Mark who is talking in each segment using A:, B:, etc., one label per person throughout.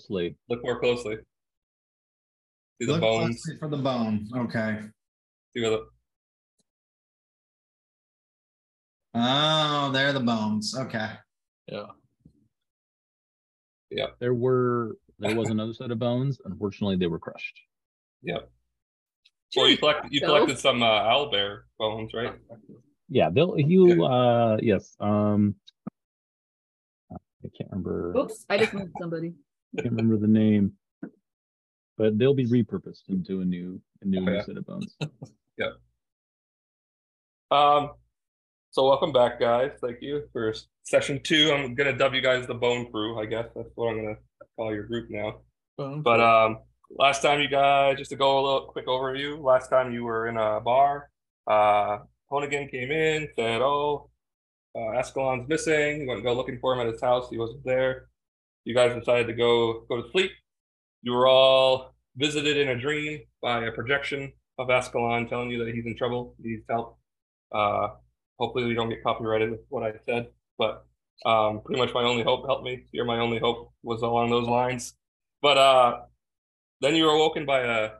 A: closely.
B: Look more closely. See the
C: Look
B: bones.
C: closely For the bone, okay.
B: See where the
C: Oh, they're the bones, okay.
A: There were there was another set of bones. Unfortunately, they were crushed.
B: well, you collected you
D: so-
B: collected some uh, owlbear bones, right?
A: Yeah, they'll he'll uh yes. Um I can't remember I
D: Oops, I just moved somebody.
A: can't remember the name. But they'll be repurposed into a new a new
B: Oh, yeah.
A: set of bones.
B: Um, so welcome back, guys. Thank you for s- session two. I'm gonna dub you guys the Bone Crew. I guess that's what I'm gonna call your group now.
A: Mm-hmm.
B: But um, last time you guys, just to go a little quick overview. Last time you were in a bar. Uh, Honigan came in, said, "Oh, uh, Ascalon's missing. You want to go looking for him at his house. He wasn't there. You guys decided to go go to sleep. You were all visited in a dream by a projection of Ascalon telling you that he's in trouble. He needs help. Uh, hopefully, we don't get copyrighted with what I said, but um, pretty much my only hope, help me, you're my only hope, was along those lines. But uh, then you were awoken by a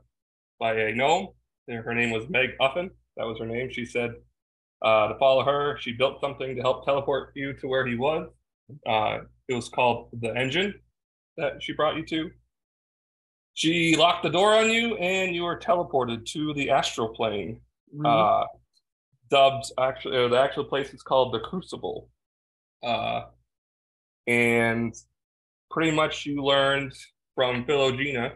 B: by a gnome. and Her name was Meg Uffin. That was her name. She said uh, to follow her. She built something to help teleport you to where he was. Uh, it was called the engine that she brought you to. She locked the door on you, and you were teleported to the astral plane uh, dubbed actually or the actual place is called the Crucible, uh, and pretty much you learned from Philogena,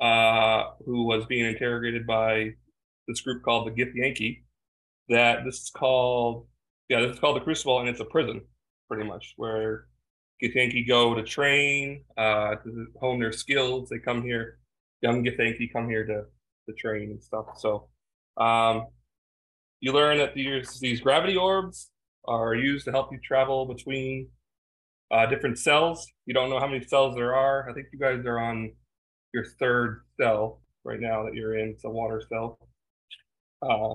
B: uh, who was being interrogated by this group called the Gip Yankee, that this is called yeah this is called the Crucible and it's a prison pretty much where Githyanki go to train uh, to hone their skills. They come here, young Githyanki come here to to train and stuff. So. Um, you learn that these, these gravity orbs are used to help you travel between uh, different cells. You don't know how many cells there are. I think you guys are on your third cell right now that you're in. It's a water cell. Uh,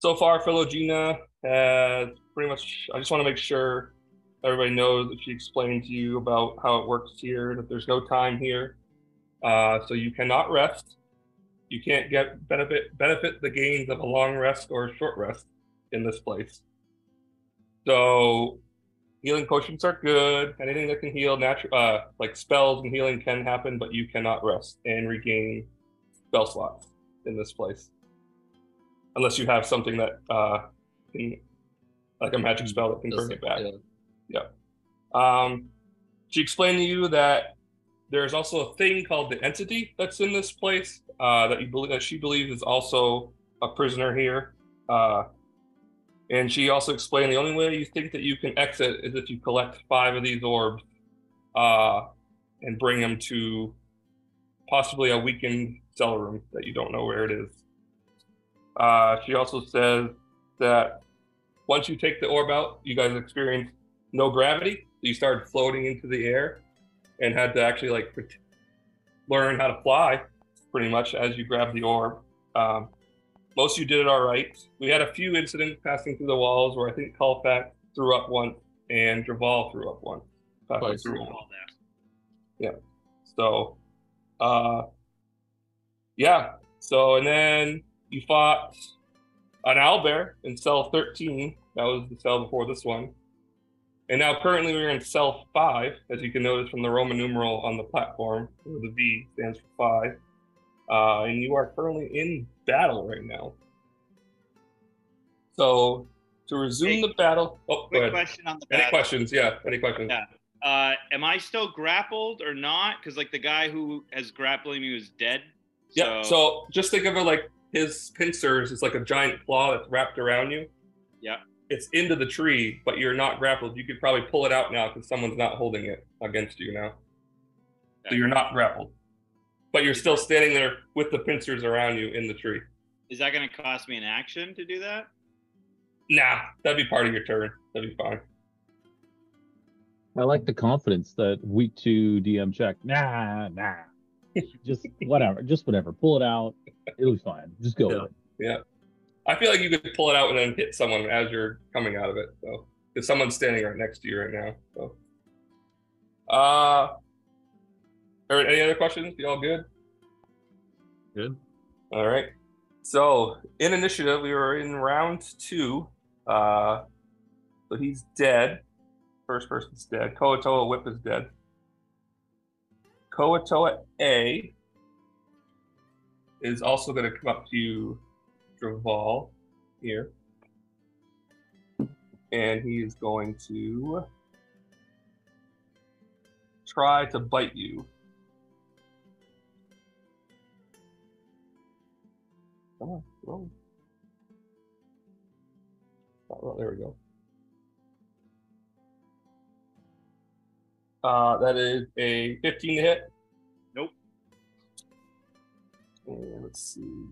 B: so far, Philogena has pretty much. I just want to make sure everybody knows that she explained to you about how it works here, that there's no time here. Uh, so you cannot rest you can't get benefit benefit the gains of a long rest or a short rest in this place. So healing potions are good. Anything that can heal natural uh, like spells and healing can happen, but you cannot rest and regain spell slots in this place. Unless you have something that uh, can like a magic spell that can bring it back. Um, she explained to you that there's also a thing called the entity that's in this place uh, that you believe that she believes is also a prisoner here. Uh, and she also explained the only way you think that you can exit is if you collect five of these orbs uh, and bring them to possibly a weakened cell room that you don't know where it is. Uh, she also says that once you take the orb out, you guys experience no gravity. You started floating into the air and had to actually like pret- learn how to fly pretty much as you grab the orb. Um, most of you did it all right. We had a few incidents passing through the walls where I think Colfax threw up one and Draval threw up one. Passing
E: Twice.
B: through a wall. Yeah. So, uh, yeah. So, and then you fought an owlbear in cell 13. That was the cell before this one. And now currently we're in cell five, as you can notice from the Roman numeral on the platform, where the V stands for five. Uh, and you are currently in battle right now. So to resume
F: Hey,
B: the battle, oh, go
F: Quick
B: ahead.
F: question on the
B: Any
F: battle.
B: questions? Yeah, any questions?
F: Yeah. Uh, am I still grappled or not? Because like the guy who has grappling me was dead.
B: Yeah. So, just think of it like his pincers is like a giant claw that's wrapped around you.
F: Yeah.
B: It's into the tree, but you're not grappled. You could probably pull it out now because someone's not holding it against you now. So
F: Okay.
B: you're not grappled, but you're still standing there with the pincers around you in the tree.
F: is that going to cost me an action to do that?
B: Nah, that'd be part of your turn. That'd be fine.
A: I like the confidence that week two DM check. Nah, nah. just whatever. Just whatever. Pull it out. It'll be fine. Just go
E: Yeah.
A: with it.
B: I feel like you could pull it out and then hit someone as you're coming out of it. So, if someone's standing right next to you right now, so. Uh, All right, any other questions? You all good?
A: Good.
B: All right. So in initiative, we were in round two. Uh, so he's dead. First person's dead. Koatoa Whip is dead. Koatoa A is also going to come up to you, Draval, here. And he is going to try to bite you. Come on, roll. Not roll- There we go. Uh, that is a 15 to hit.
F: Nope.
B: And let's see.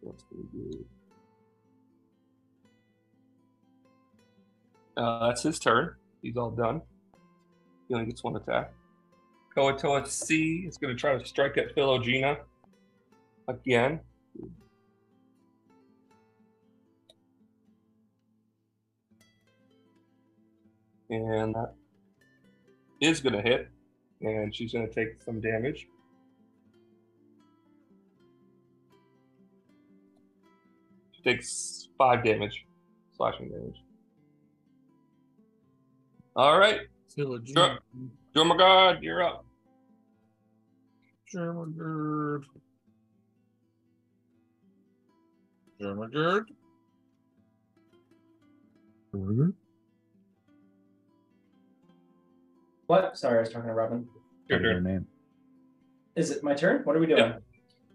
B: What's going to do? Uh, that's his turn. He's all done. He only gets one attack. Koatoa C is going to try to strike at Philogena again. And that is going to hit. And she's going to take some damage. She takes five damage, slashing damage. All right.
D: Philogene.
B: Jormagard, you're up.
D: Germagerd. Germagerd.
E: What? Sorry, I was talking to Robin.
B: Your
A: Their
B: turn.
A: name.
E: Is it my turn? What are we doing?
B: Yeah.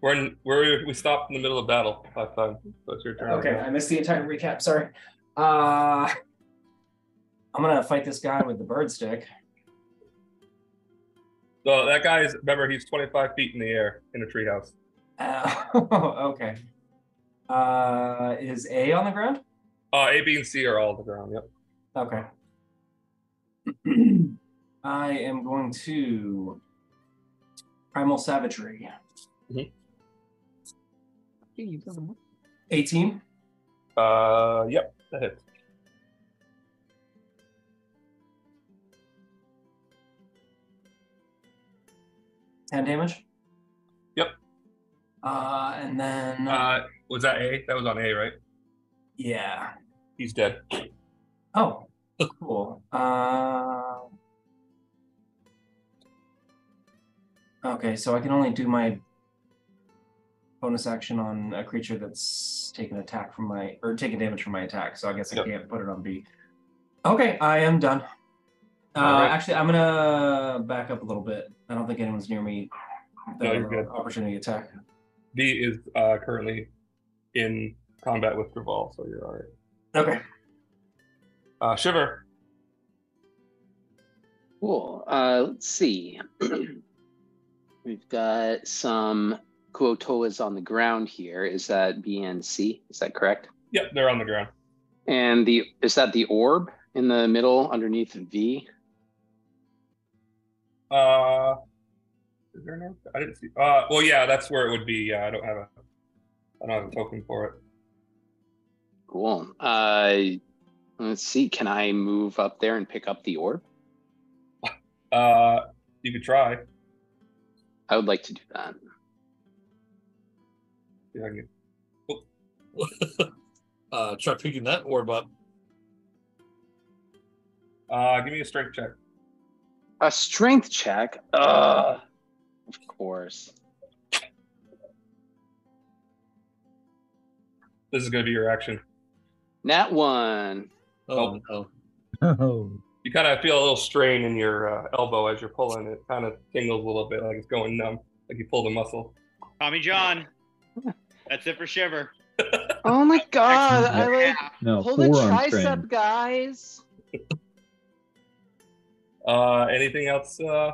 B: We're in, we're, we stopped in the middle of battle last time, so it's your turn.
E: Okay, I missed the entire recap. Sorry. Uh, I'm gonna fight this guy with the bird stick.
B: So that guy is, remember, he's 25 feet in the air in a treehouse.
E: Uh, okay. Uh, is A on the ground?
B: Uh, A, B, and C are all on the ground. Yep.
E: Okay. I am going to primal savagery.
B: Mhm.
E: 18.
B: Uh, yep, that hits.
E: Ten damage.
B: Yep.
E: Uh, and then
B: Uh, was that A? That was on A, right?
E: yeah.
B: He's dead.
E: Oh, cool. Uh, okay, so I can only do my bonus action on a creature that's taken attack from my or taken damage from my attack. So I guess I
B: Yep.
E: can't put it on B. Okay, I am done. Uh,
B: All right.
E: Actually, I'm gonna back up a little bit. I don't think anyone's near me.
B: No, you're
E: Uh,
B: good.
E: Opportunity attack.
B: B is uh, currently in combat with Draval, so you're all right.
E: Okay.
B: Uh, Shiver.
G: Cool. Uh, let's see. We've got some Kuotoas on the ground here. Is that BNC? Is that correct?
B: Yep, they're on the ground.
G: And the is that the orb in the middle underneath V?
B: Uh, is there no? I didn't see. Uh, well, yeah, that's where it would be. Yeah, I don't have a. I don't have a token for it.
G: Cool. Uh, let's see. Can I move up there and pick up the orb?
B: Uh, you could try.
G: I would like to do that.
B: Yeah, I can-
D: uh, try picking that orb up.
B: Uh, give me a strength check.
G: A strength check. Ugh. Of course.
B: This is gonna be your action.
G: Nat one.
D: Oh, no.
A: Oh,
B: You kind of feel a little strain in your uh, elbow as you're pulling. It kind of tingles a little bit, like it's going numb, like you pulled a muscle.
F: Tommy John. That's it for Shiver.
G: Oh my god! I like
F: Yeah.
A: no,
G: hold a
A: forearm
G: tricep,
A: strain.
G: guys.
B: Uh, anything else? Uh,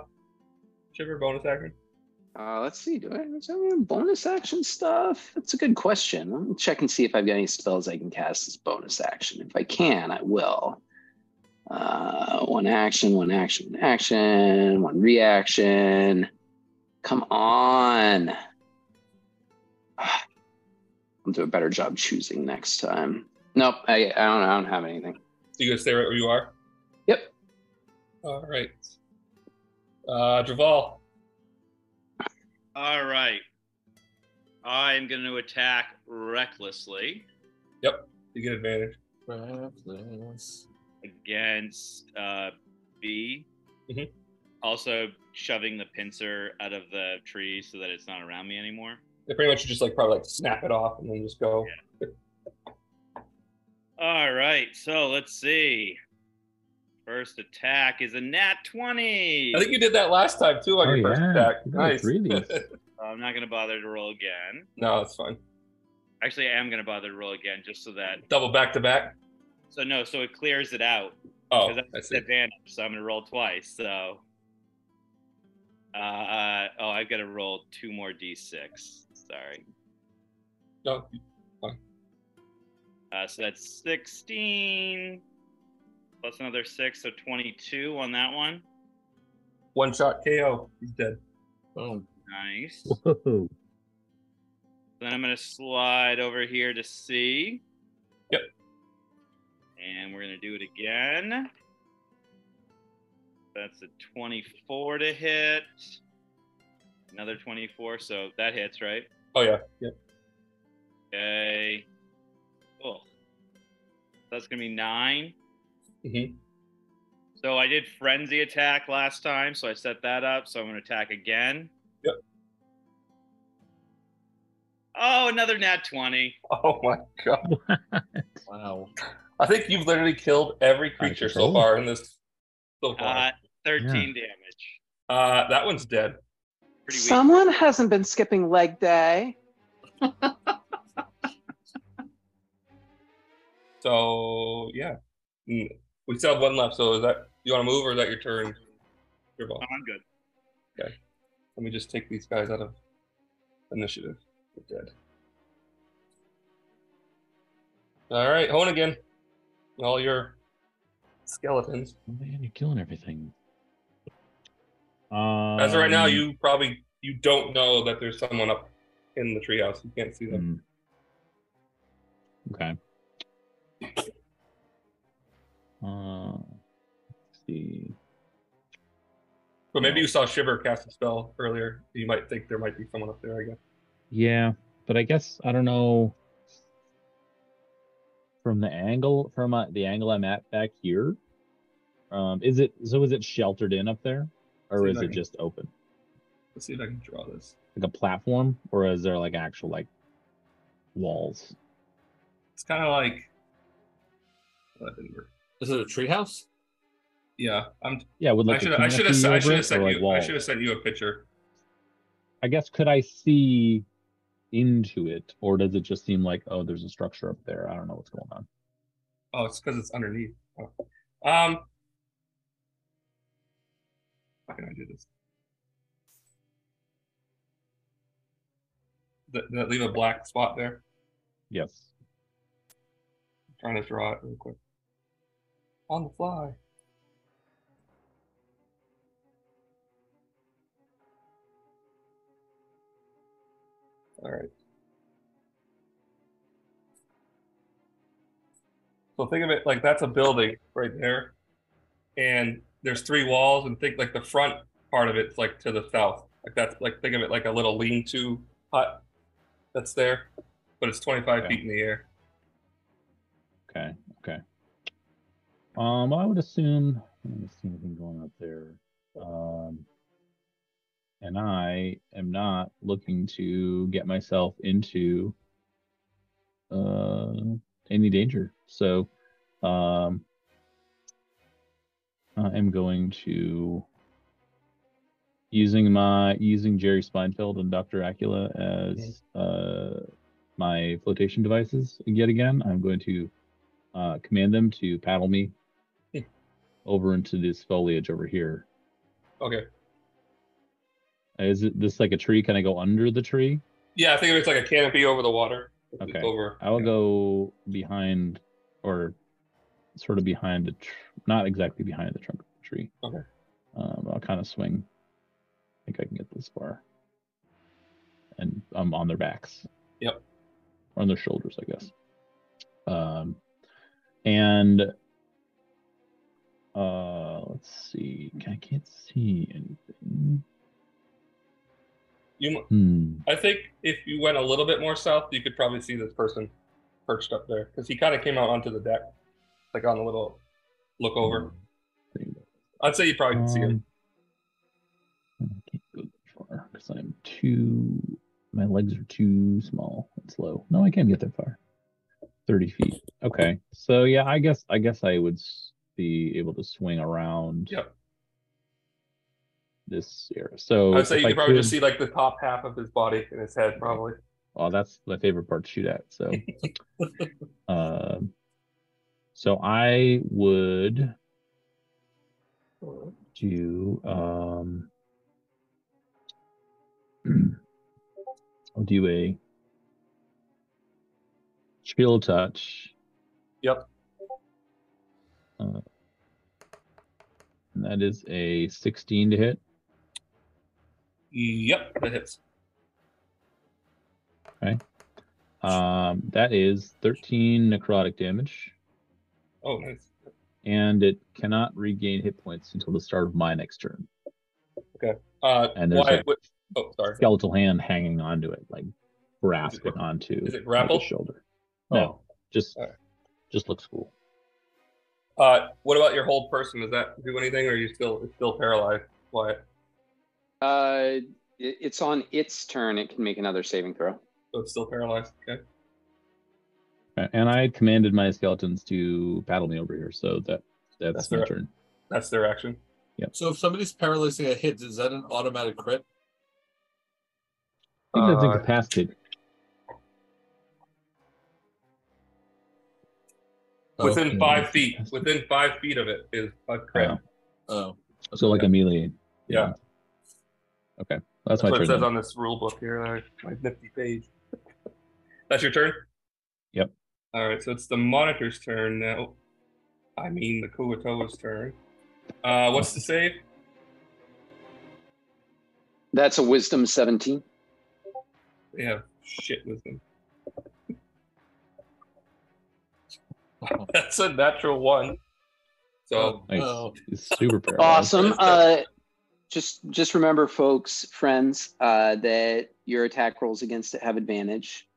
B: shiver bonus action.
G: Uh, let's see. Do I have any bonus action stuff? That's a good question. Let me check and see if I've got any spells I can cast as bonus action. If I can, I will. Uh, one action, one action, one action, one reaction. Come on. I'll do a better job choosing next time. Nope, I, I don't. I don't have anything.
B: So you guys stay right where you are.
G: Yep.
B: All right. Uh, Draval.
F: All right. I am going to attack recklessly
B: You get advantage.
D: Reckless.
F: against uh, B.
B: Mhm.
F: Also shoving the pincer out of the tree so that it's not around me anymore.
B: They pretty much just like probably like snap it off and then just go.
F: All right. So let's see. First attack is a nat 20.
B: I think you did that last time too on
A: Oh,
B: your first
A: yeah.
B: attack.
A: You got
B: Nice.
A: three of these.
F: I'm not going to bother to roll again.
B: no, that's fine.
F: Actually, I am going to bother to roll again just so that.
B: Double back to back.
F: So, no, so it clears it out.
B: Oh,
F: Because
B: that's it.
F: advantage, so I'm gonna roll twice. So, uh, uh, oh, I've got to roll two more d6. Sorry.
B: No,
F: Uh, so that's 16 plus another six, so 22 on that one.
B: one shot KO. He's dead.
D: Boom.
F: Nice.
A: Whoa.
F: then I'm gonna slide over here to C.
B: Yep.
F: And we're gonna do it again. That's a 24 to hit. Another 24, so that hits, right?
B: Oh yeah. yeah.
F: Okay. Cool. That's gonna be nine.
B: Mhm.
F: So I did frenzy attack last time, so I set that up. So I'm gonna attack again.
B: Yep.
F: Oh, another nat twenty.
B: Oh my god.
D: Wow.
B: I think you've literally killed every creature so
A: control.
B: far in this. So
F: Uh,
B: far,
F: thirteen damage.
B: uh, that one's dead.
F: Pretty weak.
G: Someone hasn't been skipping leg day.
B: So yeah, Mm. we still have one left. So is that you want to move or is that your turn? Your ball.
F: Oh, I'm good.
B: Let me just take these guys out of initiative. They're dead. All right, Honigan. All your skeletons.
A: Man, you're killing everything. Um,
B: As of right now, you probably you don't know that there's someone up in the treehouse. You can't see them.
A: Hmm. Okay. Uh, let's see.
B: But maybe you saw Shiver cast a spell earlier. You might think there might be someone up there. I guess.
A: Yeah, but I guess I don't know from the angle from uh, the angle I'm at back here. Um, is it so? Is it sheltered in up there, or
B: See
A: is
B: if I
A: it
B: can-
A: just open,
B: Let's see if I can draw this.
A: like a platform, or is there like actual like walls?
B: It's kind of like well, that didn't work.
D: Is it a treehouse?
B: Yeah, I'm.
A: Yeah, would
B: I
A: like
B: should.
A: a
B: I should have.
A: canopy
B: I
A: over
B: should
A: it, or,
B: have sent
A: like,
B: you. I
A: walls?
B: should have sent you a picture.
A: I guess could I see into it, or does it just seem like oh, there's a structure up there? I don't know what's going on.
B: Oh, it's because it's underneath. Oh. Um. How can I do this? Th- Did that leave a black spot there?
A: Yes.
B: trying to draw it real quick. On the fly. All right. So think of it like that's a building right there. And there's three walls and think like the front part of it's like to the south. Like that's like think of it like a little lean-to hut that's there, but it's 25
A: Okay.
B: feet in the air.
A: Okay. Okay. Um, I would assume I don't see anything going up there. Um, and I am not looking to get myself into uh any danger. So, um, I am going to using my using Jerry Speinfeld and Dr. Acula as uh my flotation devices yet again. I'm going to uh, command them to paddle me
B: Hmm.
A: over into this foliage over here. Uh,
B: Okay.
A: Is it this like a tree? Can I go under the tree?
B: Yeah, I think it's like a canopy over the water. It's
A: Okay.
B: Over.
A: I will go behind or sort of behind the tr- not exactly behind the trunk of the tree.
B: Okay.
A: Um, I'll kind of swing. I think I can get this far. And I'm on their backs.
B: Yep.
A: Or on their shoulders, I guess. Um, and uh, let's see. I can't see anything.
B: You You, mu-
A: Hmm.
B: I think if you went a little bit more south, you could probably see this person perched up there because he kind of came out onto the deck, like on a little look over. I'd say you probably could see him.
A: Mm-hmm. Um, I can't go that far because I'm too. My legs are too small and slow. No, I can't get that far. Thirty feet. Okay. So yeah, I guess I guess I would s- be able to swing around.
B: Yep. this
A: This area. So
B: I'd say
A: if
B: you
A: I
B: could probably just
A: could-
B: see like the top half of his body and his head, probably.
A: Oh, that's my favorite part to shoot at. So, um, so I would do. Um, I'll do a chill touch.
B: Yep.
A: Uh, and that is a 16 to hit.
B: Yep, that hits.
A: Um, that is 13 necrotic damage.
B: Oh, nice.
A: and it cannot regain hit points until the start of my next turn.
B: Uh,
A: And there's
B: why?
A: a-
B: what- oh, sorry.
A: Skeletal hand hanging onto it, like grasping onto
B: Is it grapple? Oh.
A: Michael's shoulder. No, just
B: Alright.
A: just looks cool.
B: Uh, what about your whole person? Does that do anything, or are you still it's still paralyzed? Why?
G: Uh, it- it's on its turn. It can make another saving throw.
B: So it's still paralyzed. Okay.
A: A- And I commanded my skeletons to paddle me over here, so that that's,
B: That's
A: my
B: alright.
A: turn.
B: That's their action.
D: So if somebody's paralyzing a hit, is that an automatic crit?
A: I think that's
B: Uh,
A: incapacitated.
B: Within
A: Okay.
B: five feet, within five feet of it is a crit.
A: Wow.
D: Oh,
A: So like a melee.
B: Yeah.
A: Okay, that's,
B: That's
A: my
B: what
A: turn.
B: it says
A: then.
B: on this rule book here, my my nifty page. That's your turn?
A: Yep.
B: All right, so it's the monitor's turn now. I mean, the Kuwatoa's turn. Uh, what's the save?
G: That's a wisdom 17.
B: They have shit with them. That's a natural one. So,
A: Nice.
D: oh.
A: It's super paralyzed.
G: Awesome. Uh, just just remember, folks, friends, uh, that your attack rolls against it have advantage.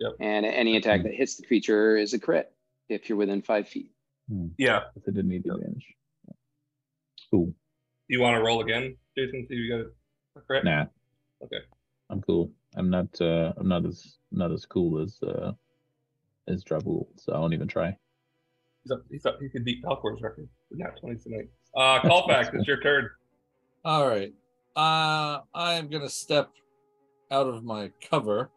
B: Yep.
G: And any attack that hits the creature is a crit if you're within five feet.
B: yeah.
A: If it didn't need the advantage. Cool.
B: You want to roll again, Jason? See if you got a crit?
A: Nah.
B: Okay.
A: I'm cool. I'm not uh I'm not as not as cool as uh as Drabul, so I won't even try.
B: He's up, he's up, he could beat Falcor's record. Not 20 tonight. Uh, Colfax, it's your turn.
D: All right. Uh, I'm gonna step out of my cover.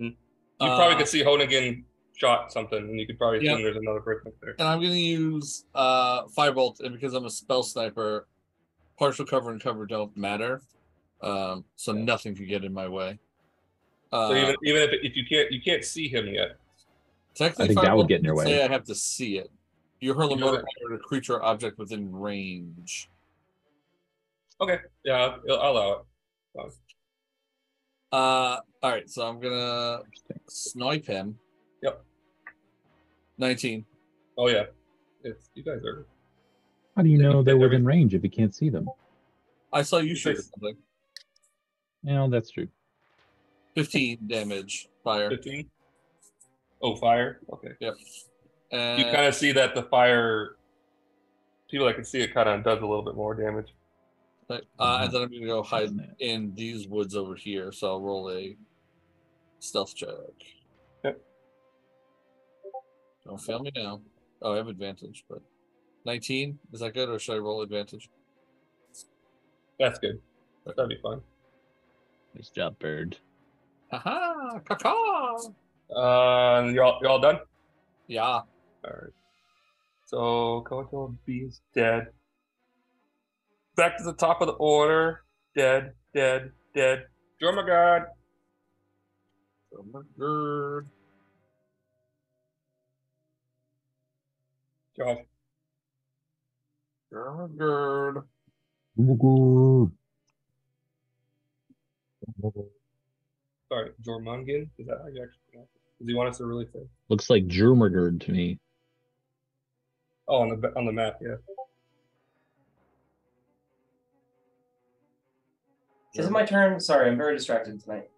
B: Mhm. You probably
D: Uh,
B: could see Honigan shot something, and you could probably assume there's another person up there.
D: and I'm gonna use uh firebolt, and because I'm a spell sniper, partial cover and cover don't matter. Um, so nothing could get in my way. Uh,
B: So even even if, if you can't you can't see him yet,
D: technically,
A: I think that would
D: firebolt
A: get in your
D: would
A: way.
D: Say I have to see it. You hurl a
B: You know
D: modifier at a creature or object within range.
B: yeah, I'll, I'll allow it.
D: Uh, all right. So I'm gonna snipe him.
B: Yep.
D: Nineteen.
B: Oh yeah, it's you guys are.
A: How do you know they're
B: Every-
A: within range if you can't see them?
D: I saw you
B: Nice.
D: shoot something.
A: No, that's true.
D: 15 damage fire.
B: 15 oh fire okay
D: Yep.
B: you
D: And
B: kind of see that the fire people that can see it kind of does a little bit more damage
D: uh, and then I'm gonna go hide
A: Isn't it?
D: in these woods over here. So I'll roll a stealth check.
B: Yep.
D: Don't fail me now. Oh, I have advantage, but 19 is that good, or should I roll advantage?
B: that's good that'd be fun
A: Nice job, bird.
D: Haha, caca.
B: uh you're all, you're all done
D: Yeah.
B: all right so Koto b is dead back to the top of the order dead dead dead drummer god
D: Oh my god.
B: Josh.
D: Oh my god.
B: sorry jormungan is that how you actually pronounce it? does he want us to really say
A: Looks like Jurmurgerd to me.
B: oh on the ba- on the map yeah
E: Is it my turn? Sorry, I'm very distracted tonight.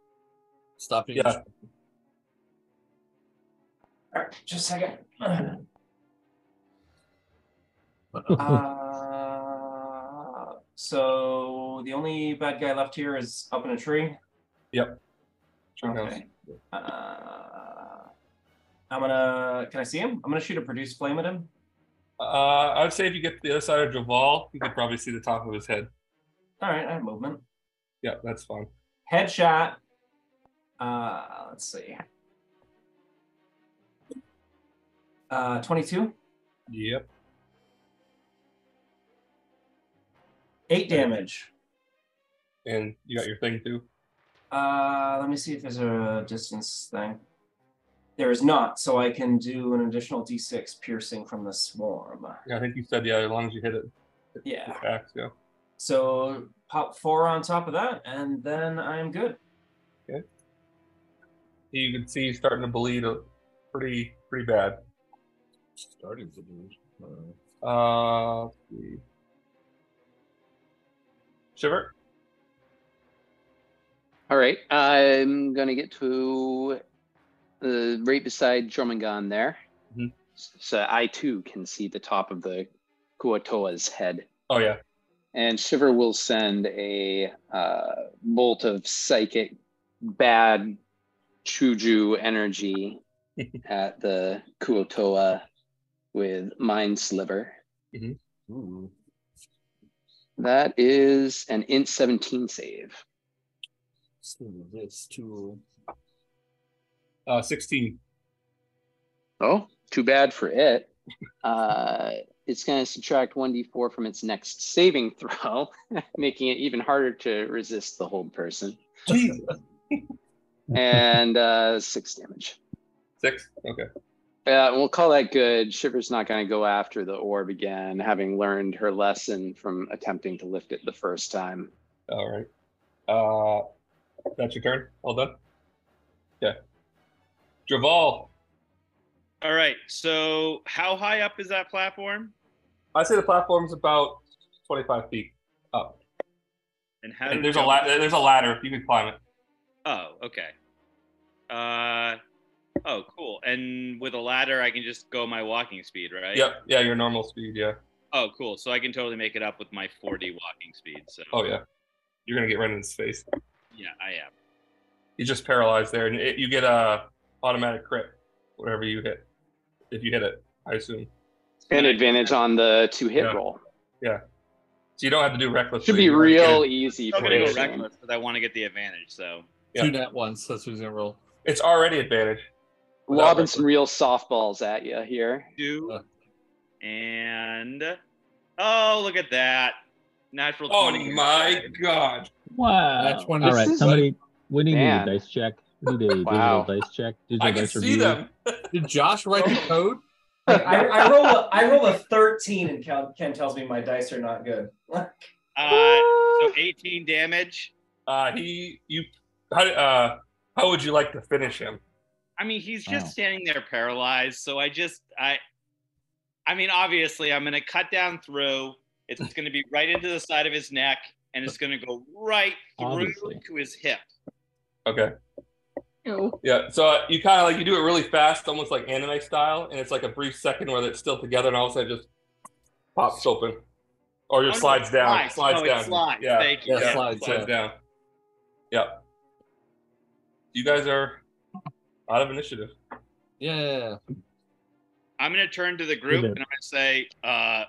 D: Stop being.
B: Yeah.
E: All right, just a second. Uh, Uh, so the only bad guy left here is up in a tree.
B: True house.
E: Uh, I'm gonna. Can I see him? I'm gonna shoot a produce flame at him.
B: Uh, I would say if you get to the other side of Javal, you could probably see the top of his head.
E: All right, I have movement.
B: Yeah, that's fine.
E: Headshot. Uh, let's see. Uh, 22,
B: Yep.
E: 8 damage.
B: And you got your thing too.
E: Uh, let me see if there's a distance thing. There is not, so I can do an additional d6 piercing from the swarm.
B: Yeah, I think you said yeah. As long as you hit it,
E: Yeah.
B: with axe. Yeah.
E: So pop four on top of that, and then I'm good.
B: You can see he's starting to bleed uh, pretty pretty bad.
D: Starting to lose. Uh,
B: Uh, let's see. Shiver.
G: All right, I'm gonna get to uh, right beside Drummondgon there.
B: Mhm.
G: So I too can see the top of the Kuatoa's head,
B: Oh yeah.
G: and Shiver will send a uh, bolt of psychic bad chuju energy at the Kuotoa with Mind Sliver.
D: ooh.
G: That is an int 17 save.
D: Still this tool.
B: Uh, sixteen.
G: Oh, too bad for it. Uh, it's going to subtract 1d4 from its next saving throw, making it even harder to resist the hold person.
B: Jesus.
G: And uh, six damage.
B: Six. Okay.
G: Uh, we'll call that good. Shiver's not going to go after the orb again, having learned her lesson from attempting to lift it the first time.
B: All right. Uh, that's your turn. All done. Yeah. Javal.
F: All right. So, how high up is that platform?
B: I'd say the platform's about twenty-five feet.
F: And how?
B: And
F: do
B: there's a
F: jump-
B: la- there's a ladder. You can climb it.
F: Oh, okay. Uh, oh, cool. And with a ladder, I can just go my walking speed, right?
B: Yep. Yeah. Your normal speed. Yeah.
F: Oh, cool. So I can totally make it up with my 40 walking speed. So
B: Oh yeah. You're gonna get right in his face.
F: yeah, I am.
B: He's just paralyzed there, and it, you get a automatic crit whatever you hit. If you hit it, I assume.
G: An advantage on the two hit
B: Yeah.
G: roll.
B: So you don't have to do reckless.
G: Should be
B: you
G: real
B: can-
G: easy
F: I'm
G: for
F: gonna go
B: Great.
G: you.
F: reckless because I want to get the advantage. So
B: Yeah.
D: Two net ones. That's who's gonna roll.
G: e-
B: It's already advantage. without
G: Lobbing
B: reckless.
G: some real softballs at you here.
F: two
D: Uh.
F: and oh, look at that natural.
B: Oh
F: 20.
B: my god!
A: Wow.
D: That's one
A: All
D: of-
A: right, somebody. We need
G: Man.
A: a dice check. We need a digital
G: Wow.
A: dice check. Digital
B: I can
A: dice
B: see
A: review.
B: them.
D: Did Josh write
B: Oh.
D: the code?
E: I, I, I roll a I roll a 13, and Ken, Ken tells me my dice are not good.
F: Uh, so 18 damage.
B: Uh, he, you, how, uh, how would you like to finish him?
F: I mean, he's just
A: Wow.
F: standing there paralyzed. So I just I, I mean, obviously, I'm gonna cut down through. It's gonna be right into the side of his neck, and it's gonna go right through
A: Obviously.
F: to his hip.
B: Okay. Yeah. So uh, you kind of like you do it really fast, almost like anime style, and it's like a brief second where it's still together, and all of a sudden it just pops open, or
F: Oh,
B: just
F: no,
B: slides
F: it
B: down.
F: Slides,
B: Slides
F: oh,
B: down.
F: It slides.
B: Yeah.
F: Thank you.
D: Yeah,
B: yeah,
D: slides,
B: slides
D: yeah.
B: down. Yeah. You guys are out of initiative.
D: Yeah.
F: I'm gonna turn to the group
A: minute.
F: and I'm gonna say, uh,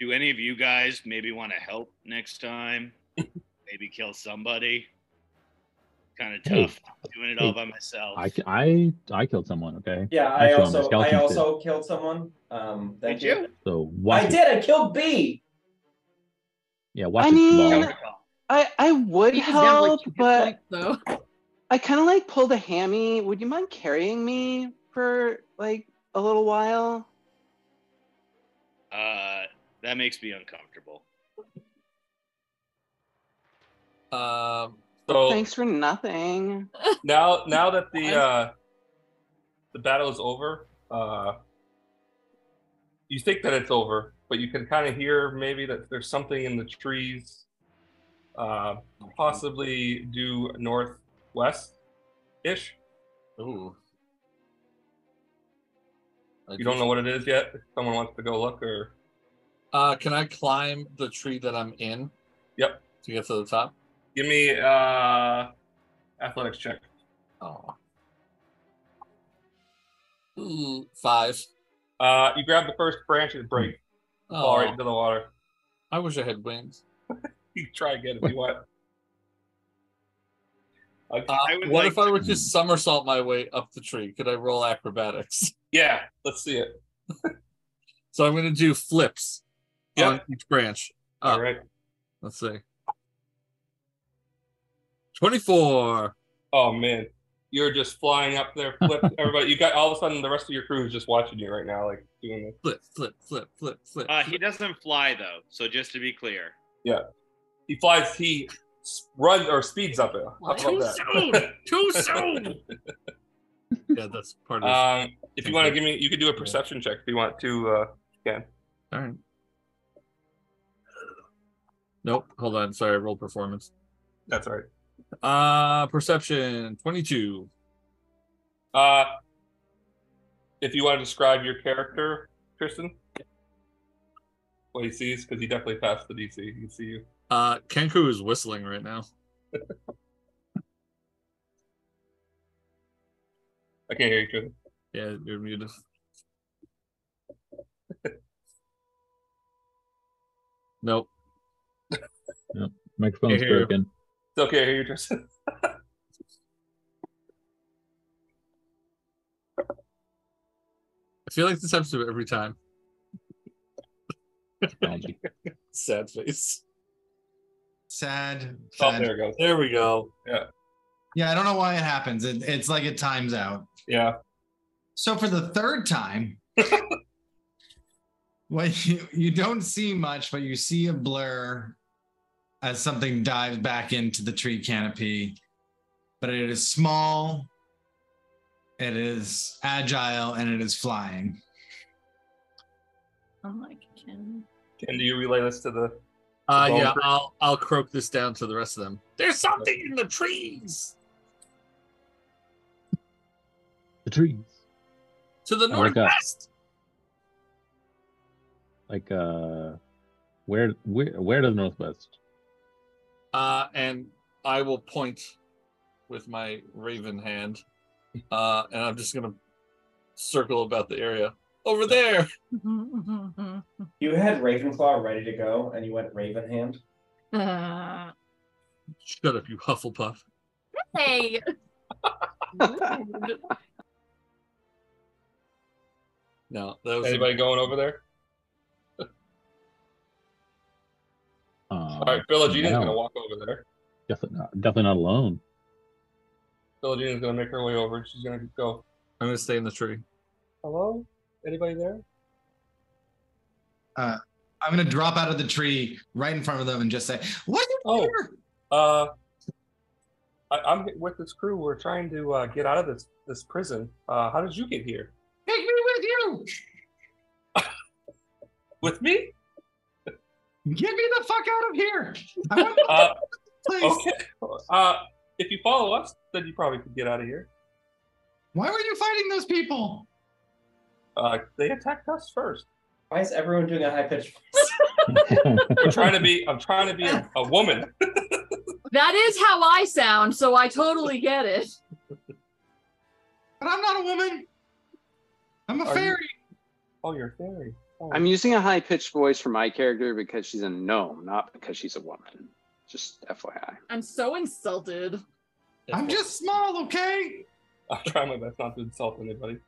F: do any of you guys maybe want to help next time? maybe kill somebody. Kind of
A: Hey.
F: tough doing it all by myself.
A: I, I I killed someone. Okay,
E: Yeah,
A: I
E: I
A: Actually, also-
E: also
A: I'm a
E: I
A: I skeleton
E: also
A: also
E: killed someone. Um,
F: thank Did you. you.
A: so watch.
E: I
A: it.
E: did. I killed B.
A: Yeah, watch.
G: I
A: it,
G: mean-
A: Javal.
G: I, I would
H: You just got, like,
G: help,
H: hit
G: but
H: like, though.
G: I kind of like pulled a hammy. Would you mind carrying me for like a little while?
F: Uh, that makes me uncomfortable.
D: Um.
B: So
G: Thanks for nothing.
B: now, now that the uh, the battle is over, uh, you think that it's over, but you can kind of hear maybe that there's something in the trees uh, possibly due northwest ish.
D: Ooh. I
B: You don't know what it is yet. If someone wants to go look, or
D: Uh, can I climb the tree that I'm in?
B: Yep.
D: To get to the top.
B: give me uh, athletics check.
D: Oh. Ooh, five.
B: Uh, you grab the first branch and break.
D: Oh,
B: Fall right into the water.
D: I wish I had wings.
B: You can try again if you want. Okay.
D: Uh,
F: I would
D: what
F: like
D: if I were to somersault my way up the tree? Could I roll acrobatics?
B: yeah, let's see it.
D: So I'm gonna do flips
B: Yeah.
D: on each branch. Uh,
B: All right.
D: Let's see. Twenty-four.
B: Oh man, you're just flying up there, flip everybody. You got all of a sudden the rest of your crew is just watching you right now, like doing this.
D: Flip, flip, flip, flip, flip.
F: Uh, he
D: flip.
F: doesn't fly though, so just to be clear.
B: He flies, he s- runs or speeds up it. How about
D: Too
B: that?
D: Too soon. yeah, that's part of.
B: um, if you want to give me, you could do a perception check if you want to. Uh,
D: All right. Nope. Hold on. Sorry, I rolled performance.
B: that's all right.
D: Uh perception twenty-two.
B: Uh, if you want to describe your character, Tristan, what he sees, because he definitely passed the DC. He can see you.
D: Uh, Kenku is whistling right now.
B: I can't hear you, Tristan.
D: Yeah, you're muted. nope.
A: Microphone's
D: Here.
A: broken.
B: It's okay, I hear you, Tristan.
D: I feel like this happens to me every time.
A: Technology.
D: Sad face.
C: Sad.
B: Oh,
C: sad.
B: there it goes.
D: There we go.
C: Yeah, I don't know why it happens. It, it's like it times out.
B: Yeah.
C: So for the third time, well, you, you don't see much, but you see a blur as something dives back into the tree canopy. But it is small, it is agile, and it is flying.
H: I'm like, can
B: Can do you relay this to the
D: Uh
B: The
D: yeah,
B: bone-
D: I'll I'll croak this down to the rest of them. There's something in the trees
A: The trees.
D: to the
A: Oh, my God.
D: northwest.
A: Like uh where where where to the northwest?
D: Uh and I will point with my raven hand. Uh and I'm just gonna circle about the area. Over there.
H: I?
E: You had Ravenclaw ready to go, and you went Raven Hand.
H: Uh,
D: Shut up, you Hufflepuff.
H: hey. Rude.
D: No, that was
B: anybody going over there?
A: Uh,
B: All right, Philogenia's
A: no.
B: gonna walk over there.
A: Definitely not, definitely not alone.
B: Philogenia's gonna make her way over. She's gonna go.
D: I'm gonna stay in the tree.
B: Hello, anybody there?
C: I'm going to drop out of the tree right in front of them and just say, What are you
B: Oh.
C: here?"
B: Uh, I, I'm with this crew. We're trying to uh, get out of this this prison. Uh, how did you get here?
C: Take me with you.
B: With me?
C: Get me the fuck out of here. I want to
B: Uh,
C: place.
B: okay. Uh, if you follow us, then you probably could get out of here.
C: Why were you fighting those people?
B: Uh, they attacked us first.
E: Why is everyone doing a high pitch?
B: We're trying to be. I'm trying to be a, a woman.
H: that is how I sound, so I totally get it.
C: But I'm not a woman. I'm a
B: Are you-
C: fairy.
B: Oh, you're a fairy. Oh.
G: I'm using a high pitched voice for my character because she's a gnome, not because she's a woman. Just FYI.
H: I'm so insulted.
C: I'm just small, okay?
B: I'm trying my best not to insult anybody.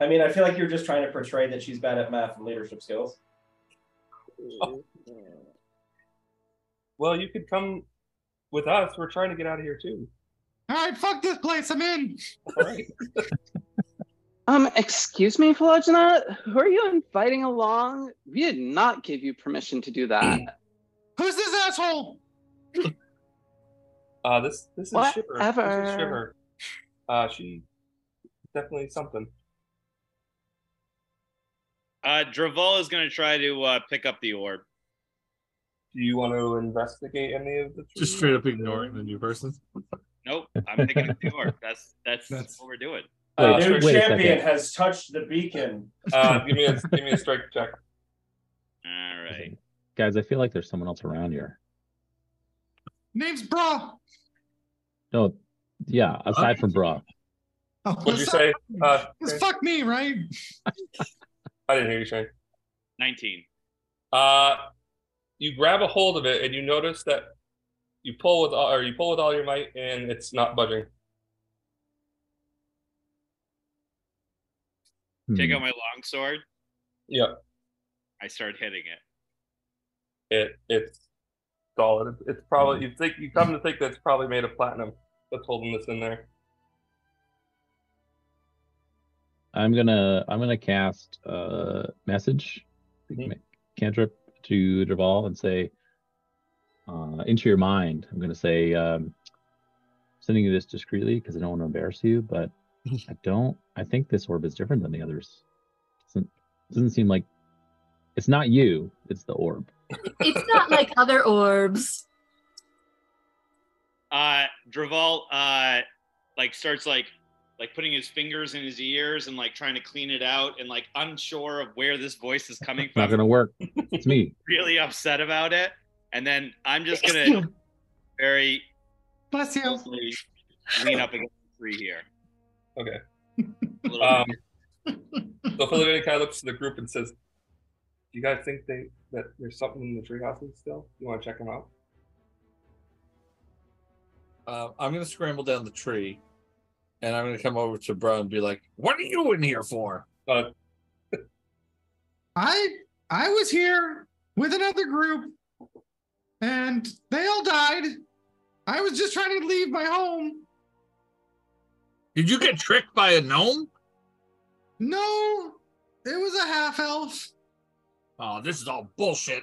E: I mean, I feel like you're just trying to portray that she's bad at math and leadership skills.
B: Well, you could come with us. We're trying to get out of here too.
C: All right, fuck this place. I'm in.
B: All right.
G: Um, excuse me, Philogena, who are you inviting along? We did not give you permission to do that.
C: Who's this asshole?
B: Uh, this this is Shiver. This is
G: Whatever.
B: Shiver. Uh, she definitely something.
F: Uh, Dravol is going to try to uh, pick up the orb.
B: Do you want to investigate any of the?
D: Just
B: trees?
D: straight up ignoring the new person.
F: Nope, I'm thinking of New York. That's that's,
C: That's-
F: what we're doing.
B: Uh,
A: Wait,
B: straight-
A: wait a second.
E: has touched the beacon.
B: uh, give me a give me a strike check.
F: All right.
A: Guys, I feel like there's someone else around here.
C: Name's Bra.
A: No, yeah, aside from Bra.
C: Oh,
B: What'd you
C: it's-
B: say? Uh,
C: It's
B: Shane?
C: fuck me, right?
B: I didn't hear you, Shane.
F: 19.
B: Uh, you grab a hold of it and you notice that you pull with all, or you pull with all your might and it's not budging.
F: Take
A: Hmm.
F: out my long sword.
B: Yep.
F: I start hitting it.
B: It it's solid. It's, it's probably
D: Mm-hmm.
B: you think you come to think that's probably made of platinum that's holding this in there.
A: I'm gonna I'm gonna cast uh message big
B: Mhm.
A: ma- cantrip to Draval and say uh into your mind. I'm gonna say um sending you this discreetly because I don't want to embarrass you, but I don't I think this orb is different than the others. Doesn't doesn't seem like it's not you, it's the orb.
H: It's not like other orbs.
F: Uh Draval uh like starts like like putting his fingers in his ears and like trying to clean it out and like unsure of where this voice is coming
A: It's not
F: from.
A: gonna work. It's me.
F: really upset about it. And then I'm just gonna very
C: Bless you.
F: closely lean up against the tree here.
B: Okay.
F: A little
B: Um, so Philadelphia kind of looks to the group and says, "Do you guys think they that there's something in the tree houses still? You want to check them out?"
D: Uh, I'm gonna scramble down the tree, and I'm gonna come over to Bro and be like, "What are you in here for?"
B: Uh,
C: I I was here with another group, and they all died. I was just trying to leave my home.
D: Did you get tricked by a gnome?
C: No, it was a half elf,
D: Oh, this is all bullshit.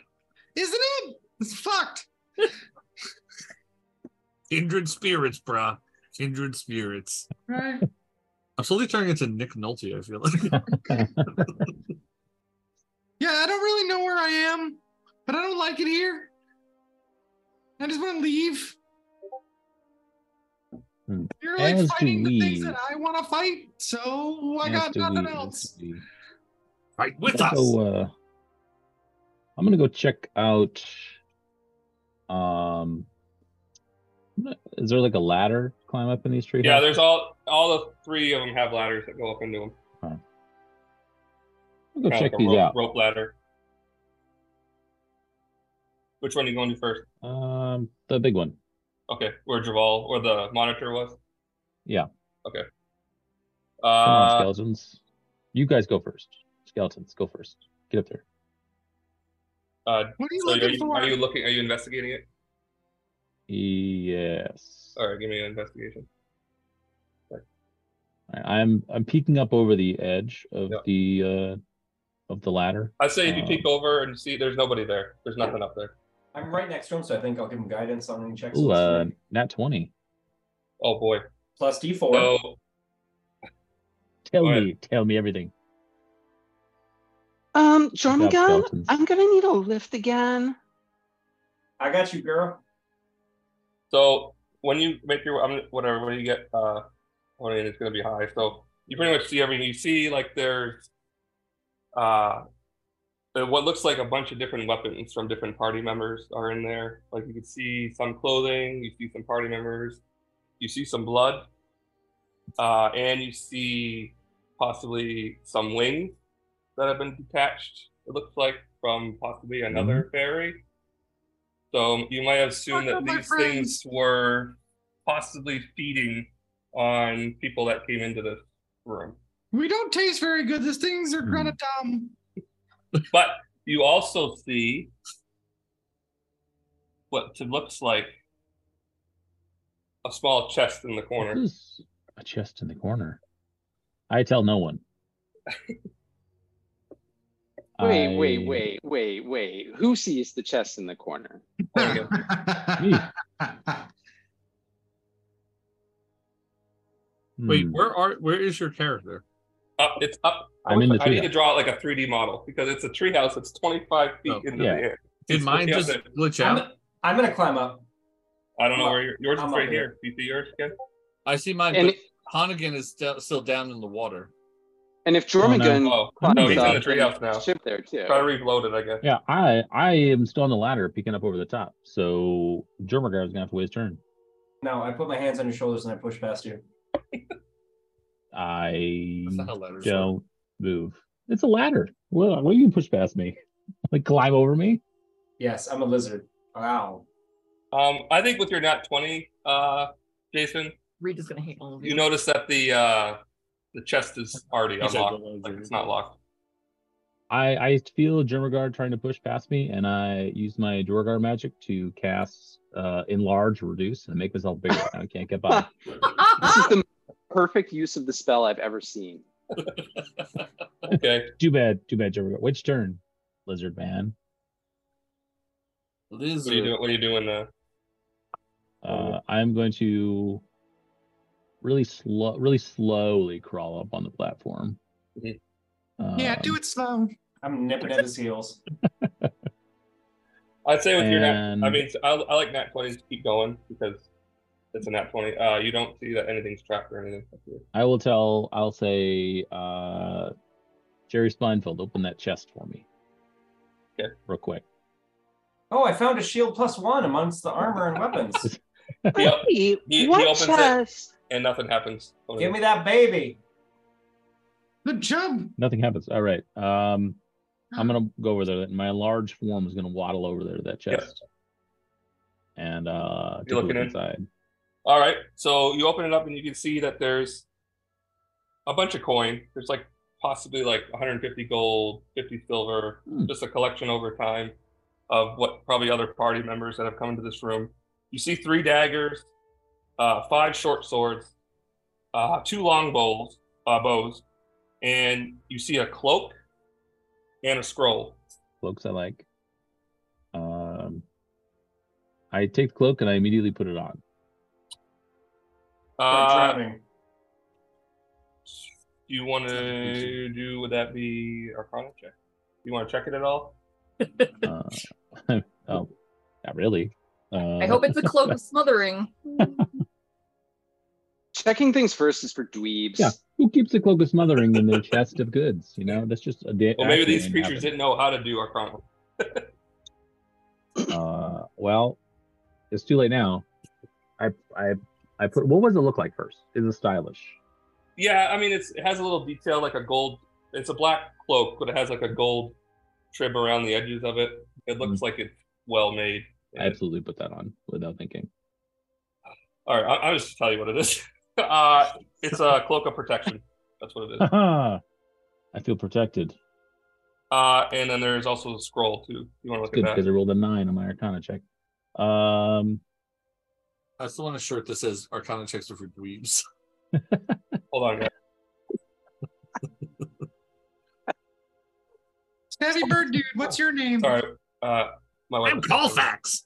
C: isn't it? It's fucked.
D: Kindred spirits, bruh. Kindred spirits.
C: Right.
D: I'm slowly turning into Nick Nolte. I feel like.
C: Yeah, I don't really know where I am, but I don't like it here. I just want to leave.
A: Hmm.
C: You're like
A: As you
C: fighting the things
A: leave-
C: that I want to fight, so I
A: Has
C: got
A: to
C: nothing
A: be-
C: else.
D: Fight with
A: I'm
D: us.
A: gonna go, uh, I'm gonna go check out. Um, is there like a ladder to climb up in these trees?
B: yeah, there's all all the three of them have ladders that go up into them.
A: I'll go
B: Kinda
A: check
B: like a
A: these
B: rope,
A: out.
B: rope ladder. Which one are you going to first?
A: Um, the big one.
B: Okay, where Javal or the monitor was?
A: Yeah.
B: Okay.
A: Come on,
B: Uh,
A: skeletons. You guys go first. Skeletons, go first. Get up there.
B: uh,
C: What are you
B: so are,
C: looking
B: you,
C: for?
B: are you looking? Are you investigating it?
A: Yes.
B: All right, give me an investigation.
A: I, I'm I'm peeking up over the edge of
B: Yeah.
A: the uh of the ladder.
B: I'd say if you peek
A: Um,
B: over and see, there's nobody there. There's nothing up there.
E: I'm right next to him, so I think I'll give him guidance on any checks.
A: Ooh, uh, nat twenty.
B: Oh boy.
E: Plus D4.
F: Oh.
B: So
A: Tell
B: Go ahead.
A: me, tell me everything.
G: Um,
A: job,
G: Dromagon,
A: Skeletons.
G: I'm gonna need a lift again.
E: I got you, girl.
B: so when you make your I'm, whatever, when you get uh, I mean it's gonna be high. So you pretty much see everything. You see like there's uh, uh, what looks like a bunch of different weapons from different party members are in there. Like you can see some clothing, you see some party members, you see some blood, uh, and you see possibly some wings that have been detached. It looks like from possibly another fairy. So you might assume
C: Fuck
B: that
C: up my
B: these things were possibly feeding on people that came into this room.
C: We don't taste very good. These things are
A: Hmm.
C: kind of dumb.
B: But you also see what it looks like a small chest in the
A: What
E: Hmm.
B: corner.
A: is a chest in the corner? I tell no one.
G: Wait,
A: I-
G: wait, wait, wait, wait. Who sees the chest in the corner?
B: There you go.
D: Wait,
A: Hmm.
D: where are? Where is your character?
B: Up, it's up. I
A: I'm in
B: wish-
A: the
B: I need
A: treehouse.
B: to draw like a 3D model because it's a treehouse. It's 25 feet
D: Oh,
B: into
A: yeah.
B: the air.
I: Did mine
B: Yeah,
I: just
B: but-
I: glitch
E: I'm,
I: out?
E: I'm gonna climb up.
B: I don't know
E: I'm
B: where your yours
E: I'm
B: is
E: up
B: right
E: here.
B: here. Do you see yours again?
D: I see
B: Uh,
D: mine,
G: And
D: but Hannigan is st- still down in the water.
G: and if Jormungand
B: Oh,
G: climbs
B: no, he's in
G: up,
B: the treehouse
G: then
B: now.
G: ship there too.
B: Try to reload it, I guess.
A: Yeah, I I am still on the ladder peeking up over the top. So Jormungand's gonna have to wait his turn.
E: No, I put my hands on your shoulders and I push past you.
A: I
D: That's not how ladders work.
A: don't move. It's a ladder. Well, what are you gonna push past me? Like climb over me?
E: Yes, I'm a lizard. Wow.
B: Um, I think with your nat twenty, uh, Jason,
H: Reed is gonna hate all of you.
B: you notice that the uh, the chest is already
D: He's
B: unlocked.
D: like,
B: Like it's not locked.
A: I I feel Jormungand trying to push past me, and I use my Jorgar magic to cast uh enlarge, reduce, and make myself bigger. I can't get by.
G: This is the perfect use of the spell I've ever seen.
B: Okay.
A: Too bad, too bad, Jormungand. Which turn, lizard man?
B: What are you
D: Lizard.
B: doing? What are you doing? Uh, Oh,
A: Uh, I'm going to really slow, really slowly crawl up on the platform.
B: Mhm.
C: yeah, do
A: Um,
C: it slow.
E: I'm nipping at his heels.
B: I'd say with your nat, I
A: And-
B: mean, I, I like nat twenties. Keep going because it's a nat twenty. Uh, you don't see that anything's trapped or anything.
A: I will tell. I'll say, uh, Jerry Seinfeld, open that chest for me.
B: Okay.
A: Real quick.
E: Oh, I found a shield plus one amongst the armor and weapons.
B: Yep.
G: Wait,
B: He- he
G: what
B: opens it.
G: chest?
B: And nothing happens.
E: Give me that baby.
C: Good job.
A: Nothing happens. All right. Um, I'm gonna go over there. My large form is gonna waddle over there to that
B: Yep.
A: chest and uh, take a
B: You're
A: look
B: looking in?
A: inside.
B: All right. So you open it up and you can see that there's a bunch of coin. There's like possibly like 150 gold, 50 silver,
A: Hmm.
B: just a collection over time of what probably other party members that have come into this room. You see three daggers, uh, five short swords, uh, two long bows, uh, bows, and you see a cloak and a scroll.
A: Cloaks I like. Um, I take the cloak and I immediately put it on.
E: Start
B: Uh,
E: driving.
B: do you want to do? Would that be Arcana check? Do you want to check it at all?
A: Uh, oh, not really. Uh,
H: I hope it's a cloak of smothering.
G: Checking things first is for dweebs.
A: Yeah. Who keeps the cloak of smothering in their chest of goods? You know, that's just a day.
B: Well, maybe these creatures didn't know how to do Arcana.
A: Uh, well, it's too late now. I, I, I put. What does it look like first? Is it stylish?
B: Yeah, I mean, it's, it has a little detail, like a gold. It's a black cloak, but it has like a gold trim around the edges of it. It looks like it's well made.
A: I absolutely put that on without thinking.
B: All right, I, I'll just tell you what it is. uh, it's a cloak of protection. That's what it is.
A: I feel protected.
B: Uh, and then there's also a scroll too. You want
A: It's
B: to
A: good
B: look at
A: because I
B: that?
A: rolled a nine on my Arcana check. Um,
D: I still want a shirt that says Arcana checks are for dweebs.
B: Hold on, guys.
C: Savvy bird dude, what's your name?
B: Sorry, uh, my wife. was-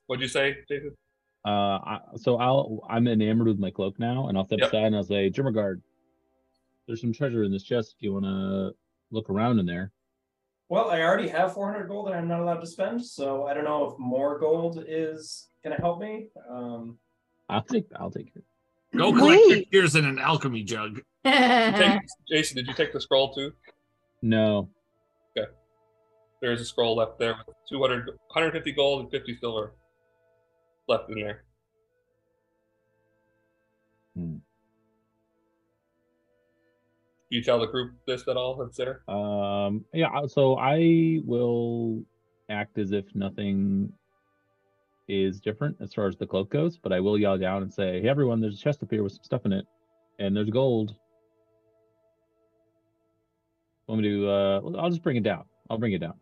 B: What'd you say, Jason?
A: uh, I, so I'll I'm enamored with my cloak now, and I'll step
B: Yep.
A: aside and I'll say, Jimmergard, there's some treasure in this chest. Do you want to look around in there?
E: Well, I already have 400 gold that I'm not allowed to spend, so I don't know if more gold is gonna help me. Um,
A: I'll take I'll take it.
I: Go collect your
G: Wait.
I: tears in an alchemy jug.
H: Uh-huh.
B: Take, Jason, did you take the scroll too?
A: No,
B: There's a scroll left there with 200, 150 gold and 50 silver left in there.
A: Hmm.
B: Do you tell the group this at all? That's there.
A: Um, yeah, I- so I will act as if nothing is different as far as the cloak goes, but I will yell down and say, Hey everyone, there's a chest up here with some stuff in it, and there's gold. Want me to uh I'll just bring it down. I'll bring it down.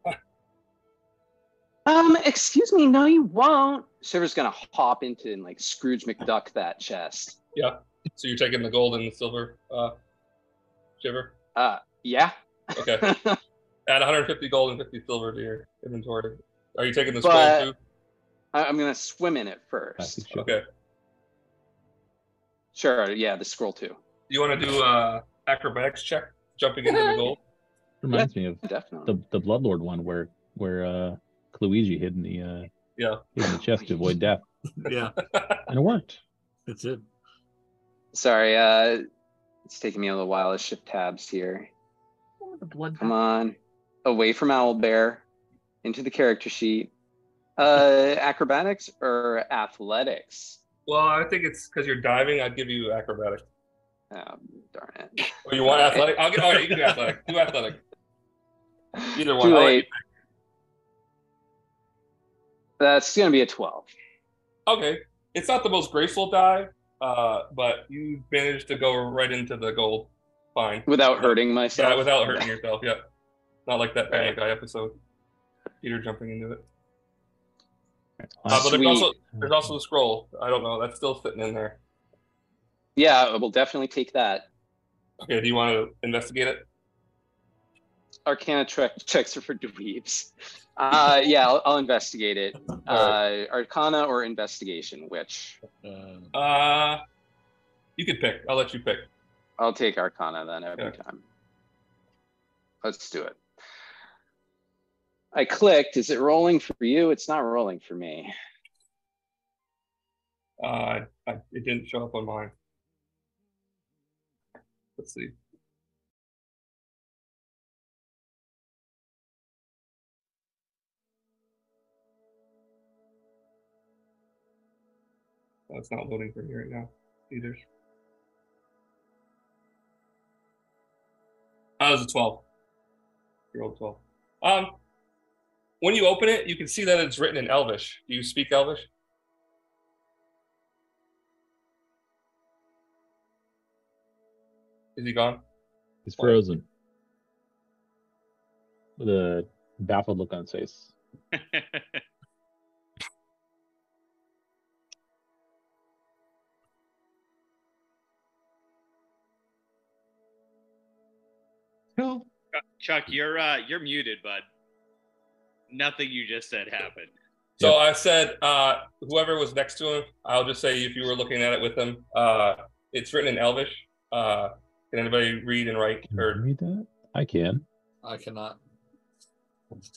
G: Um, excuse me, no, you won't. Shiver's gonna hop into and like Scrooge McDuck that chest.
B: So you're taking the gold and the silver, uh, Shiver.
G: Uh, yeah.
B: Okay.
G: but
B: Add 150 gold and 50 silver to your inventory. Are you taking the scroll
G: But-
B: too?
G: I- I'm gonna swim in it
A: I
G: first.
A: think so.
B: Okay.
G: Sure, yeah, the scroll too.
B: Do you want to do uh, acrobatics check, jumping into the gold?
A: Reminds me of
G: Definitely.
A: the the Bloodlord one where where uh Luigi hid in the uh,
B: Yeah.
A: hid in the chest to avoid death,
I: Yeah,
A: and it worked.
I: that's it.
G: Sorry, uh, it's taking me a little while to shift tabs here.
J: The blood.
G: Come on, away from Owlbear, into the character sheet. Uh, acrobatics or athletics?
B: Well, I think it's because you're diving. I'd give you acrobatic.
G: Oh, darn it.
B: Or Oh, you
G: Uh,
B: want athletic? I'll get. All right, you can do athletic. Do athletic. Either one.
G: Too
B: I'll let
G: late. That's gonna be a twelve.
B: you- Okay, it's not the most graceful dive, uh, but you managed to go right into the goal. Fine.
G: Without hurting myself.
B: Yeah, without hurting yourself. Yeah. Not like that Family Guy episode. Peter jumping into it. Uh, but there's
G: Sweet.
B: also there's also the scroll. I don't know. That's still sitting in there.
G: Yeah, we'll definitely take that.
B: Okay. Do you want to investigate it?
G: Arcana check checks are for dweebs. Uh, yeah, I'll, I'll investigate it. Uh, Arcana or investigation, which
D: Uh,
B: Uh, you could pick. I'll let you pick.
G: I'll take Arcana then every
B: Okay.
G: time. Let's do it. I clicked. Is it rolling for you? It's not rolling for me.
B: Uh, I, it didn't show up on mine. Let's see. That's not loading for me right now either. I Oh, was a 12. Year old 12. Um, when you open it, you can see that it's written in Elvish. Do you speak Elvish? Is he gone?
A: He's frozen. With a baffled look on his face.
C: Cool.
F: Chuck, you're uh, you're muted, bud. Nothing you just said happened.
B: So I said, uh, whoever was next to him, I'll just say if you were looking at it with him, uh, it's written in Elvish. Uh, can anybody read and write?
A: Can you
B: Or
A: read that? I can.
D: I cannot.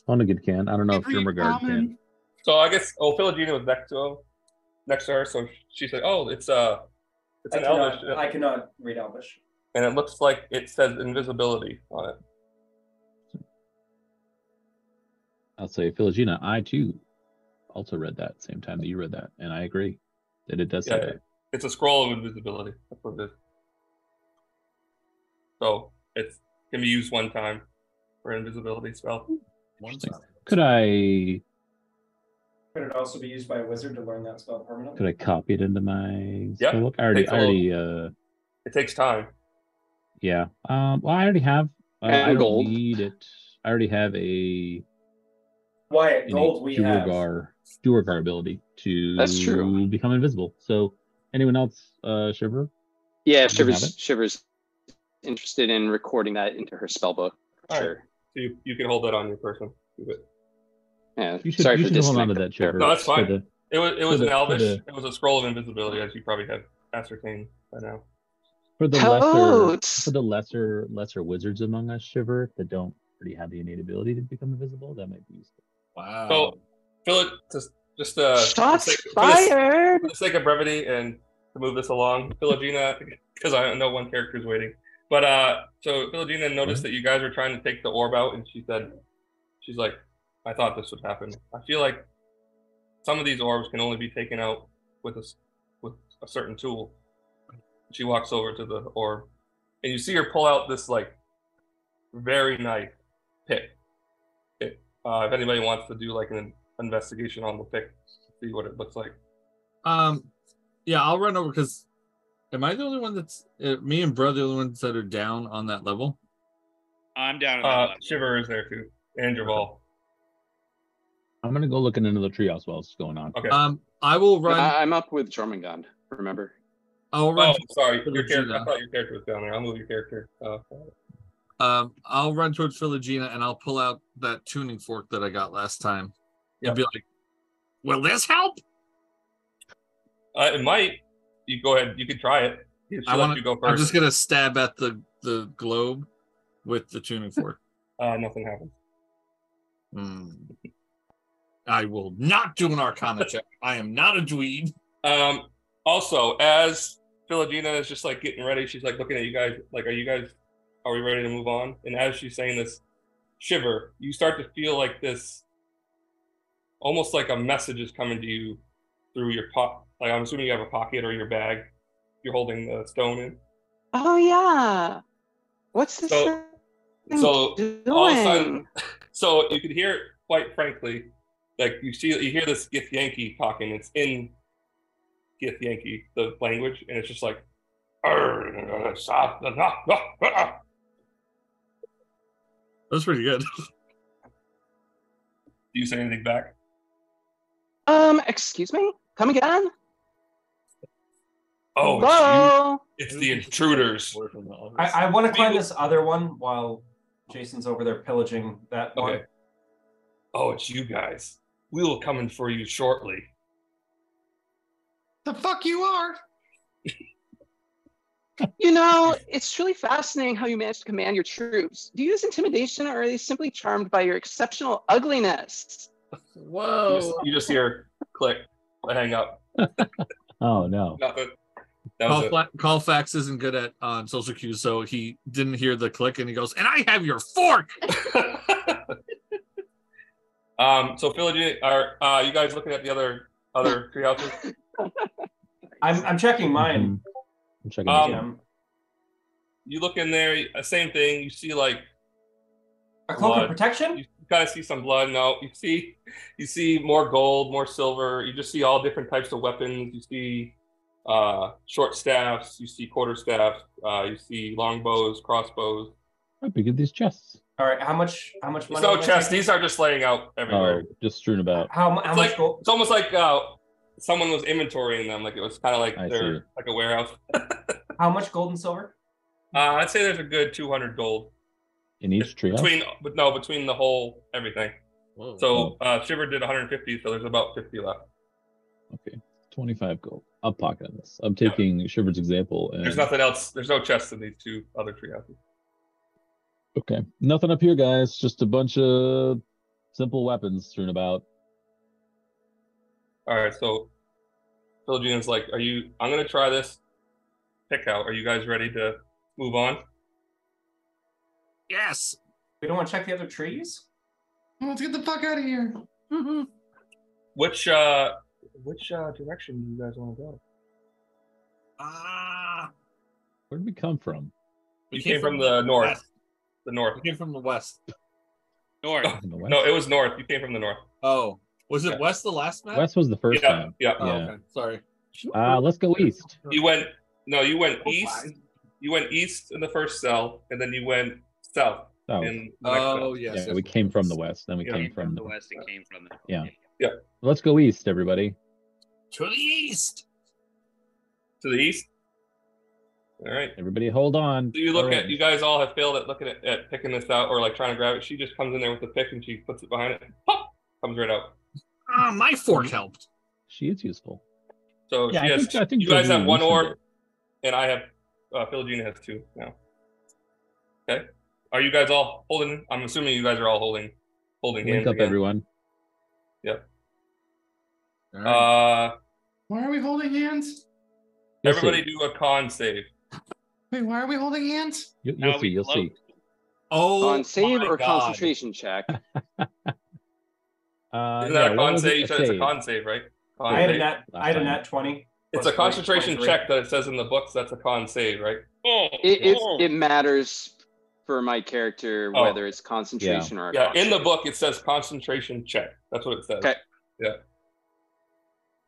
A: Honigid can. I don't know if Grimmergard can.
B: so I guess. Oh, Philogena was next to him, next to her. So she said, "Oh, it's uh, it's
E: I
B: an
E: cannot,
B: Elvish,
E: I cannot read Elvish.
B: and it looks like it says invisibility on it."
A: I'll say Philogena, I too also read that same time that you read that. And I agree that it does say
B: Yeah.
A: that.
B: It's a scroll of invisibility. That's what it is. So it can be used one time for invisibility spell.
D: One
A: Interesting.
D: time.
A: Could I
E: Could it also be used by a wizard to learn that spell permanently?
A: could I copy it into my
B: Yeah,
A: spellbook? I already
B: takes a
A: I already uh
B: It takes time.
A: yeah. Um well I already have I, I don't
G: And gold.
A: need it. I already have a
E: Wyatt,
A: an
E: gold we have.
A: Duergar Duergar ability to
G: That's true.
A: become invisible. So anyone else uh shiver?
G: Yeah,
A: You have
G: Shivers
A: it?
G: Shivers interested in recording that into her spellbook.
B: All right.
G: Sure.
B: So you, you can hold that on your person. Keep it.
G: Yeah.
A: You should,
G: sorry
A: you
G: for
A: should hold on to
G: disconnect
A: that shiver.
B: No, that's
A: for
B: fine.
A: the-
B: It was it was
A: the-
B: an
A: for
B: elvish.
A: the-
B: It was a scroll of invisibility, as you probably have ascertained by now.
A: for the
G: Totes!
A: lesser for the lesser lesser wizards among us shiver that don't already have the innate ability to become invisible that might be useful
D: Wow.
B: So Phil, just just uh,
G: Shots
B: for the sake- For the,
G: fired.
B: for the sake of brevity and to move this along, Philogena, because I know one character's waiting. But uh, so Philogena noticed that you guys were trying to take the orb out, and she said, "She's like, I thought this would happen. I feel like some of these orbs can only be taken out with a s- with a certain tool." She walks over to the orb, and you see her pull out this like very nice pick. It, uh, if anybody wants to do like an investigation on the pick, see what it looks like.
D: Um, yeah, I'll run over because am I the only one that's uh, me and Bro the only ones that are down on that level?
F: I'm down in that
B: Uh,
F: level.
B: Shiver is there too, and Javal.
A: i'm gonna go look in another treehouse while it's going on
B: Okay.
D: Um, I will run.
G: I, I'm up with Jormungand, remember?
D: I'll
B: Oh,
D: run.
B: sorry,
D: Philogena.
B: your character. I thought your character was down there. I'll move your character. Uh, Oh.
D: Um, I'll run towards Philogena and I'll pull out that tuning fork that I got last time.
B: Yeah.
D: And be like, "Will this help?"
B: uh, it might. You go ahead. You could try it. She
D: I
B: let
D: wanna-
B: you go 1st
D: I'm just gonna stab at the the globe with the tuning fork.
B: Uh, nothing happens.
D: Hmm. I will not do an Arcana check. I am not a dweeb.
B: Um, also, as Philodina is just like getting ready, she's like looking at you guys, like, are you guys, are we ready to move on? And as she's saying this, shiver, you start to feel like this, almost like a message is coming to you through your pocket. Like, I'm assuming you have a pocket or your bag you're holding the stone in.
J: Oh yeah. What's this
B: So-
J: thing
B: so,
J: doing?
B: all of a sudden, so you could hear it quite frankly, like you see, you hear this Gith Yankee talking. It's in Gith Yankee, the language, and it's just like, "Arr, sa- na- na- na- na- na."
D: That's pretty good.
B: do you say anything back?
J: um, excuse me? Come again?
B: Oh, it's,
J: Hello?
B: you. It's the intruders.
E: I, I want to climb this other one while Jason's over there pillaging that one.
B: Okay. Oh, it's you guys. We will come in for you shortly.
C: The fuck you are?
J: You know, it's truly fascinating how you manage to command your troops. Do you use intimidation or are they simply charmed by your exceptional ugliness?
B: You just,
D: Whoa.
B: you just hear click, hang up.
A: Oh no.
B: Nothing. That was it.
D: Colfa- Colfax isn't good at um, social cues, so he didn't hear the click, and he goes, "And I have your fork."
B: um, so Philogene, are uh, you guys looking at the other other tree houses?
E: I'm, I'm checking mine.
A: Mhm. I'm checking
B: Um,
A: this out.
E: Jim.
B: You look in there, uh, same thing. You see like
E: A cloak
B: blood.
E: of protection?
B: you kind of see some blood. No, you see you see more gold, more silver. You just see all different types of weapons. You see uh, short staffs. You see quarter staffs. Uh, you see longbows, crossbows.
A: How big are these chests?
E: All right. How much? How much
B: There's
E: money?
B: no
E: am I
B: chests.
E: taking?
B: These are just laying out
A: Oh,
B: everywhere.
A: just strewn about.
E: How, mu- how
B: It's
E: much
B: like-
E: gold?
B: It's almost like uh, someone was inventorying them. Like it was kind of like
A: I
B: they're
A: see.
B: like a warehouse.
E: How much gold and silver?
B: Uh, I'd say there's a good 200 gold
A: In each tree.
B: between, but no, between the whole everything.
D: Whoa.
A: Oh,
B: So uh, Shiver did 150, so there's about 50 left.
A: Okay. Twenty-five gold. I'm pocketing this. I'm taking Shiver's example. And,
B: There's nothing else. There's no chests in these two other tree houses.
A: Okay. Nothing up here, guys. Just a bunch of simple weapons strewn about.
B: All right, so Philogenia's like, "Are you? I'm gonna try this pick out. Are you guys ready to move on?"
D: yes,
E: We don't want to check the other trees?
C: Let's get the fuck out of here. Mhm.
B: Which uh, which uh, direction do you guys want to go?
D: ah,
A: Where did we come from?
D: we
B: You came, from, the north.
D: west.
B: The north.
D: We came from the west.
F: North.
B: oh,
A: From the west?
B: No, it was north. You came from the north.
D: Oh, was it
B: Yeah.
D: west the last map?
A: west was the first
B: yeah,
A: time.
B: yeah.
D: Oh,
A: yeah.
D: okay. Sorry.
A: Uh, let's go east.
B: You went. No, you went east. You went east in the first cell, and then you went south
A: Oh,
B: in the next
D: Oh
B: cell.
D: yes.
A: yeah,
D: yes,
A: we came from the west. Then we
B: Yeah.
A: came
F: Came
A: from.
F: the west. It came from the
A: Yeah. Let's go east, everybody.
D: to the east.
B: To the east. All right.
A: Everybody, hold on.
B: So you look
A: All
B: at
A: right.
B: you guys all have failed at looking at, at picking this out or like trying to grab it. She just comes in there with the pick and she puts it behind it. Pop, comes right out.
D: Ah, my fork
A: Mm-hmm.
D: helped.
A: She is useful. Yeah,
B: So she
A: I
B: has,
A: think- I think
B: you guys
A: Georgina
B: have one
A: Wilson
B: orb,
A: did.
B: and I have uh, Philogena has two now. Okay, are you guys all holding? I'm assuming you guys are all holding, holding
A: Link
B: hands
A: up,
B: again.
A: everyone.
D: All right.
B: Uh,
C: Why are we holding hands?
A: You'll
B: everybody
A: see.
B: do a con save.
C: Wait, why are we holding hands?
A: You,
F: Now
A: will see.
F: we
A: You'll see.
F: float.
D: oh,
G: on save
D: my
G: or
D: God.
G: concentration check.
A: Uh,
B: Isn't
A: yeah,
B: that a
A: what
B: con
A: was
B: save?
A: it?
B: You
A: A
B: said It's a
A: save.
B: con save, right? Con
E: I had a
B: save.
E: net.
A: Last
E: I had a
A: time.
E: net 20.
B: It's a
E: plus
B: concentration
E: 23.
B: check that it says in the books. That's a con save, right?
F: Oh,
G: It, it,
F: oh.
G: it matters for my character
B: Oh.
G: whether it's concentration or a
B: Yeah. In the
G: concentration.
B: book, it says concentration check. That's what it says.
G: Okay.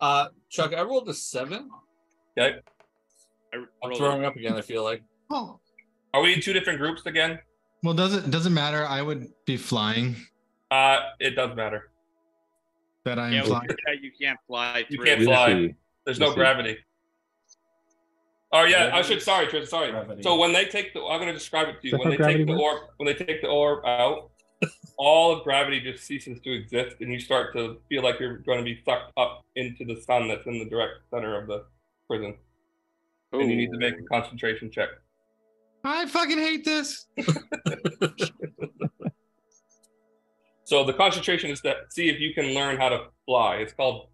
D: Uh, Chuck, I rolled a seven.
F: I
D: I'm
F: rolled
D: throwing up again. I feel like.
C: Oh.
B: Are we in two different groups again?
C: Well, doesn't doesn't matter. I would be flying.
B: Uh, it does matter.
C: That I am
F: Yeah, we
C: flying.
F: figured out you can't fly
B: You
F: through.
B: can't
A: You'll
B: fly.
A: see.
B: There's
A: Let's
B: no
A: see.
B: gravity. Oh yeah, I should.
E: Gravity.
B: Sorry, Tristan. Sorry.
E: Gravity.
B: So when they take the, I'm gonna describe it to
A: Is
B: you.
A: that
B: When
A: how
B: they take
A: gravity
B: the orb,
A: works?
B: when they take the orb out, all of gravity just ceases to exist, and you start to feel like you're going to be sucked up into the sun that's in the direct center of the prison, and you need to make a concentration check.
C: I fucking hate this.
B: So the concentration is to see if you can learn how to fly. It's called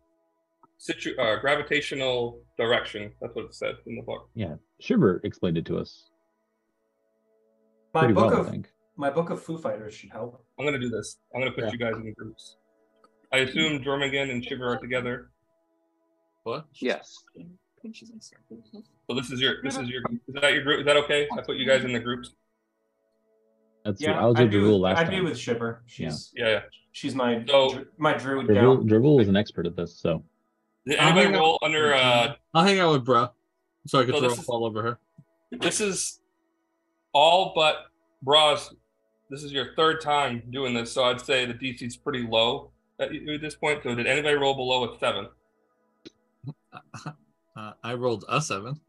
B: situ- uh, gravitational direction. That's what it said in the book.
A: Yeah, Shiver explained it to us.
E: My
A: Pretty
E: book
A: well, I
E: of
A: think.
E: my book of Foo Fighters should help.
B: I'm gonna do this. I'm gonna put
A: Yeah.
B: you guys in groups. I assume Jormungand and Shiver are together.
D: What?
J: Yes.
B: So this is your this is your is that your group? Is that okay? I put you guys in the groups.
A: That's
E: Yeah,
A: I was
E: I'd
A: with
E: be
A: Dragul
E: with-
A: last
E: I'd
A: time.
E: be with Shiver.
A: Yeah.
E: She's
B: Yeah. yeah.
E: she's my
B: So
E: my druid
A: Dragul,
E: gal.
A: Dragul is an expert at this, so
B: did
D: I'll
B: anybody
D: hang out-
B: roll under? uh
D: I'll hang out with Bruh so I can
B: So
D: throw
B: this
D: a
B: is-
D: fall over her.
B: This is all but Bras. This is your third time doing this, so I'd say the DC's pretty low at, at this point. So did anybody roll below a seven?
D: Uh, I rolled a seven.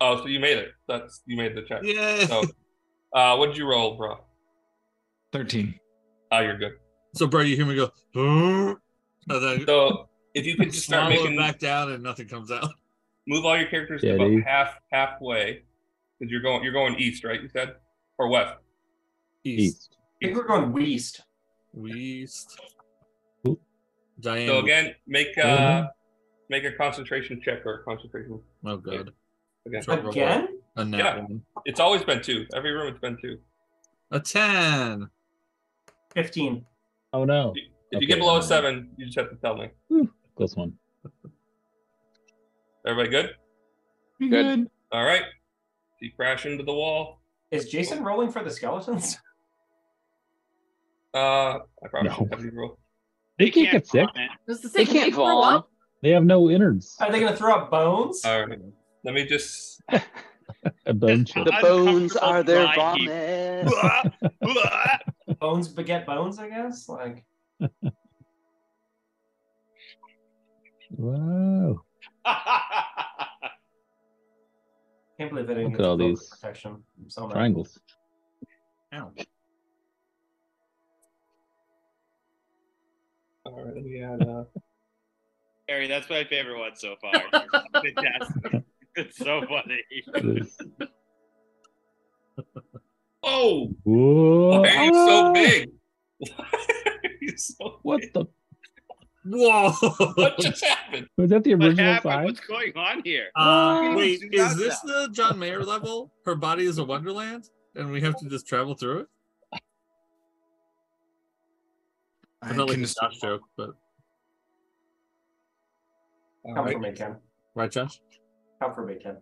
B: Oh, so you made it. That's you made the check.
D: Yeah.
B: So, uh, what did you roll, bro?
C: 13.
B: Oh, you're good.
D: So, Bruh, you hear me go, "Huh?" and then
B: So if you could just start
D: swallow
B: making
D: it back down and nothing comes out.
B: move all your characters
A: Yeah,
B: about
A: dude.
B: half halfway because you're going you're going east, right? You said or west.
A: East.
E: I think we're going west.
D: Weast.
A: Ooh.
D: Diane.
B: So again, make uh
A: Mhm.
B: make a concentration check or a concentration
D: Oh, God.
B: again.
D: Sure. Roll.
E: Again?
D: A nat
B: Yeah.
D: one.
B: It's always been two. Every room it's been two.
D: A 10.
E: Fifteen.
A: Oh no,
B: If you
A: Okay,
B: get below a
A: um,
B: seven, you just have to tell me.
A: close one.
B: Everybody good?
C: We
J: Good.
C: good.
B: All right. You crash into the wall.
E: Is Jason rolling for the skeletons?
B: Uh, I probably
A: No.
B: should have you roll.
A: They can't get sick.
F: vomit.
H: Does the
J: They
H: sick
J: can't
H: pig grow
J: vaughn.
H: up?
A: They have no innards.
E: Are they gonna throw up bones?
B: All right. Let me just
A: A bone chip.
J: The bones
F: Uncomfortable
J: are their
F: dry heat.
J: vomit.
F: Blah, blah.
E: Bones beget bones, I guess. Like
A: Wow.
E: can't believe they didn't
A: Look at all
E: vocal
A: these
E: protection. I'm so mad.
A: Triangles.
B: all right, let me add uh
F: Harry, that's my favorite one so far. Fantastic. It's so funny.
A: This-
B: Oh
A: Whoa.
B: Why are you so
A: Ah!
B: big? Why are you so
A: What
B: big?
A: the?
D: Whoa.
B: What just happened?
A: Was that the
F: What
A: original
F: happened?
A: size?
F: What's going on here?
D: Uh,
F: What?
D: wait,
F: Do not
D: is this the John Mayer level? Her body is a wonderland, and we have to just travel through it.
C: I
D: It's not like
C: can
D: a
C: just
D: Josh joke, but
B: All
E: Come
B: right.
E: for me, Ken.
D: right, Josh.
E: Come for me, Ken.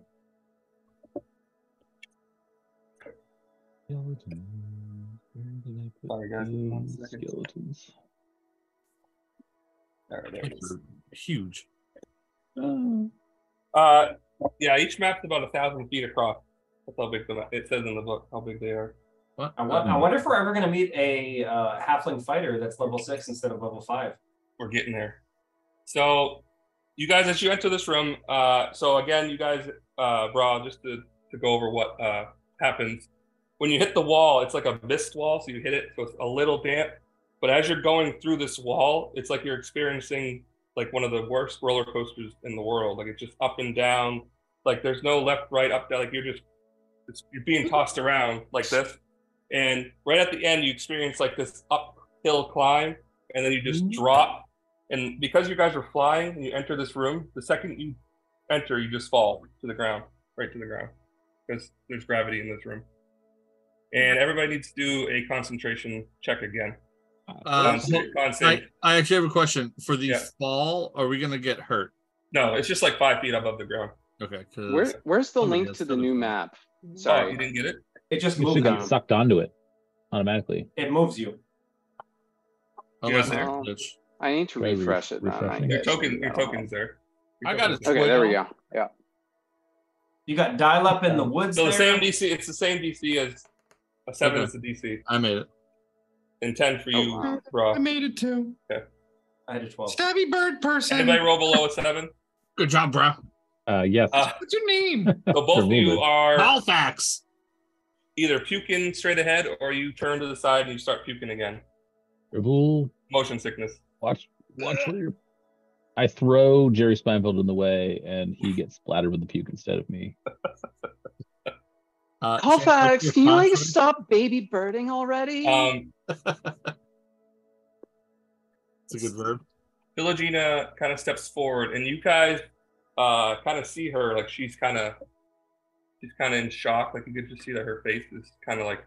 A: Skeletons. Where did I put
B: Sorry, guys,
A: those
B: one second.
A: Skeletons.
B: All right, there it is.
D: Huge.
A: Oh.
B: Uh, yeah, each map's about a thousand feet across. That's how big the map. It says in the book how big they are.
D: What?
E: I,
A: Uh, Mm.
E: wa- I wonder if we're ever gonna meet a uh, halfling fighter that's level six instead of level five.
B: We're getting there. So, you guys, as you enter this room, uh, so again, you guys, uh, bro, just to to go over what uh happens when you hit the wall. It's like a mist wall, so you hit it, so it's a little damp. But as you're going through this wall, it's like you're experiencing like one of the worst roller coasters in the world. Like it's just up and down. Like there's no left, right, up, down. Like you're just it's, you're being tossed around like this. And right at the end, you experience like this uphill climb, and then you just drop. And because you guys are flying and you enter this room, the second you enter, you just fall to the ground, right to the ground, because there's gravity in this room. And everybody needs to do a concentration check again.
D: Uh,
B: Con
D: well,
B: save- con save.
D: I, I actually have a question for the
B: Yeah.
D: fall. Are we gonna get hurt?
B: No, it's just like five feet above the ground.
D: Okay,
J: Where,
D: because
J: where's the
D: Oh,
J: link
D: yes,
J: to the
D: that
J: new
D: is-
J: map?
B: Oh, you
J: Sorry.
B: didn't get it?
E: It just
A: You
E: moves
A: should get
E: you.
A: sucked onto it automatically.
E: It moves you.
D: unless
B: Yeah.
D: it's
J: Oh.
D: glitch.
J: I need to
A: Wait,
J: refresh it. Then. I
A: refreshing.
B: Your
J: guess.
B: token, your token's there. Your
D: I got
B: token's
D: it.
B: there.
J: Okay, there we go. Yeah.
E: You got dial up in the woods.
B: So the
E: there.
B: same DC. It's the same DC as a seven is the DC,
D: I made it.
B: and ten for
J: Oh,
B: you,
J: wow.
B: bro.
C: I made it too.
E: I had a twelve.
C: Stabby bird person.
B: Anybody roll below a seven?
D: Good job, bro.
A: Uh, yes.
B: Uh,
C: What's your name?
B: So both of you
A: Removal.
B: are
D: Halifax.
B: either puking straight ahead, or you turn to the side and you start puking again.
A: Dragul,
B: Motion sickness.
A: watch, watch where you're. I throw Jerry Seinfeld in the way, and he gets splattered with the puke instead of me.
D: Uh,
J: Colfax,
D: check
J: can you like
D: your
B: Uh,
J: stop baby birding already?
B: Um,
D: It's a good verb.
B: Philogena kind of steps forward, and you guys uh, kind of see her like she's kind of she's kind of in shock. Like you could just see that her face is kind of like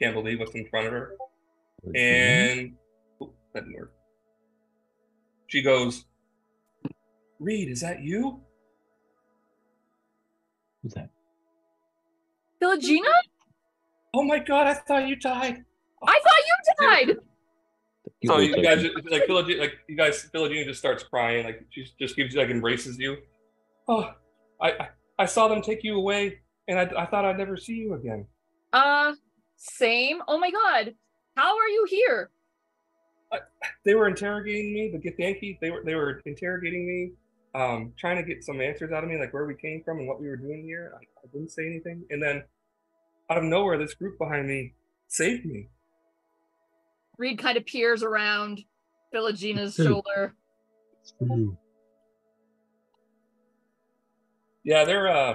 B: can't believe what's in front of her.
A: Mm-hmm.
B: And oop, that didn't work. She goes, "Reed, is that you?"
A: Who's that?
H: Philogena?
B: Oh my god! I thought you died.
H: I thought you died.
B: So you guys like Philogena, like you guys Philogena just starts crying. Like she just gives you like embraces you. Oh, I I, I saw them take you away, and I, I thought I'd never see you again.
H: Uh, same. Oh my god. How are you here?
B: they were interrogating me. The Githyanki, they were they were interrogating me, um, trying to get some answers out of me, like where we came from and what we were doing here. I, I didn't say anything, and then out of nowhere, this group behind me saved me.
H: Reed kind of peers around Philogina's
B: Dude.
H: shoulder.
B: Yeah, they're uh,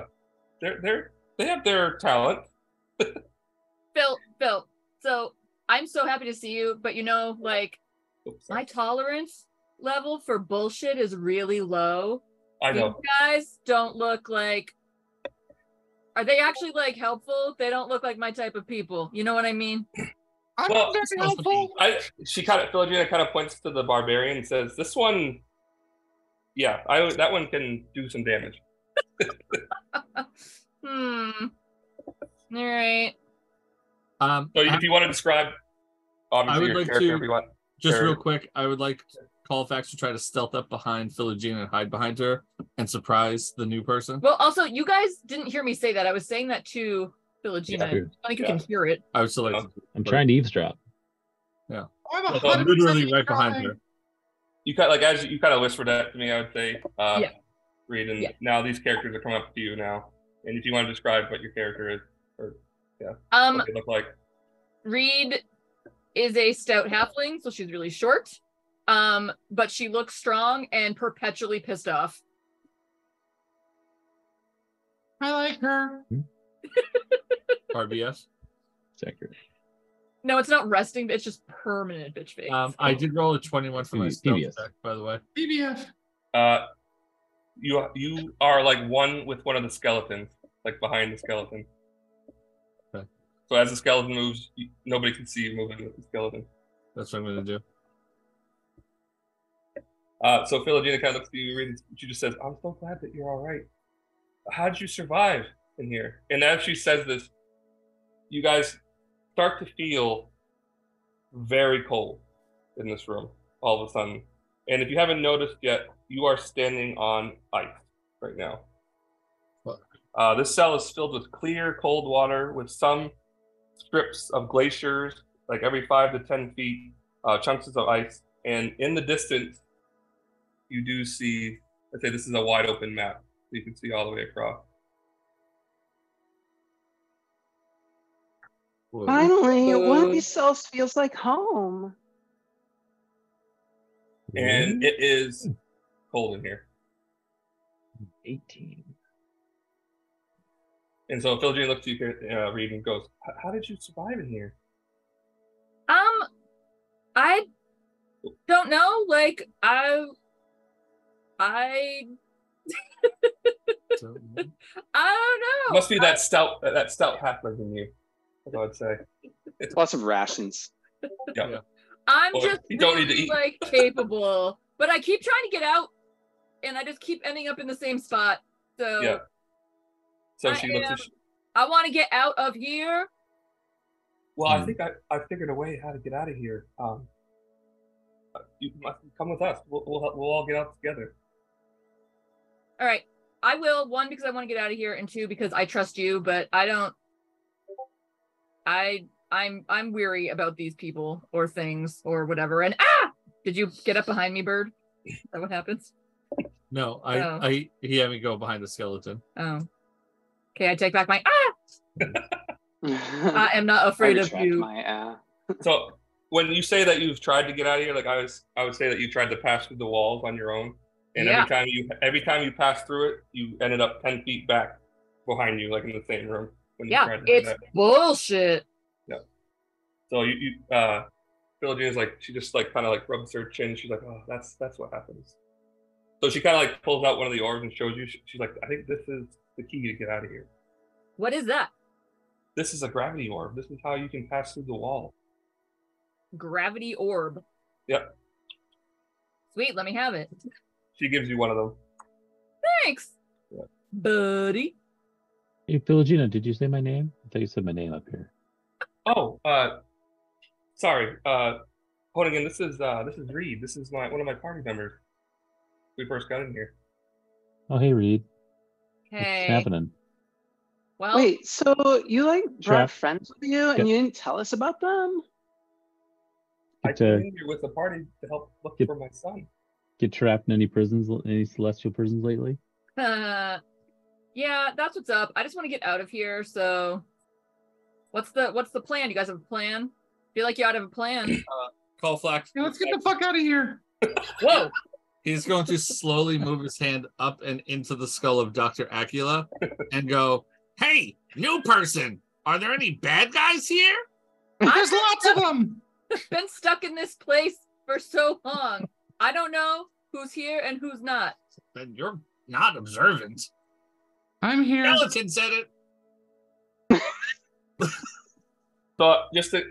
B: they're they're they have their talent.
H: Phil, Phil. So I'm so happy to see you, but you know, like my tolerance level for bullshit is really low.
B: I know.
H: These guys don't look like are they actually like helpful? They don't look like my type of people. You know what I mean?
B: well, I, she kind of Philogena kind of points to the barbarian and says, "This one, yeah, I that one can do some damage."
H: Hmm. All right.
D: Um,
B: So if Oh, you want to describe, obviously
D: I would
B: your
D: like
B: character,
D: to-
B: if you want,
D: Just
B: Sure.
D: real quick, I would like Colfax to try to stealth up behind Philogena and hide behind her and surprise the new person.
H: Well, also, you guys didn't hear me say that. I was saying that to Philogena.
D: Yeah.
H: I think you can hear it.
D: I would still like.
B: um,
D: to-
A: I'm trying to eavesdrop.
D: Yeah.
H: I'm
D: So I'm literally right behind her.
B: you kind like as you kind of whispered that to me, I would say, uh,
H: Yeah.
B: Reed, and now these characters are coming up to you now, and if you want to describe what your character is, or yeah,
H: Um,
B: what they look like.
H: Reed is a stout halfling, so she's really short. Um, but she looks strong and perpetually pissed off.
C: I like her.
D: RBS.
A: It's accurate.
H: No, it's not resting, but it's just permanent bitch face.
D: Um, I did roll a 21 for my stealth check, by the way.
C: BBF.
B: Uh, you you are like one with one of the skeletons, like behind the skeleton.
D: Okay.
B: So as the skeleton moves, you, nobody can see you moving with the skeleton.
D: That's what I'm gonna do.
B: Uh, so Philogena kind of looks at you, and she just says, "I'm so glad that you're all right. How did you survive in here?" And as she says this, you guys start to feel very cold in this room all of a sudden. And if you haven't noticed yet, you are standing on ice right now.
D: Fuck.
B: Uh, this cell is filled with clear, cold water with some strips of glaciers, like every five to 10 feet, uh, chunks of ice. And in the distance, you do see, let's say this is a wide open map. So you can see all the way across.
J: Finally, one
B: Uh,
J: of these cells feels like home.
B: And it is cold in here.
A: 18.
B: And so Phil Jane looks at you, uh, Reed, and goes, "H- How did you survive in here?
H: Um, I don't know. Like, I, I, Oh, I don't know.
B: Must be that stout, uh, that, that stout halfling in you. That's what I'd say.
G: Lots of rations.
B: Yeah.
H: I'm
B: Well,
H: just
B: you don't need to
H: really,
B: eat.
H: like capable, but I keep trying to get out, and I just keep ending up in the same spot. So
B: Yeah. So
H: I
B: she looks
H: am-
B: at.
H: I want to get out of here.
B: Well, I
A: Hmm.
B: think I, I figured a way how to get out of here. Um, uh, you must come with us. We'll, we'll we'll all get out together.
H: All right, I will. One because I want to get out of here, and two because I trust you. But I don't. I I'm I'm weary about these people or things or whatever. And ah, did you get up behind me, bird? Is that what happens?
D: No, I,
H: Oh.
D: I, he had me go behind the skeleton.
H: Oh. Okay, I take back my ah. I am not afraid of
G: retract
H: you.
G: My, uh,
B: So when you say that you've tried to get out of here, like I was, I would say that you tried to pass through the walls on your own, and
H: Yeah.
B: every time you every time you passed through it, you ended up ten feet back behind you, like in the same room. When you
H: yeah,
B: tried to do
H: it's
B: that.
H: bullshit.
B: So you, you uh, Philogene is like she just like kind of like rubs her chin. She's like, oh, that's that's what happens. So she kind of like pulls out one of the orbs and shows you. She- She's like, I think this is the key to get out of here.
H: What is that?
B: This is a gravity orb. This is how you can pass through the wall.
H: Gravity orb.
B: Yep.
H: Sweet, let me have it.
B: She gives you one of them.
H: Thanks, buddy.
A: Hey, Philogena, did you say my name? I thought you said my name up here.
B: Oh, uh, sorry. Uh, holding in. This is uh, this is Reed. This is my one of my party members. We first got in here.
A: Oh, hey, Reed.
H: Hey.
A: What's happening?
H: Well,
J: Wait, so you like brought
A: Jeff.
J: friends with you and
A: Yeah.
J: you didn't tell us about them?
B: I
A: Get,
B: came
A: uh,
B: in here with the party to help look
A: Yep.
B: for my son.
A: Get trapped in any prisons, any celestial prisons lately?
H: Uh, yeah, that's what's up. I just want to get out of here. So, what's the what's the plan? You guys have a plan? Feel like you ought to have a plan.
D: Call Flax.
C: Let's get the fuck out of here.
H: Whoa!
D: He's going to slowly move his hand up and into the skull of Dr. Acula and go,
I: Hey, new person. Are there any bad guys here?
C: There's lots of them.
H: Been stuck in this place for so long. I don't know who's here and who's not.
I: Then you're not observant.
C: I'm here.
I: Skeleton said it.
B: So just to,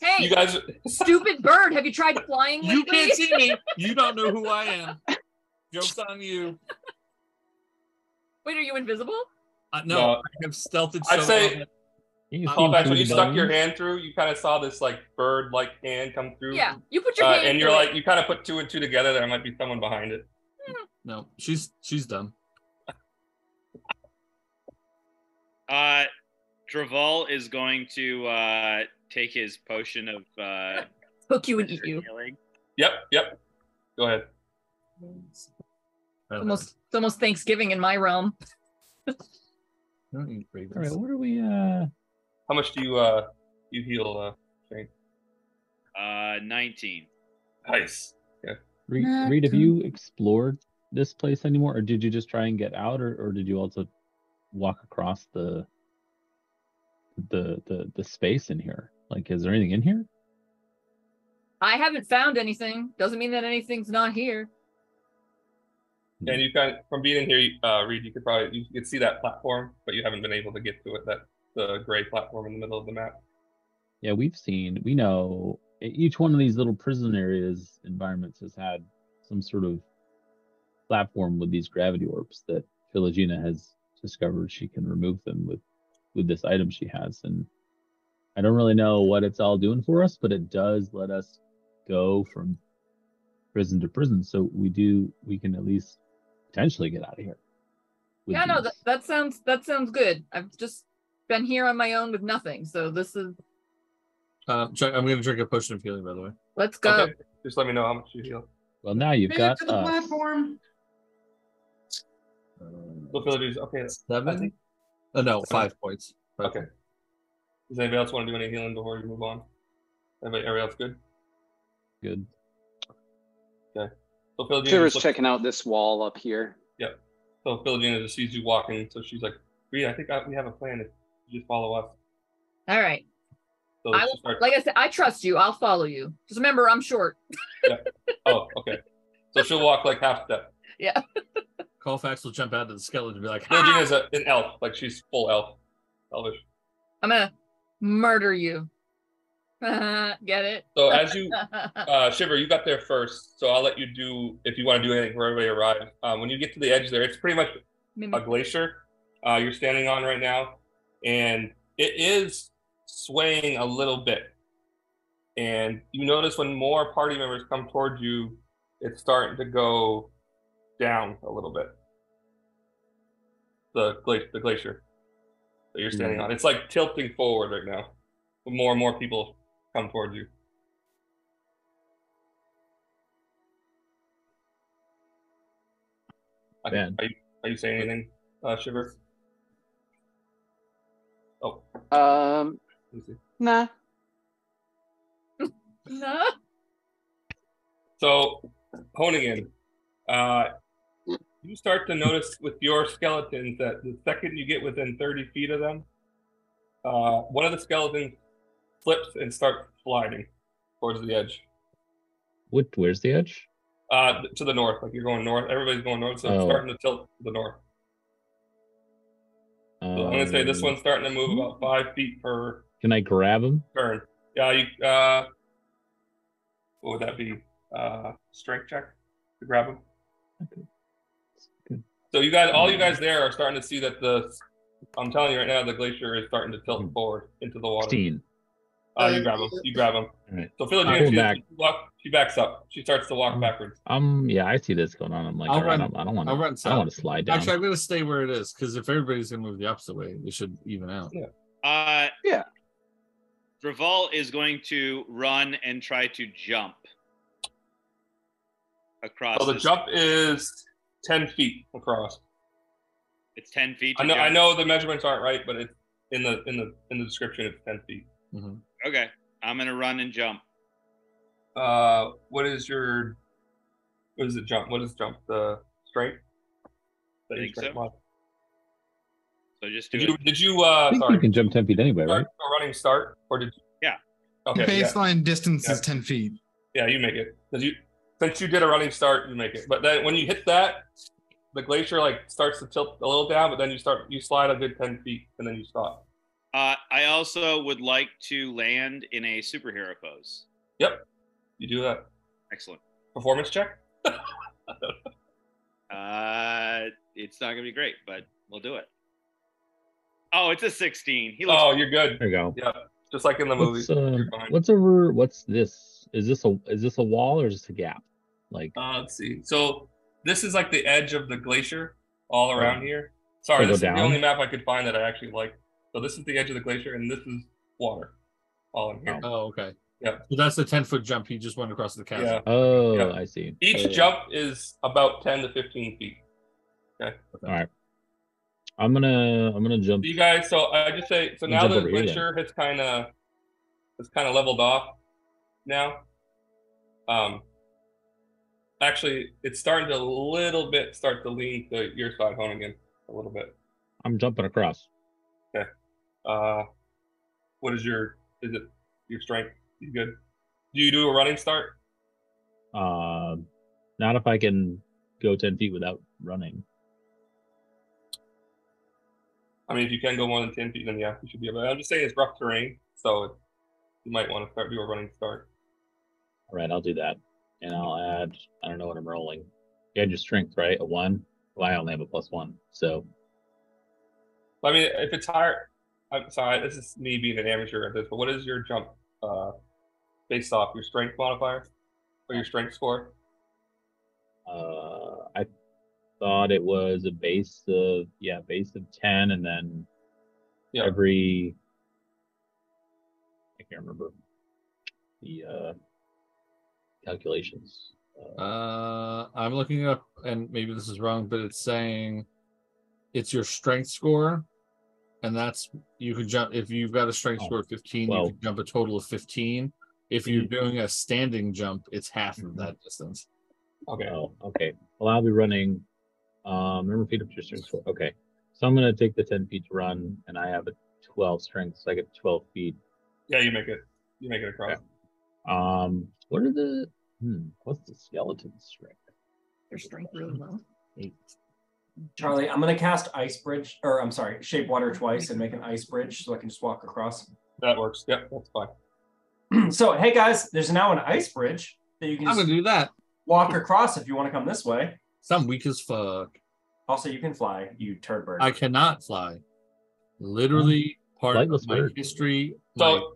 H: Hey,
B: you guys,
H: stupid bird! Have you tried flying?
D: You
H: lately?
D: can't see me. You don't know who I am. Joke's on you.
H: Wait, are you invisible?
D: Uh, no,
B: No.
D: I have stealthed so
B: I'd say-
D: well that-
A: You
D: Call
A: seen
B: Callback,
A: through
B: when you
A: the
B: stuck your
A: bones?
B: hand through, you kind of saw this like bird-like hand come through.
H: Yeah, you put your
B: Uh,
H: hand
B: and you're
H: through it.
B: like, you kind of put two and two together. There might be someone behind it.
D: No, she's she's done.
F: Uh, Draval is going to uh, take his potion of uh,
H: hook you and eat you.
F: healing.
B: Yep, yep. Go ahead.
H: Almost, it's almost Thanksgiving in my realm.
D: Don't eat ravens.
A: All right, what are we? Uh,
B: How much do you uh you heal? Uh, Shane?
F: Uh, 19.
B: nice.
A: Reed,
C: Not
A: Reed, have
C: too-
A: you explored this place anymore, or did you just try and get out, or, or did you also walk across the the the the space in here? Like, is there anything in here?
H: I haven't found anything. Doesn't mean that anything's not here.
B: And you kind of, from being in here, you- uh, Reed, you could probably you could see that platform, but you haven't been able to get to it. That the gray platform in the middle of the map.
A: Yeah, we've seen, we know e- each one of these little prison areas environments has had some sort of platform with these gravity orbs that Philogena has discovered she can remove them with with this item she has. And I don't really know what it's all doing for us, but it does let us go from prison to prison. So we do we can at least potentially get out of here. with
H: yeah, no,
A: these.
H: that, that sounds that sounds good. I've just been here on my own with nothing, so this is
D: Uh, Chuck, I'm going to drink a potion of healing, by the way.
H: let's go.
B: Okay. Just let me know how much you heal.
A: well now you've
C: Made
A: got
C: it to the
A: us.
C: platform.
B: The villagers. Okay. I
D: Seven?
B: think-
D: Uh, no, five points. Five
B: Okay.
D: points.
B: Does anybody else want to do any healing before we move on? Anybody, everybody else good?
A: good.
B: So Philogene
G: Trevor's
B: just looks-
G: checking out this wall up here.
B: So Philogena just sees you walking, so she's like, "Reed, I think I, we have a plan. If you just follow us."
H: All right.
B: So
H: I
B: she
H: will,
B: starts-
H: like I said, I trust you. I'll follow you. Just remember I'm short.
B: oh, okay. So she'll walk like half step.
D: Colfax will jump out of the skeleton and be like,
B: Philogena
D: ha!
B: is a, an elf, like she's full elf, elvish.
H: I'm gonna murder you. Get it?
B: So as you uh, Shiver, you got there first, so I'll let you do if you want to do anything before everybody arrives. Um, when you get to the edge there, it's pretty much a
H: Mimic.
B: glacier uh, you're standing on right now, and it is swaying a little bit. And you notice when more party members come towards you, it's starting to go down a little bit. The gla- the glacier that you're standing on, it's like tilting forward right now. More and more people come towards you. I-
A: Man.
B: Are you, are you saying anything, uh, Shiver? Oh,
G: Um,
B: let me see.
G: nah.
H: No.
B: So, Honigan, uh, you start to notice with your skeletons that the second you get within 30 feet of them, uh, one of the skeletons flips and starts sliding. towards the edge.
A: What? Where's the edge?
B: Uh, to the north, like you're going north. Everybody's going north, so it's
A: Oh.
B: starting to tilt to the north. So I'm gonna say this
A: Um,
B: one's starting to move about five feet per
A: Can I grab him?
B: turn. Yeah, you. Uh, what would that be? Uh, strength check to grab him.
A: Good. Mm-hmm.
B: So you guys, all you guys there are starting to see that the. I'm telling you right now, the glacier is starting to
A: Mm-hmm.
B: tilt forward into the water.
A: Sixteen.
B: Uh, you grab him. You grab him.
A: All right.
B: So Philogene,
A: I pull
B: she,
A: back.
B: she walk- she backs up. She starts to walk backwards.
A: Um. Yeah, I see this going on. I'm like,
D: I'll
A: all right,
D: run-
A: I don't want.
D: I'll run
A: I
D: south.
A: don't want to slide down.
D: Actually, I'm gonna stay where it is because if everybody's gonna move the opposite way, they should even out.
B: Yeah.
F: Uh,
G: yeah.
F: Draval is going to run and try to jump across.
B: So Oh, the
F: this-
B: jump is ten feet across.
F: It's ten feet. to
B: I know, I
F: jump.
B: know the measurements aren't right, but it's in the in the in the description. It's ten feet.
F: Okay, I'm gonna run and jump.
B: Uh, what is your what is it jump? What is jump? The strength? That
F: I
B: your
F: think
B: strength
F: so.
B: mod-
F: So just do
B: Did
F: it.
B: you did you uh
A: I think
B: sorry
A: you can jump ten feet anyway,
B: start
A: right?
B: a running start or did you
F: Yeah.
B: Okay. yeah.
C: Baseline distance is
B: Yeah.
C: 10 feet.
B: Yeah, you make it. Cause you since you did a running start, you make it. But then when you hit that, the glacier like starts to tilt a little down, but then you start you slide a good ten feet and then you stop.
F: Uh, I also would like to land in a superhero pose.
B: Yep. You do that.
F: Excellent.
B: Performance check?
F: Uh, it's not gonna be great, but we'll do it. Oh, it's a 16. He looks.
B: Oh, you're good.
A: There you go.
B: Yeah. Just like in the movie.
A: What's uh,
B: You're fine.
A: what's over? What's this? Is this a is this a wall or is this a gap? Like
B: Uh, let's see. So this is like the edge of the glacier all around here. Sorry,
A: They go
B: this is the
A: down?
B: only map I could find that I actually like. So this is the edge of the glacier, and this is water all in here.
D: Oh, okay.
B: Yeah.
D: So that's the ten foot jump he just went across the chasm.
B: Yeah.
A: oh,
B: yeah.
A: I see.
B: Each
A: Oh, yeah.
B: jump is about 10 to 15 feet.
A: All right. I'm gonna I'm gonna jump.
B: So you guys, so I just say, so
A: You
B: now
A: jump
B: the
A: over here then.
B: glacier has kind of, it's kind of leveled off now. Um, actually, it's starting to a little bit start to lean to your side home again a little bit.
A: I'm jumping across.
B: Uh, what is your is it your strength? You good? Do you do a running start?
A: Uh, not if I can go ten feet without running.
B: I mean, if you can go more than ten feet, then yeah, you should be able. I'm just saying it's rough terrain, so it, you might want to start do a running start.
A: All right, I'll do that, and I'll add. I don't know what I'm rolling. You had your strength, right? A one. Well, I only have a plus one, so
B: I mean, if it's higher, I'm sorry, this is me being an amateur at this, but what is your jump uh, based off your strength modifier or your strength score?
A: uh, I thought it was a base of yeah, base of ten, and then
B: Yeah.
A: every I can't remember the uh, calculations. Uh,
D: Uh, I'm looking it up, and maybe this is wrong, but it's saying it's your strength score, and that's you can jump if you've got a strength
A: Oh,
D: score of 15,
A: well. Mm-hmm.
D: you can jump a total of 15. If you're doing a standing jump, it's half of
A: Mhm.
D: that distance.
B: Okay.
A: Oh, okay. Well, I'll be running. Um, remember feet of your strength score. Okay, so I'm gonna take the ten feet to run, and I have a twelve strength, so I get twelve feet.
B: Yeah, you make it. You make it across.
A: Um, what are the hmm, what's the skeleton strength?
H: Their strength really low.
A: Eight.
E: Charlie, I'm gonna cast ice bridge, or I'm sorry, shape water twice and make an ice bridge so I can just walk across.
B: That works. Yep, that's fine.
E: so hey guys, there's now an ice bridge that you can
D: I'm gonna
E: just
D: do that.
E: walk across if you want to come this way.
D: Some weak as fuck.
E: Also, you can fly, you turd bird.
D: I cannot fly. Literally part
A: Flightless
D: of my
A: bird.
D: history, my
B: So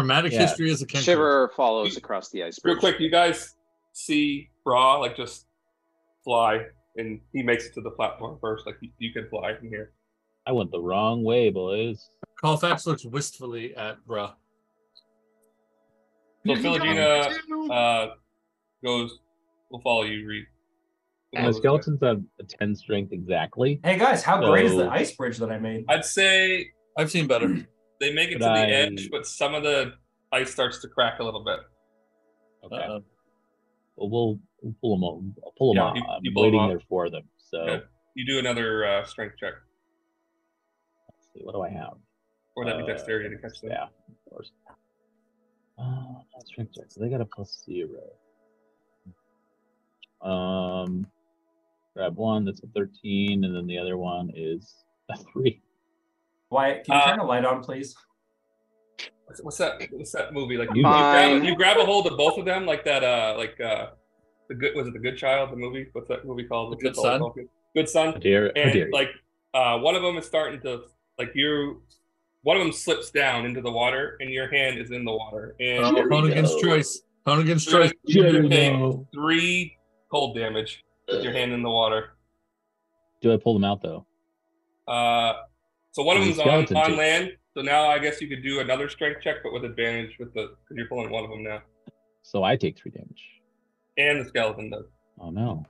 D: traumatic
A: Yeah.
D: history as a kid.
G: Shiver follows across the ice
B: real
G: bridge.
B: quick, you guys see Bra like just fly, and he makes it to the platform first. Like you, you can fly from here.
A: I went the wrong way, boys.
D: Colfax looks wistfully at bruh.
B: So
I: You can go
B: Philogena
I: too.
B: uh, goes. Will follow you, Reed.
A: My skeletons have a ten strength exactly.
E: Hey guys, how great is the
A: So-
E: ice bridge that I made?
B: I'd say
D: I've seen better.
B: they make it
A: But
B: to
A: I-
B: the edge, but some of the ice starts to crack a little bit.
A: Okay,
D: Uh-oh.
A: well, we'll we'll pull them. All, I'll pull them
B: Yeah,
A: off.
B: you-
A: I'm
B: you pull 'em
A: waiting
B: off.
A: there for them. So
B: Okay. You do another uh, strength check,
A: let's see, what do I have?
B: or that'd be
A: Uh,
B: dexterity to catch them.
A: Yeah, of course. Uh, that's trick check. So they got a plus zero. Um, grab one. That's a thirteen, and then the other one is a three.
E: Wyatt, can you turn a light on, please?
B: What's, what's that? What's that movie? Like
A: You-
B: you, grab,
A: Fine.
B: you grab a hold of both of them, like that. Uh, like uh, the good was it the Good Child? The movie? What's that movie called? The
D: Good Son?
B: Good Son.
A: dear- oh,
B: and
A: dear.
B: like uh, one of them is starting to like you. One of them slips down into the water, and your hand is in the water. And
D: Uh, Honigan's choice. Honigan's
B: You're gonna-
D: choice.
B: you're gonna take three cold damage with your hand in the water.
A: Do I pull them out though?
B: Uh, so one of
A: Is
B: them's
A: it
B: on,
A: skeleton
B: on
A: too?
B: land. So now I guess you could do another strength check, but with advantage with the because you're pulling one of them now,
A: So I take three damage.
B: and the skeleton does.
A: Oh no.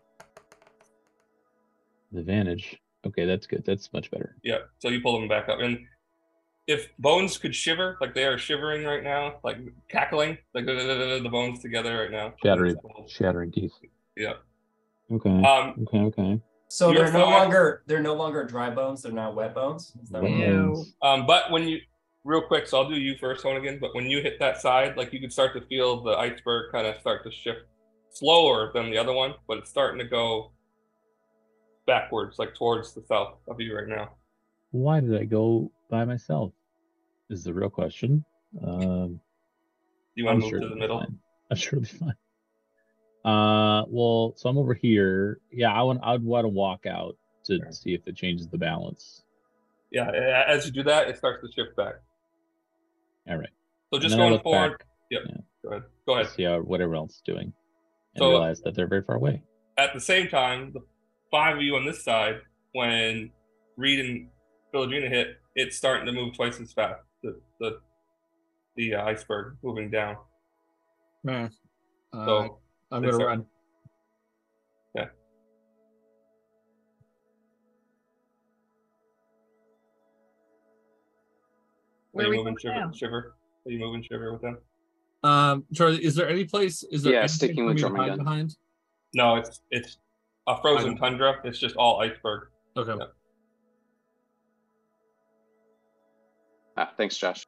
A: The advantage. Okay, that's good. That's much better.
B: Yeah. So you pull them back up, and if bones could shiver, like they are shivering right now, like cackling, like the bones together right now.
A: Shattering, shattering teeth.
B: Yeah.
A: Okay.
B: Um,
A: okay. Okay.
E: So
B: You're
E: they're no
B: fine.
E: longer they're no longer dry bones. They're now wet bones. Is that
A: Wet
E: right?
A: bones.
B: Um, but when you real quick, so I'll do you first, again. But when you hit that side, like you could start to feel the iceberg kind of start to shift slower than the other one, but it's starting to go backwards, like towards the south of you right now.
A: Why did I go by myself? Is the real question. Um,
B: You want
A: I'm
B: to move
A: sure
B: to the
A: it'll be
B: middle?
A: fine. I'm sure it'll be fine. Uh, well, so I'm over here. Yeah, I want. I'd want to walk out to see if it changes the balance.
B: Yeah. a- As you do that, it starts to shift back.
A: All right.
B: So
A: And
B: just
A: then I
B: going
A: look
B: forward.
A: back.
B: Yep.
A: Yeah.
B: Go ahead. Go ahead.
A: to see how whatever else is doing, and
B: So-
A: realize that they're very far away.
B: at the same time, the five of you on this side, when Reed and Philodrina hit, it's starting to move twice as fast. The the the uh, iceberg moving down.
D: Man, uh,
B: So
D: I'm
B: they
D: gonna
B: start-
D: run.
B: Yeah.
D: Where
B: Are
D: are we
B: you moving
D: going
B: shiver,
D: now?
B: shiver? Are you moving shiver with them?
D: Um, Charlie, is there any place? Is there
G: Yeah,
D: anything
G: sticking
D: for
G: with
D: me to
G: drum and
D: hide
G: gun.
D: behind?
B: No, it's it's a frozen
D: don't-
B: tundra. It's just all iceberg.
D: Okay.
B: Yeah.
G: Ah, thanks, Josh.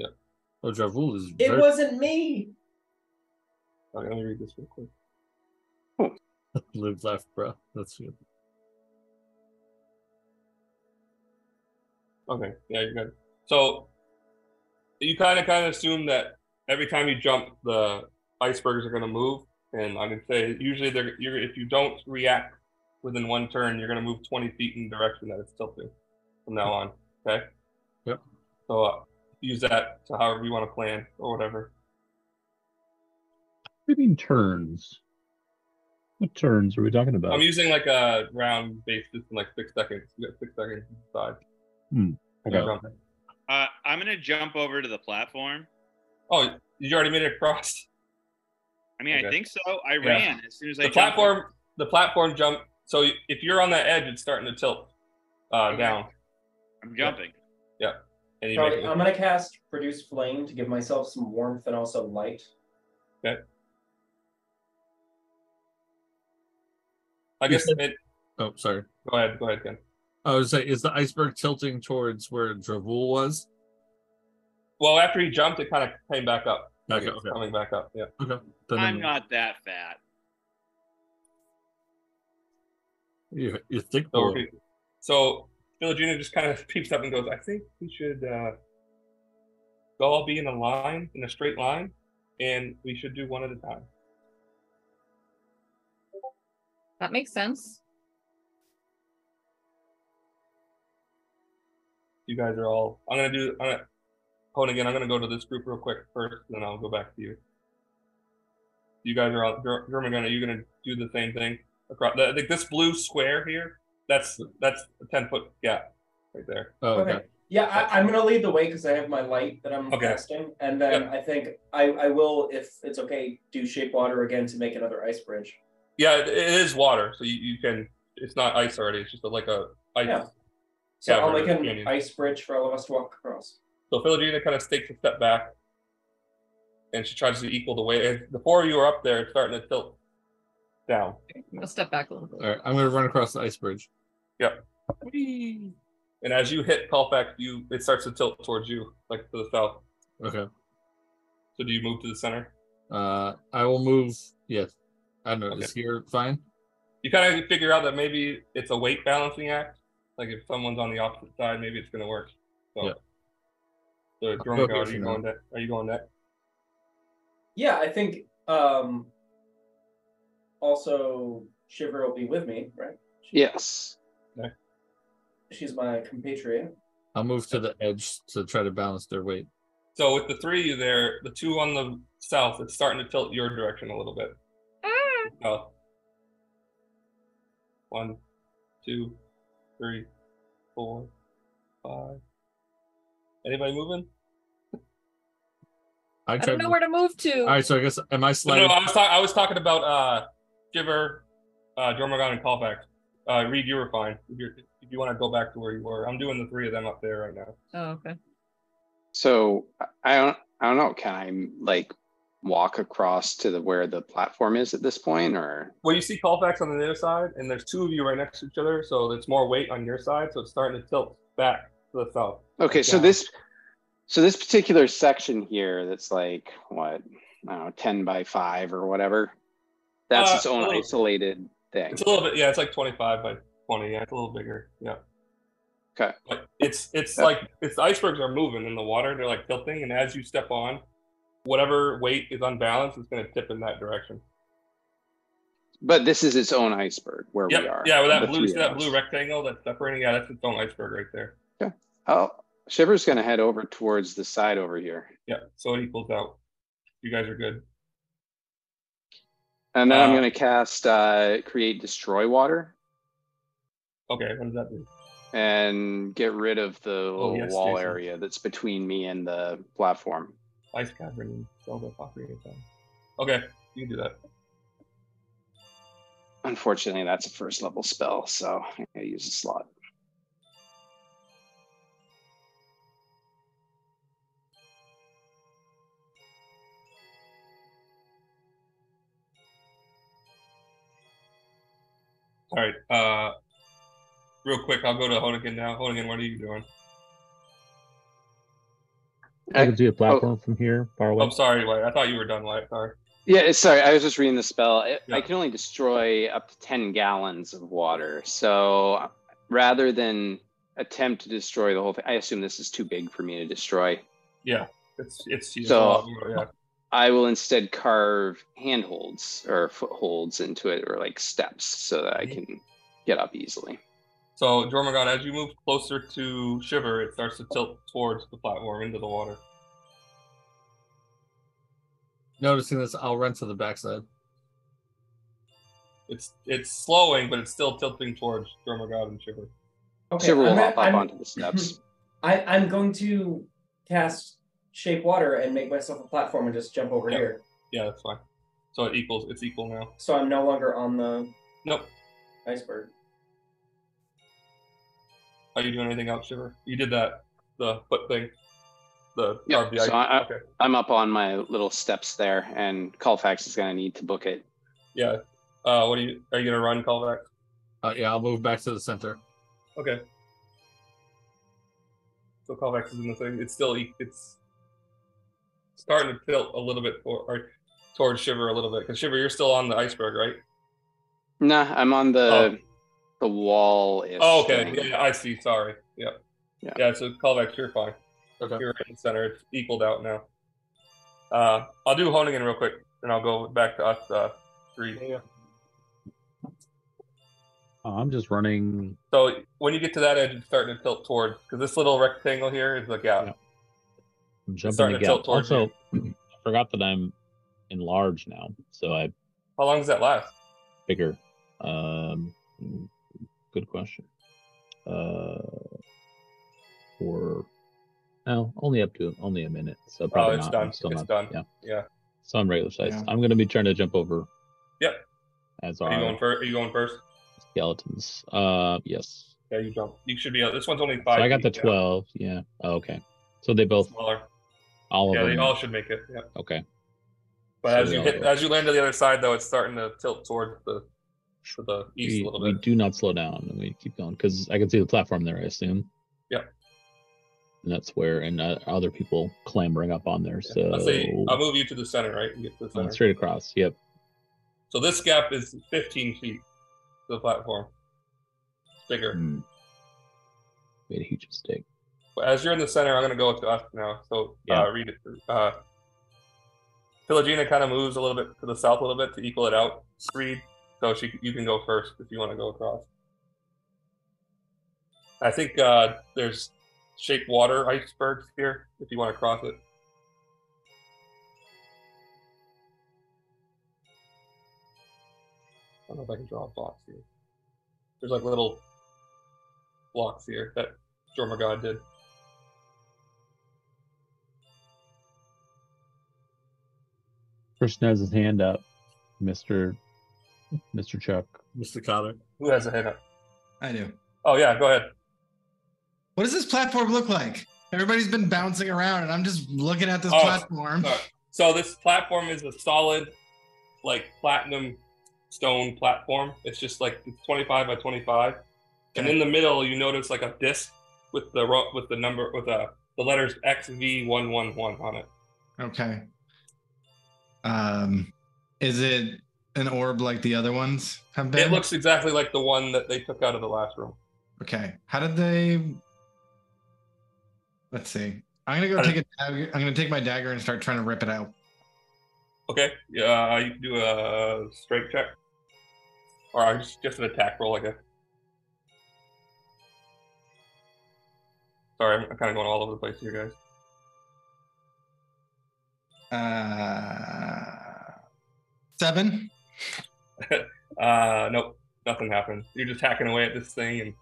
D: Oh, Dravul is.
E: It
D: very-
E: wasn't me.
B: Okay, let me read this real quick.
D: live left, bro. That's good.
B: Okay, yeah, you're good. So you kind of kind of assume that every time you jump, the icebergs are going to move, and I can say usually they're you're if you don't react within one turn, you're going to move 20 feet in the direction that it's tilting from now on. Okay.
D: Yep.
B: So uh, use that to however you want to plan or whatever.
A: What do you mean turns? What turns are we talking about?
B: I'm using like a round base just in like six seconds. You got six seconds to decide.
A: Hmm,
B: No
A: okay.
B: jumping.
F: Uh, I'm gonna jump over to the platform.
B: Oh, you already made it across.
F: I mean,
B: Okay.
F: I think so. I
B: Yeah.
F: ran as soon as I
B: the
F: jumped.
B: platform the platform jump so if you're on that edge it's starting to tilt uh
F: Okay.
B: down
F: I'm jumping.
B: and you make
D: um,
E: Sorry,
B: it,
E: I'm gonna cast produce flame to give myself some warmth and also light.
B: i guess it,
D: Oh, sorry.
B: go ahead go ahead Ken.
D: I was say, is the iceberg tilting towards where Dravul was?
B: well after he jumped it kind of came back up Like,
D: Okay,
B: it's
D: okay.
B: coming back up yeah
D: Okay. Then
F: I'm not that fat.
D: You, you think
B: so,
D: so,
B: Oh, okay. so Philogena just kind of peeps up and goes i think we should uh go all be in a line in a straight line and we should do one at a time
H: That makes sense.
B: you guys are all i'm gonna do i'm gonna hone again i'm gonna go to this group real quick first then i'll go back to you you guys are all Ger- Germagun, are you gonna do the same thing across the, like this blue square here that's that's a 10 foot gap right there
D: oh, okay.
E: Yeah, I, I'm gonna lead the way because I have my light that I'm
B: Okay.
E: casting, and then I think I, I will, if it's okay, do shape water again to make another ice bridge.
B: yeah it, it is water so you, you can it's not ice already it's just like a ice
E: Yeah. So
B: Yeah,
E: I'll
B: we're
E: make an
B: canyon.
E: ice bridge for all of us to walk across.
B: so Philogena kind of takes a step back and she tries to equal the way and the four of you are up there it's starting to tilt down
H: I'll step back a little bit.
D: All right. I'm gonna run across the ice bridge.
B: and as you hit Pelfac, you it starts to tilt towards you like to the south
D: Okay.
B: So do you move to the center?
D: Uh, I will move. Yes. I don't know. Is here fine?
B: You kind of figure out that maybe it's a weight balancing act. Like if someone's on the opposite side, maybe it's going to work. So,
D: Yeah.
B: so
D: go
B: Dromgar,
D: here
B: are
D: for
B: you
D: now.
B: going next? Are you going next?
E: Yeah, I think um also Shiver will be with me, right?
G: Yes.
E: She's my compatriot.
D: I'll move to the edge to try to balance their weight.
B: So with the three of you there, the two on the south, it's starting to tilt your direction a little bit.
H: Ah,
B: Oh. One, two, three, four, five. Anybody moving?
D: I,
H: I don't know where to move to.
D: All right, so I guess am
B: No,
D: I
B: no,
D: sliding?
B: I was, talk- I was talking about uh, Giver, uh, Dromagon, and Callback. Uh, Reed, you were fine. If, you're, if you want to go back to where you were, I'm doing the three of them up there right now.
H: Oh, okay.
G: So I- I don't I don't know. Can I like walk across to the where the platform is at this point, or
B: Well, you see Colfax on the other side, and there's two of you right next to each other, so there's more weight on your side, so it's starting to tilt back to the south.
G: Okay, so this, so this particular section here, that's like what, I don't know, ten by five or whatever. That's
B: Uh,
G: its own
B: a little-
G: isolated thing.
B: It's a little bit, yeah, it's like 25 by 20. Yeah, it's a little bigger. Yeah.
G: Okay.
B: But it's it's like it's the icebergs are moving in the water. They're like tilting, and as you step on, whatever weight is unbalanced is going to tip in that direction.
G: But this is its own iceberg where
B: Yep.
G: we are.
B: Yeah, with
G: the
B: that blue,
G: three
B: see
G: of
B: that
G: us.
B: blue rectangle that's separating. Yeah, that's its own iceberg right there.
G: Oh, Shiver's gonna head over towards the side over here,
B: Yeah. So it equals out. You guys are good.
G: and then I'm
B: Uh,
G: gonna cast uh, create destroy water
B: Okay. What does that do?
G: and get rid of the little
B: Oh, yes,
G: wall
B: Jason.
G: area that's between me and the platform.
B: Ice cavern and Zelda Ocarina of Time. Okay, you can do that.
G: Unfortunately, that's a first level spell, so I gotta use a slot.
B: All right. Uh, real quick, I'll go to Honigan now. Honigan, what are you doing?
A: I can see a platform from here, far away.
B: I'm Oh, sorry, Wyatt. I thought you were done, Wyatt. Sorry.
G: Yeah, it's- sorry, I was just reading the spell. I,
B: Yeah.
G: I can only destroy up to 10 gallons of water. So rather than attempt to destroy the whole thing, I assume this is too big for me to destroy.
B: Yeah, it's it's it's
G: So-
B: a lot more, yeah.
G: I will instead carve handholds or footholds into it or like steps so that I can get up easily.
B: So Jormagon, as you move closer to Shiver, it starts to tilt towards the platform into the water.
D: Noticing this, I'll run to the backside.
B: It's it's slowing, but it's still tilting towards Jormagon and Shiver.
E: Okay,
G: Shiver will
E: I'm
G: hop
E: at-
G: up
E: I'm-
G: onto the steps.
E: I, I'm going to cast shape water and make myself a platform and just jump over
B: Yeah.
E: here.
B: Yeah, that's fine. So it equals it's equal now.
E: So I'm no longer on the
B: Nope.
E: iceberg.
B: Are you doing anything else, Shiver? You did that the foot thing. The
G: Yeah,
B: carve the ice-
G: so I- I-
B: okay.
G: I'm up on my little steps there, and Colfax is going to need to book it.
B: Yeah. Uh, what are you are you gonna run callback?
D: Uh, yeah, I'll move back to the center.
B: Okay. So Colfax is in the thing. It's still e- it's starting to tilt a little bit or, or towards Shiver a little bit because Shiver, you're still on the iceberg, right?
G: Nah, I'm on the the wall.
B: Oh, okay. Yeah, yeah, I see. Sorry. Yeah.
G: Yeah.
B: Yeah. so Colfax, you're fine.
D: Okay.
B: You're right in the center. It's equaled out now. Uh, I'll do honing in real quick, and I'll go back to us uh, three.
A: Oh, I'm just running.
B: So when you get to that edge, it's starting to tilt towards because this little rectangle here is the gap.
A: I'm jumping
B: starting
A: the
B: to
A: gap.
B: tilt towards
A: Also, I forgot that I'm enlarged now, so I
B: How long does that last?
A: bigger. Um, good question. Uh, or no, only up to only a minute. So probably
B: Oh, it's
A: not.
B: done.
A: I'm still
B: It's
A: not,
B: done.
A: Yeah.
B: Yeah.
A: So I'm regular size.
C: Yeah.
A: I'm gonna be trying to jump over.
B: Yep.
A: As
B: Are you
A: our
B: going first? Are you going first?
A: skeletons. Uh, yes.
B: Yeah, you jump. You should be. out- This one's only
A: So
B: five.
A: I got the
B: feet, yeah.
A: twelve. Yeah. Oh, okay. So they both
B: Smaller.
A: all of
B: Yeah, they
A: them.
B: all should make it. Yeah.
A: Okay.
B: But
A: So
B: as
A: they
B: you
A: all
B: hit,
A: go.
B: as you land to the other side, though, it's starting to tilt toward the to the east
A: We,
B: a little
A: we
B: bit.
A: do not slow down and we keep going because I can see the platform there. I assume. and that's where and uh, other people clambering up on there. So
B: I'll say I'll move you to the center, right? You get to the
A: uh,
B: center.
A: straight across. Yep.
B: So this gap is 15 feet to the platform. Bigger.
A: Hmm. Made a huge mistake.
B: But as you're in the center, I'm going to go to us now. So
A: Yeah.
B: uh, read it. through. Uh, Philogena kind of moves a little bit to the south a little bit to equal it out. Read. So she, you can go first if you want to go across. I think uh, there's shake water icebergs here if you want to cross it. I don't know if I can draw a box here. There's like little blocks here that Jorma God did.
A: Person has his hand up, Mister Mister Chuck.
D: Mr. Cotter.
B: Who has a hand up?
C: I do.
B: Oh yeah, go ahead.
C: What does this platform look like? Everybody's been bouncing around, and I'm just looking at this
B: Oh,
C: platform.
B: sorry. So this platform is a solid, like platinum stone platform. It's just like it's 25 by 25, and in the middle you notice like a disc with the ro- with the number with uh, the letters XV111 on it.
C: Okay. Um, is it an orb like the other ones have been?
B: It looks exactly like the one that they took out of the last room.
C: Okay. How did they? Let's see. I'm gonna go take a dagger. I'm gonna take my dagger and start trying to rip it out.
B: Okay, yeah, uh, you can do a strength check, or uh, just just an attack roll, I guess. Sorry, I'm kind of going all over the place here, guys.
C: Uh, seven.
B: Uh, nope, nothing happened. You're just hacking away at this thing, and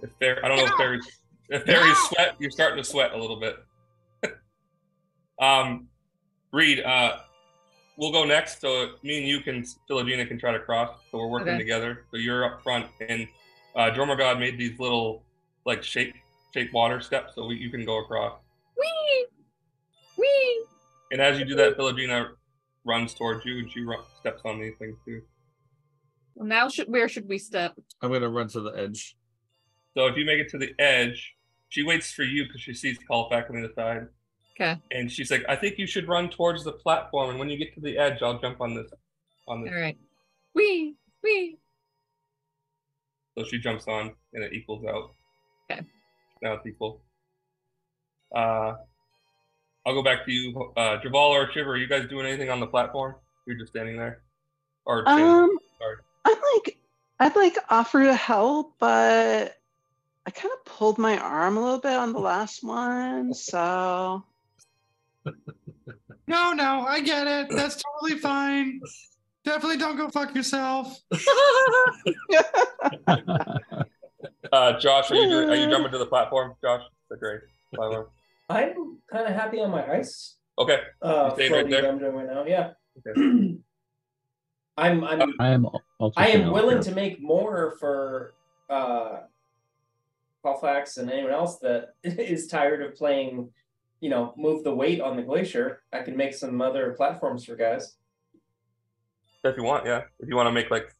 B: if there, I don't know if fairies, if fairies sweat, you're starting to sweat a little bit. um, Reed, uh, we'll go next. So me and you can, Philogena can try to cross. So we're working
K: Okay.
B: together. So you're up front, and uh, Drummer God made these little like shape shape water steps, so we, you can go across.
H: Wee! Wee!
B: And as you do that, Philogena runs towards you, and she ru- steps on these things too.
H: Well, now should where should we step?
D: I'm going to run to the edge.
B: So if you make it to the edge, she waits for you because she sees Callback on the other side.
H: Okay.
B: And she's like, I think you should run towards the platform and when you get to the edge, I'll jump on this on
H: All
B: this.
H: right. Wee! Wee!
B: So she jumps on and it equals out.
H: Okay.
B: Now it's equal. Uh I'll go back to you. Uh Javal or Shiver, are you guys doing anything on the platform? You're just standing there? Or
J: Um,
B: sorry.
J: I'm like, I'd like offer to help, but I kind of pulled my arm a little bit on the last one, so
C: No, no, I get it. That's totally fine. Definitely don't go fuck yourself.
B: Uh Josh, are you doing, are you jumping to the platform? Josh? The great platform.
E: I'm kind of happy on my ice.
B: Okay.
E: Uh,
B: You staying right
E: floaty
B: there?
E: that I'm doing right now. Yeah. I'm I'm
A: I am also
E: I
A: staying
E: am
A: out
E: willing
A: here.
E: to make more for uh Pufflax and anyone else that is tired of playing, you know, move the weight on the glacier. I can make some other platforms for guys.
B: If you want, yeah. If you want to make like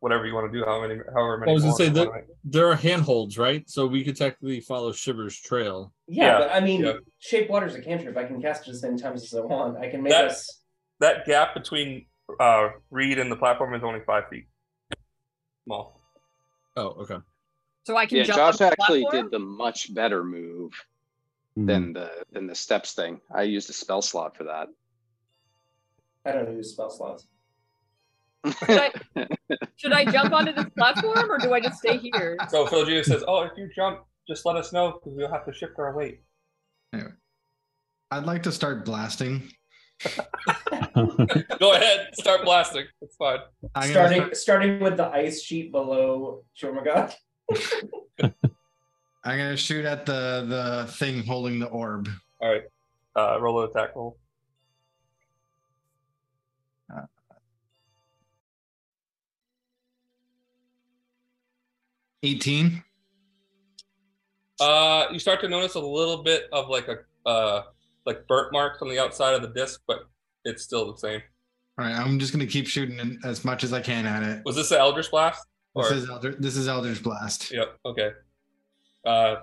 B: whatever you want to do, how many, however
D: I
B: many.
D: was going to
B: more
D: say
B: you
D: that
B: wanna make.
D: there are handholds, right? So we could technically follow Shiver's trail.
E: Yeah, but I mean shape water's a cantrip. I can cast it as many times as I want. I can make
B: That-
E: us
B: that gap between uh, Reed and the platform is only five feet. Small.
D: Oh, okay.
H: So I can
G: yeah,
H: jump
G: Josh
H: on the
G: actually
H: platform?
G: did the much better move
A: Hmm.
G: than the than the steps thing. I used a spell slot for that.
E: I don't use spell slots.
H: Should I jump onto this platform or do I just stay here?
B: So Philogena says, "Oh, if you jump, just let us know because we'll have to shift our weight."
C: I'd like to start blasting.
B: Go ahead, start blasting. It's fine.
C: I'm gonna
E: starting starting with the ice sheet below Shurmagod.
C: I'm gonna shoot at the the thing holding the orb.
B: All right, uh, roll an attack roll.
C: Eighteen.
B: Uh, you start to notice a little bit of like a uh, like burnt marks on the outside of the disc, but it's still the same.
C: All right, I'm just gonna keep shooting in- as much as I can at it.
B: Was this the Elder's Blast?
C: This
B: Or-
C: is Elder. This is Elder's blast.
B: Yep. Okay. Uh,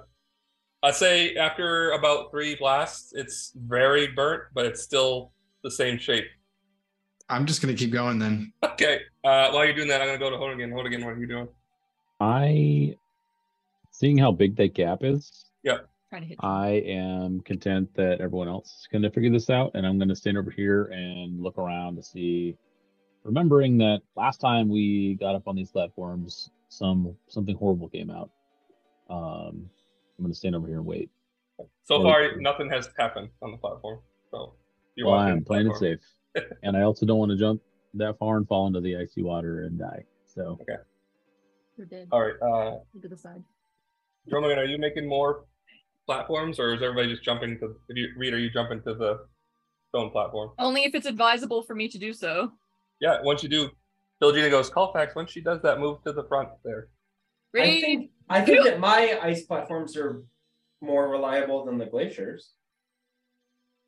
B: I'd say after about three blasts, it's very burnt, but it's still the same shape.
C: I'm just gonna keep going then.
B: Okay. Uh, while you're doing that, I'm gonna go to Honigan. Honigan, what are you doing?
A: I, seeing how big that gap is,
H: Trying to
B: Uh,
H: hit.
A: I am content that everyone else is going to figure this out, and I'm going to stand over here and look around to see. Remembering that last time we got up on these platforms, some something horrible came out. Um, I'm going to stand over here and wait.
B: So
A: Well,
B: far, nothing has happened on the platform. So you're
A: Well,
B: walking
A: I
B: on
A: am
B: the
A: playing it
B: platform.
A: safe, and I also don't want to jump that far and fall into the icy water and die. So
H: You're dead.
B: All right. Uh,
H: Look at the side.
B: Dromagan, are you making more platforms, or is everybody just jumping to? If you read, are you jumping to the stone platform?
H: Only if it's advisable for me to do so.
B: Yeah. Once you do, Philogena goes Colfax. Once she does that, move to the front there.
E: I
H: Ready?
E: think I think that my ice platforms are more reliable than the glaciers.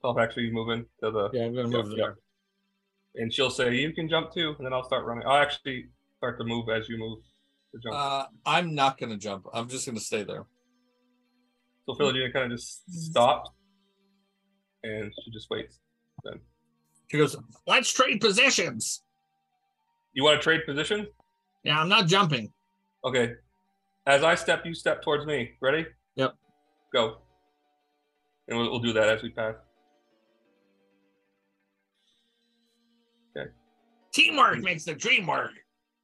B: Colfax, are you moving to the?
D: Yeah, I'm gonna move
B: Yep,
D: there.
B: yep. And she'll say, "You can jump too," and then I'll start running. I'll actually start to move as you move. To jump.
D: Uh, I'm not gonna jump. I'm just gonna stay there.
B: so Philogena kind of just stops, and she just waits. Then
D: She goes,
I: Let's trade positions.
B: you want to trade positions?
I: Yeah, I'm not jumping.
B: Okay. As I step, you step towards me. Ready?
D: Yep.
B: Go. And we'll, we'll do that as we pass.
I: Teamwork makes the dream work.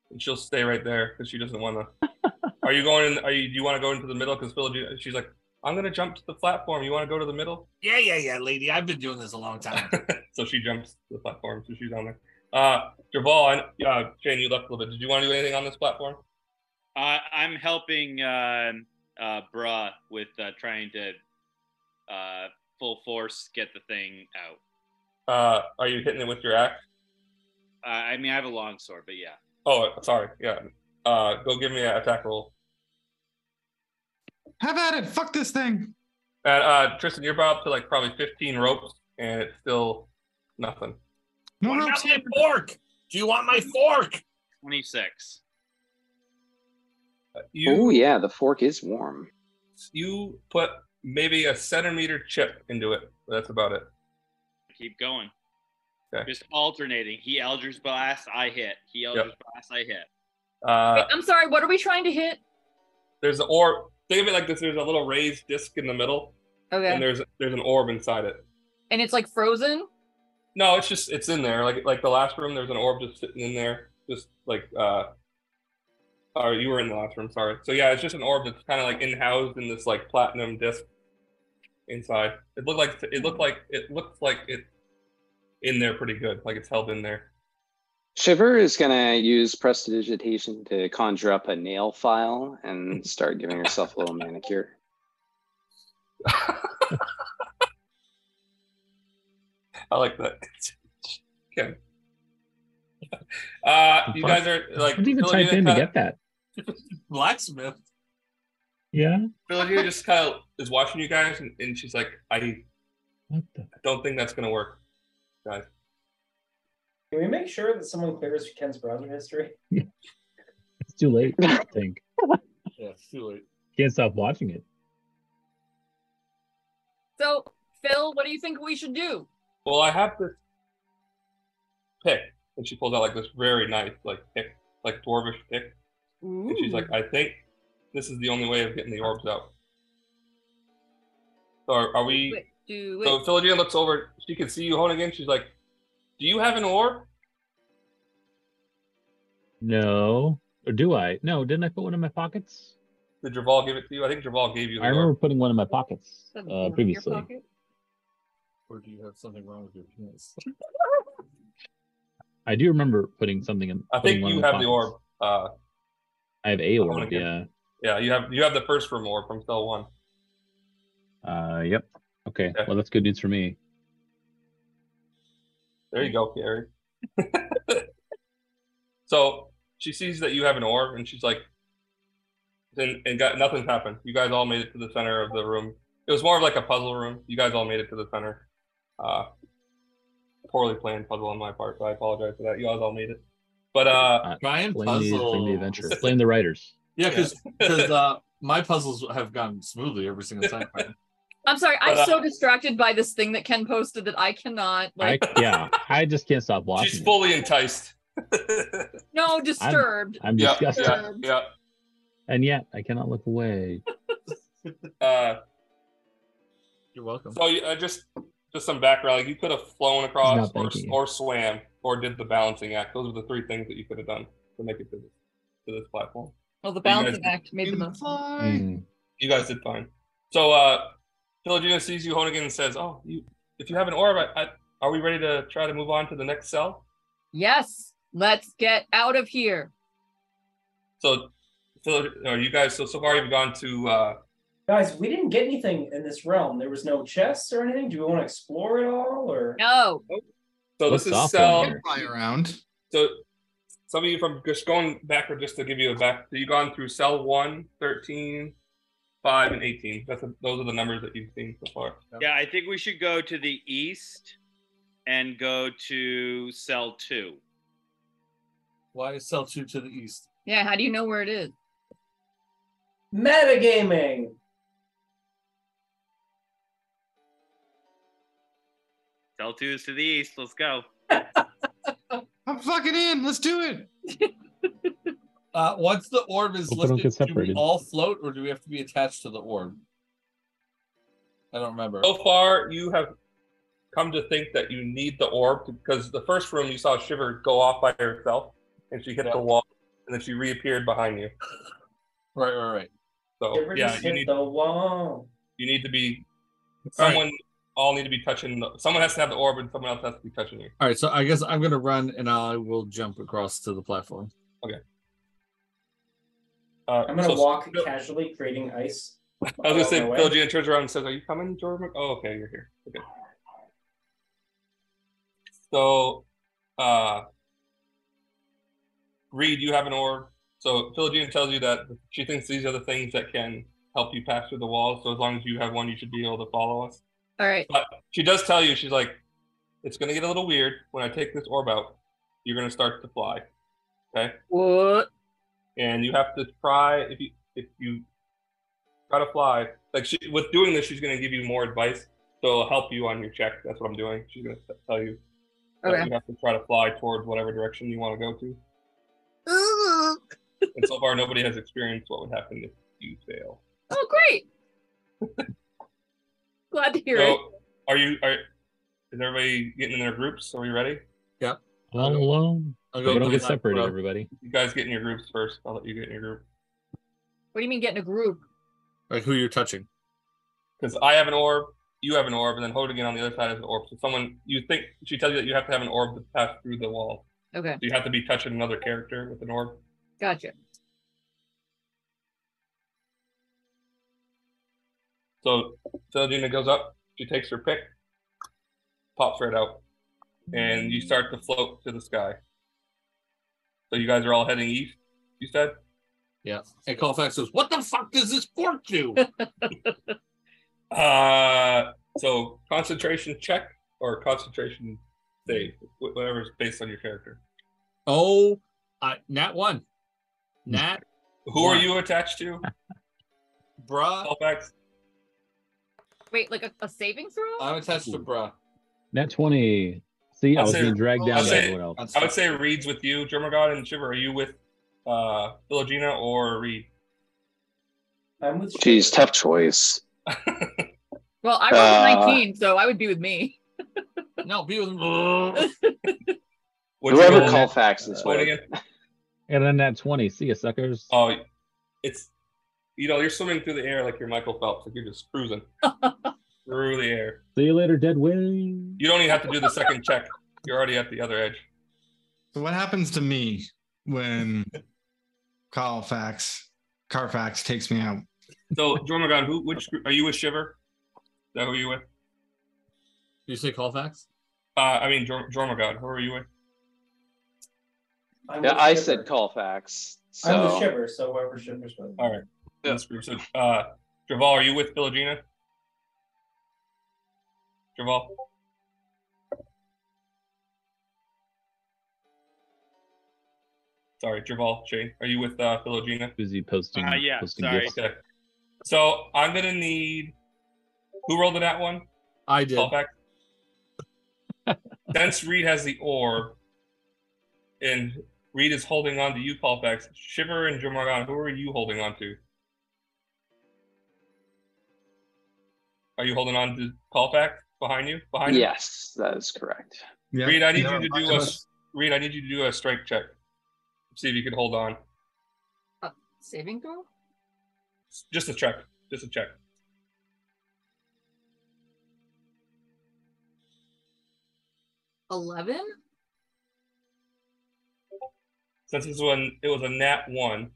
B: And she'll stay right there because she doesn't want to. are you going? In, are you? Do you want to go into the middle? Because Phil, she's like, I'm gonna jump to the platform. You want to go to the middle?
I: Yeah, yeah, yeah, lady. I've been doing this a long time.
B: so she jumps to the platform. So she's on there. Uh, Javal, I, uh, Shane, you left a little bit. Did you want to do anything on this platform?
F: Uh, I'm helping uh, uh, Bra with uh, trying to uh, full force get the thing out.
B: Uh, are you hitting it with your axe?
F: Uh, I mean, I have a long sword, but yeah.
B: Oh, sorry. Yeah. Uh, go give me an attack roll.
C: Have at it. Fuck this thing.
B: And uh, Tristan, you're about to like probably 15 ropes, and it's still nothing.
C: No
I: What
C: ropes.
I: about my fork? Do you want my fork?
F: 26.
B: Uh, You
G: Oh yeah, the fork is warm.
B: you put maybe a centimeter chip into it. But that's about it.
F: Keep going.
B: Okay.
F: Just alternating. He Elders Blast, I hit. He Elders Blast, I hit.
B: Uh,
H: Wait, I'm sorry. What are we trying to hit?
B: there's an orb. Think of it like this: there's a little raised disc in the middle,
H: Okay.
B: and
H: And,
B: there's there's an orb inside it.
H: it's like frozen.
B: No, it's just it's in there. Like like the last room, there's an orb just sitting in there, just like uh. Or you were in the last room, sorry. So yeah, it's just an orb that's kind of like in housed in this like platinum disc inside. It looked like it looked like it looked like it in there pretty good, like it's held in there.
G: Shiver is gonna use prestidigitation to conjure up a nail file and start giving herself a little manicure.
B: I like that. okay. Uh, you
A: Fuck.
B: guys are like.
A: I didn't even
B: Phil,
A: type
B: you
A: in to
B: kinda-
A: get that.
D: blacksmith.
A: Yeah.
B: Phil, you just kind of is watching you guys, and, and she's like, I
A: What the?
B: don't think that's gonna work, guys.
E: Can we make sure that someone clears Ken's browser history?
A: It's too late. I think
D: Yeah, it's too late.
A: can't stop watching it.
H: So, Phil, what do you think we should do?
B: Well, I have this pick, and she pulls out like this very nice, like pick, like dwarvish pick, and she's like, I think this is the only way of getting the orbs out. So are, are we?
H: do it, do it.
B: So Philogena looks over. She can see you, Honigan. She's like, "Do you have an orb?"
A: No, or do I? No, didn't I put one in my pockets?
B: Did Draval give it to you? I think Draval gave you the
A: I
B: orb.
A: remember putting one in my pockets
H: Doesn't belong in
A: uh,
H: your
A: previously.
H: pocket.
D: Or do you have something wrong with your penis?
A: I do remember putting something in.
B: I
A: putting
B: think
A: one
B: you
A: in my
B: have the orb.
A: pockets.
B: Uh,
A: I have a
B: wanna
A: orb.
B: get-
A: Yeah.
B: yeah, you have you have the first room orb from cell one.
A: Uh, yep. Okay.
B: Yeah.
A: Well, that's good news for me.
B: There you go, Gary. so she sees that you have an orb, and she's like, and, and got nothing's happened. You guys all made it to the center of the room. It was more of like a puzzle room. You guys all made it to the center. Uh, poorly planned puzzle on my part, so I apologize for that. You guys all made it, but uh,
D: Try and
A: Blame the, blame the
D: puzzle.
A: adventure. Blame the writers.
D: Yeah, because because uh, my puzzles have gone smoothly every single time.
H: I'm sorry, I'm
D: But, uh,
H: so distracted by this thing that Ken posted that I cannot
A: I,
H: like
A: yeah, I just can't stop watching.
B: She's
A: it.
B: fully enticed.
H: no disturbed.
A: I'm
B: Yeah,
A: disgusted,
B: Yeah, yeah.
A: and yet I cannot look away.
B: Uh,
D: You're welcome.
B: so you- uh, just just some background. Like you could have flown across,
A: Not
B: or,
A: banking.
B: or swam, or did the balancing act. Those are the three things that you could have done to make it to this, to this platform.
H: Well, the
B: You guys
H: balancing act made the most.
A: Mm.
B: You guys did fine. So uh Philogena sees you Honigan and says, Oh, you if you have an orb, I, I, are we ready to try to move on to the next cell?
H: Yes, let's get out of here.
B: So Phil, are you guys so so far you've gone to uh
E: Guys, we didn't get anything in this realm. There was no chests or anything. Do we want to explore it all or
H: No.
B: so
A: What's
B: this
A: up in
B: is cell
A: there?
C: Fly around.
B: so some of you from just going backward just to give you a back so you've gone through cell 1, 13, 5, and 18. That's a, those are the numbers that you've seen so far.
F: Yeah, I think we should go to the east and go to cell two.
D: Why is cell two to the east?
H: Yeah, how do you know where it is?
E: metagaming?
F: Cell two is to the east. Let's go.
C: I'm fucking in. Let's do it.
D: Uh, once the orb is
A: Hope I don't
D: lifted,
A: get
D: do we
A: separated.
D: all float or do we have to be attached to the orb? I don't remember.
B: So far, you have come to think that you need the orb because the first room you saw Shiver go off by herself and she hit
D: Yeah.
B: the wall and then she reappeared behind you.
D: Right, right, right.
B: So
E: Get rid
B: Oh, yeah,
E: of
B: you need
E: the wall.
B: you need to be
D: All right.
B: someone. All need to be touching. The, someone has to have the orb and someone else has to be touching you.
D: All right, so I guess I'm gonna run and I will jump across to the platform.
B: Uh,
E: I'm gonna
B: so-
E: walk
B: Phil-
E: casually, creating ice.
B: I was gonna say,
E: on my way.
B: Phil Gian turns around and says, "Are you coming, Jordan?" Mc- Oh, okay, you're here. Okay. So, uh, Reed, you have an orb. So Phil Gian tells you that she thinks these are the things that can help you pass through the walls. So as long as you have one, you should be able to follow us.
H: All right.
B: But she does tell you, she's like, "It's gonna get a little weird when I take this orb out. You're gonna start to fly." Okay.
H: What?
B: and you have to try if you if you try to fly like she, with doing this she's going to give you more advice so it'll help you on your check that's what i'm doing she's going to tell you that
H: Okay.
B: you have to try to fly towards whatever direction you want to go to
H: Oh,
B: and so far nobody has experienced what would happen if you fail
H: Oh, great. Glad to hear it.
B: so are you are is everybody getting in their groups are you ready
A: All alone.
D: I'll
A: So we
D: to
A: don't
D: the
A: get
D: left,
A: separated,
D: bro.
A: everybody.
B: you guys get in your groups first i'll let you get in your group
H: What do you mean get in a group?
D: Like who you're touching.
B: because i have an orb you have an orb and then Hodigan on the other side has an orb so someone you think she tells you that you have to have an orb to pass through the wall
H: Okay,
B: So you have to be touching another character with an orb.
H: gotcha.
B: So Celestina goes up, she takes her pick, pops right out, and you start to float to the sky. So you guys are all heading east, you said?
D: Yeah. And Colfax goes, What the fuck does this fork do?
B: Uh so concentration check or concentration save, wh- whatever's based on your character.
D: oh I nat one. Nat
B: Who are you attached to?
D: bruh.
B: Halifax?
H: Wait, like a, a saving throw?
D: I'm attached to bruh.
A: Net twenty. See, I
B: I'd
A: was
B: say-
A: gonna drag
D: I'd
A: down
B: say-
A: everyone else.
B: I would say Reed's with you, Jermagod and Shiver. Are you with uh Philogena or Reed?
E: I'm with
G: Geez, tough choice.
H: Well, I rolled
G: Uh,
H: 19, so I would be with me.
D: No, be with
B: What'd you
G: Whoever
B: roll?
G: Colfax is
B: What
G: with.
B: again?
A: And then net twenty. See ya, suckers.
B: Oh, it's you know you're swimming through the air like you're Michael Phelps, like you're just cruising through the air.
A: See you later, dead wing.
B: You don't even have to do the second check. You're already at the other edge.
C: So what happens to me when Carfax Carfax takes me out?
B: So, Jormagon, who which group- are you with Shiver? Is that who you with?
D: you say Colfax?
B: Uh, I mean, Jor- Jormagon, who are you with?
E: I'm
G: Yeah,
E: with
G: I
E: Shiver.
G: said Colfax.
E: I'm with
G: So
E: Shiver, so wherever Shiver's with.
B: All right,
G: Yeah.
B: this group. So, uh, Draval, are you with Philogena? Draval, sorry, Draval, Shane, are you with uh, Philogena?
A: Busy posting.
F: Uh, yeah,
A: posting
F: sorry.
A: gifts.
B: Uh, Okay. So I'm gonna need. Who rolled in that one?
D: I did.
B: Callback. Since Reed has the orb, and Reed is holding on to you, Paulfax. Shiver and Jormagan, who are you holding on to? Are you holding on to Paulfax behind you? Behind you?
G: Yes, that is correct.
C: Yeah.
B: Reed, I need
C: No,
B: you to
C: not
B: do
C: to
B: a
C: us.
B: Reed. I need you to do a strength check. See if you can hold on.
H: Saving throw?
B: Just a check. Just a check.
H: Eleven?
B: Since this one it was a nat one.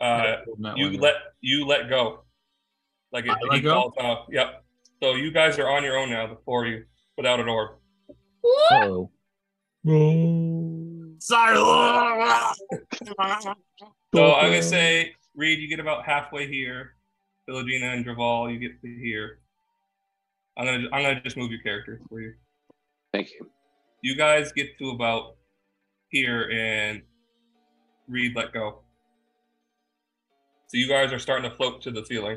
B: Uh,
D: Nat
B: you
D: one, yeah.
B: let you let go. Like it,
D: I let
B: he
D: go?
B: falls off. Yep. So you guys are on your own now before you without an orb.
A: Oh.
I: Sorry.
B: So I'm gonna say, Reed, you get about halfway here. Philodina and Draval, you get to here. I'm gonna I'm gonna just move your character for you.
G: Thank you.
B: You guys get to about here and Reed let go. So you guys are starting to float to the ceiling.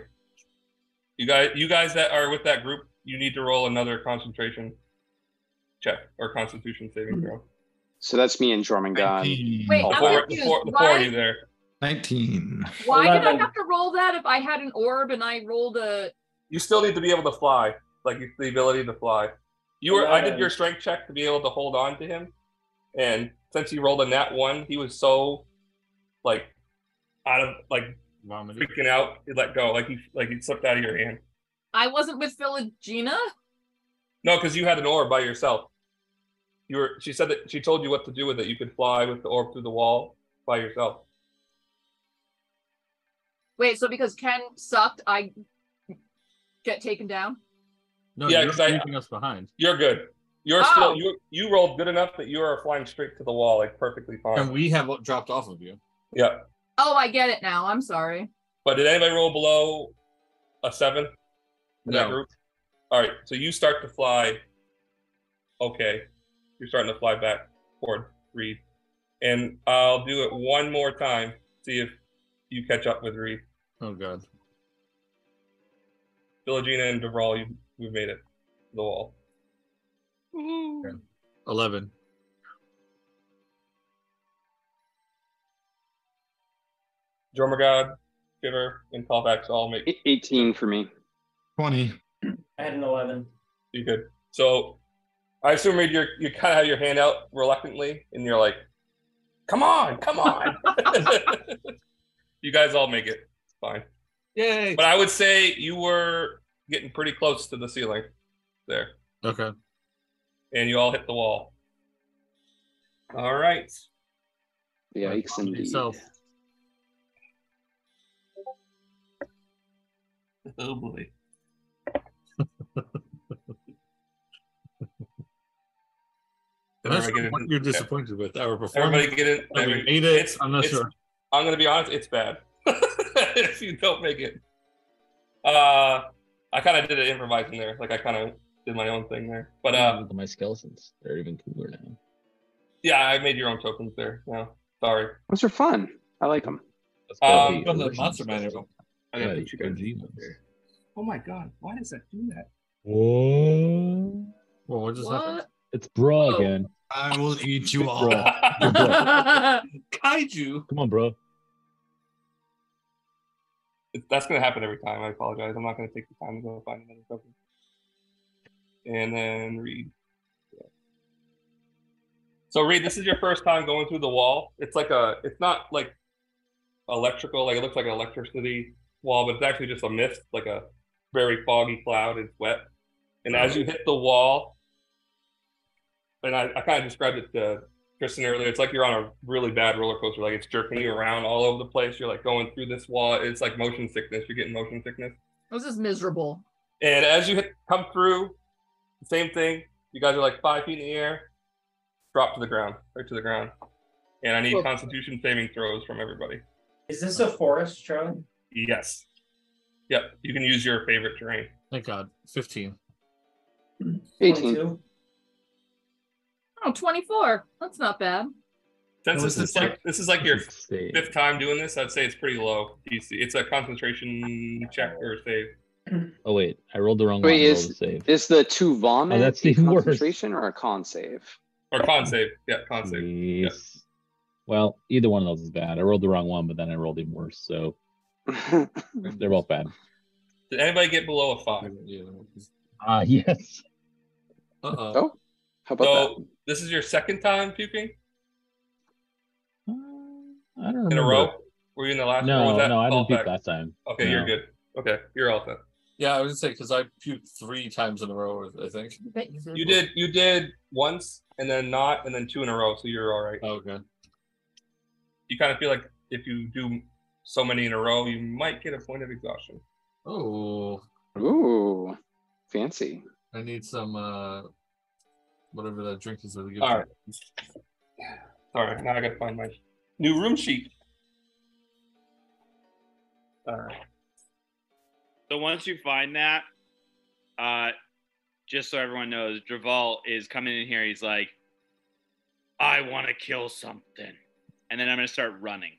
B: You guys you guys that are with that group, you need to roll another concentration check or constitution saving throw.
G: So that's me and Jormungand.
H: Wait,
G: Oh,
H: I'm
G: wow.
B: Before,
H: confused.
B: before, before
H: Why-
B: you there.
C: 19.
H: Why did I
E: Eleven.
H: have to roll that if I had an orb and I rolled a
B: you still need to be able to fly, like you- the ability to fly. You were I did your strength check to be able to hold on to him, and since he rolled a nat one, he was so like out of like
D: Vomited.
B: freaking out, he let go, like he like he slipped out of your hand.
H: I wasn't with Philogena?
B: No, because you had an orb by yourself. You were. She said that she told you what to do with it. You could fly with the orb through the wall by yourself.
H: Wait, so because Ken sucked, I get taken down?
D: No,
B: Yeah,
D: you're
B: 'cause I-
D: leaving us behind.
B: You're good. You're
H: Oh.
B: still you. You rolled good enough that you are flying straight to the wall, like perfectly fine.
D: And we have dropped off of you.
B: yeah.
H: Oh, I get it now. I'm sorry.
B: But did anybody roll below a seven in that
D: No.
B: group? All right, so you start to fly. Okay, you're starting to fly back toward Reed, and I'll do it one more time. See if you catch up with Reed,
D: Oh god.
B: Philogena, and Duvall. You you made it to the wall.
D: Eleven.
B: Jormagod, Shiver, and Callbacks all make
G: 18 for me.
C: 20.
E: I had an eleven.
B: you good. So I assume Reed, you're you kind of have your hand out reluctantly, and you're like, "Come on, come on!" you guys all make it. It's fine.
D: Yay.
B: But I would say you were getting pretty close to the ceiling there,
D: Okay.
B: and you all hit the wall. All right.
G: Yikes, indeed.
D: Yourself.
B: Oh boy.
D: And that's
B: Everybody get
D: what
B: in-
D: you're disappointed with. Our performance.
B: Everybody get in.
D: that we
B: every-
D: made it. I'm not
B: it's-
D: sure.
B: I'm gonna be honest. It's bad if you don't make it. Uh, I kind of did it improvising there. Like I kind of did my own thing there. But uh,
D: Mm.
A: Look at my skeletons. They're even cooler now.
B: yeah, I made your own tokens there. No, sorry.
G: Those are fun. I like them.
A: That's gotta
B: Um,
A: be
D: From the
A: original
D: Monster Manual.
A: skeleton.
B: I gotta
A: Yeah,
B: put you
A: the
B: guys
A: OG ones.
B: Oh my god! Why does that do that?
A: Whoa.
D: Well, what just
H: What?
A: It's bra
H: Whoa.
A: again.
C: I will eat you
A: Big
C: all.
A: bra. Big bra.
D: happened? Kaiju.
A: Come on, bro.
B: It- That's gonna happen every time. I apologize. I'm not gonna take the time to go find another token. And then Reed. Yeah. So Reed, this is your first time going through the wall. It's like a. It's not like electrical. Like it looks like an electricity wall, but it's actually just a mist, like a very foggy cloud. It's wet. And as you hit the wall, and I, I kind of described it to Kristen earlier, it's like you're on a really bad roller coaster. Like it's jerking you around all over the place. You're like going through this wall. It's like motion sickness. You're getting motion sickness.
H: This is miserable.
B: And as you hit, come through, same thing. You guys are like five feet in the air, drop to the ground, right to the ground. And I need
E: Well-
B: Constitution saving throws from everybody.
E: Is this a forest, Charlie?
B: Yes. Yep. You can use your favorite terrain.
D: Thank God. Fifteen.
G: 18.
E: 22?
H: Oh, 24. That's not bad.
B: Since
A: That was
B: this is like this is like your
A: Save.
B: fifth time doing this, I'd say it's pretty low. DC. It's a concentration check or save.
A: Oh wait, I rolled the wrong
G: Wait,
A: one. I rolled
G: is-
A: a save.
G: Is the two vomit
A: Oh, that's
G: a
A: even worse.
G: concentration or a con save?
B: Or con save. Yeah, con save.
A: Yes. Well, either one of those is bad. I rolled the wrong one, but then I rolled even worse. So
G: Oh,
A: they're both bad.
B: Did anybody get below a five?
A: Ah, yes.
D: Uh
G: oh. How about that?
B: So this is your second time puking
A: Uh, I don't
B: in
A: remember.
B: a row? Were you in the last or was
A: No,
B: that
A: no, I didn't
B: all
A: puke
B: back?
A: last time.
B: Okay,
A: No.
B: you're good. Okay, you're all set.
D: Yeah, I was gonna say because I puked three times in a row. I think.
H: But
B: You did you did once and then not and then two in a row, so you're all right.
D: Okay.
B: You kind of feel like if you do so many in a row, you might get a point of exhaustion.
D: Oh,
G: Ooh, fancy.
D: I need some uh, whatever that drink is that they give.
B: All right. All right, now I gotta find my new room sheet. All right.
F: So once you find that, uh, just so everyone knows, Draval is coming in here. He's like, I want to kill something. And then I'm going to start running.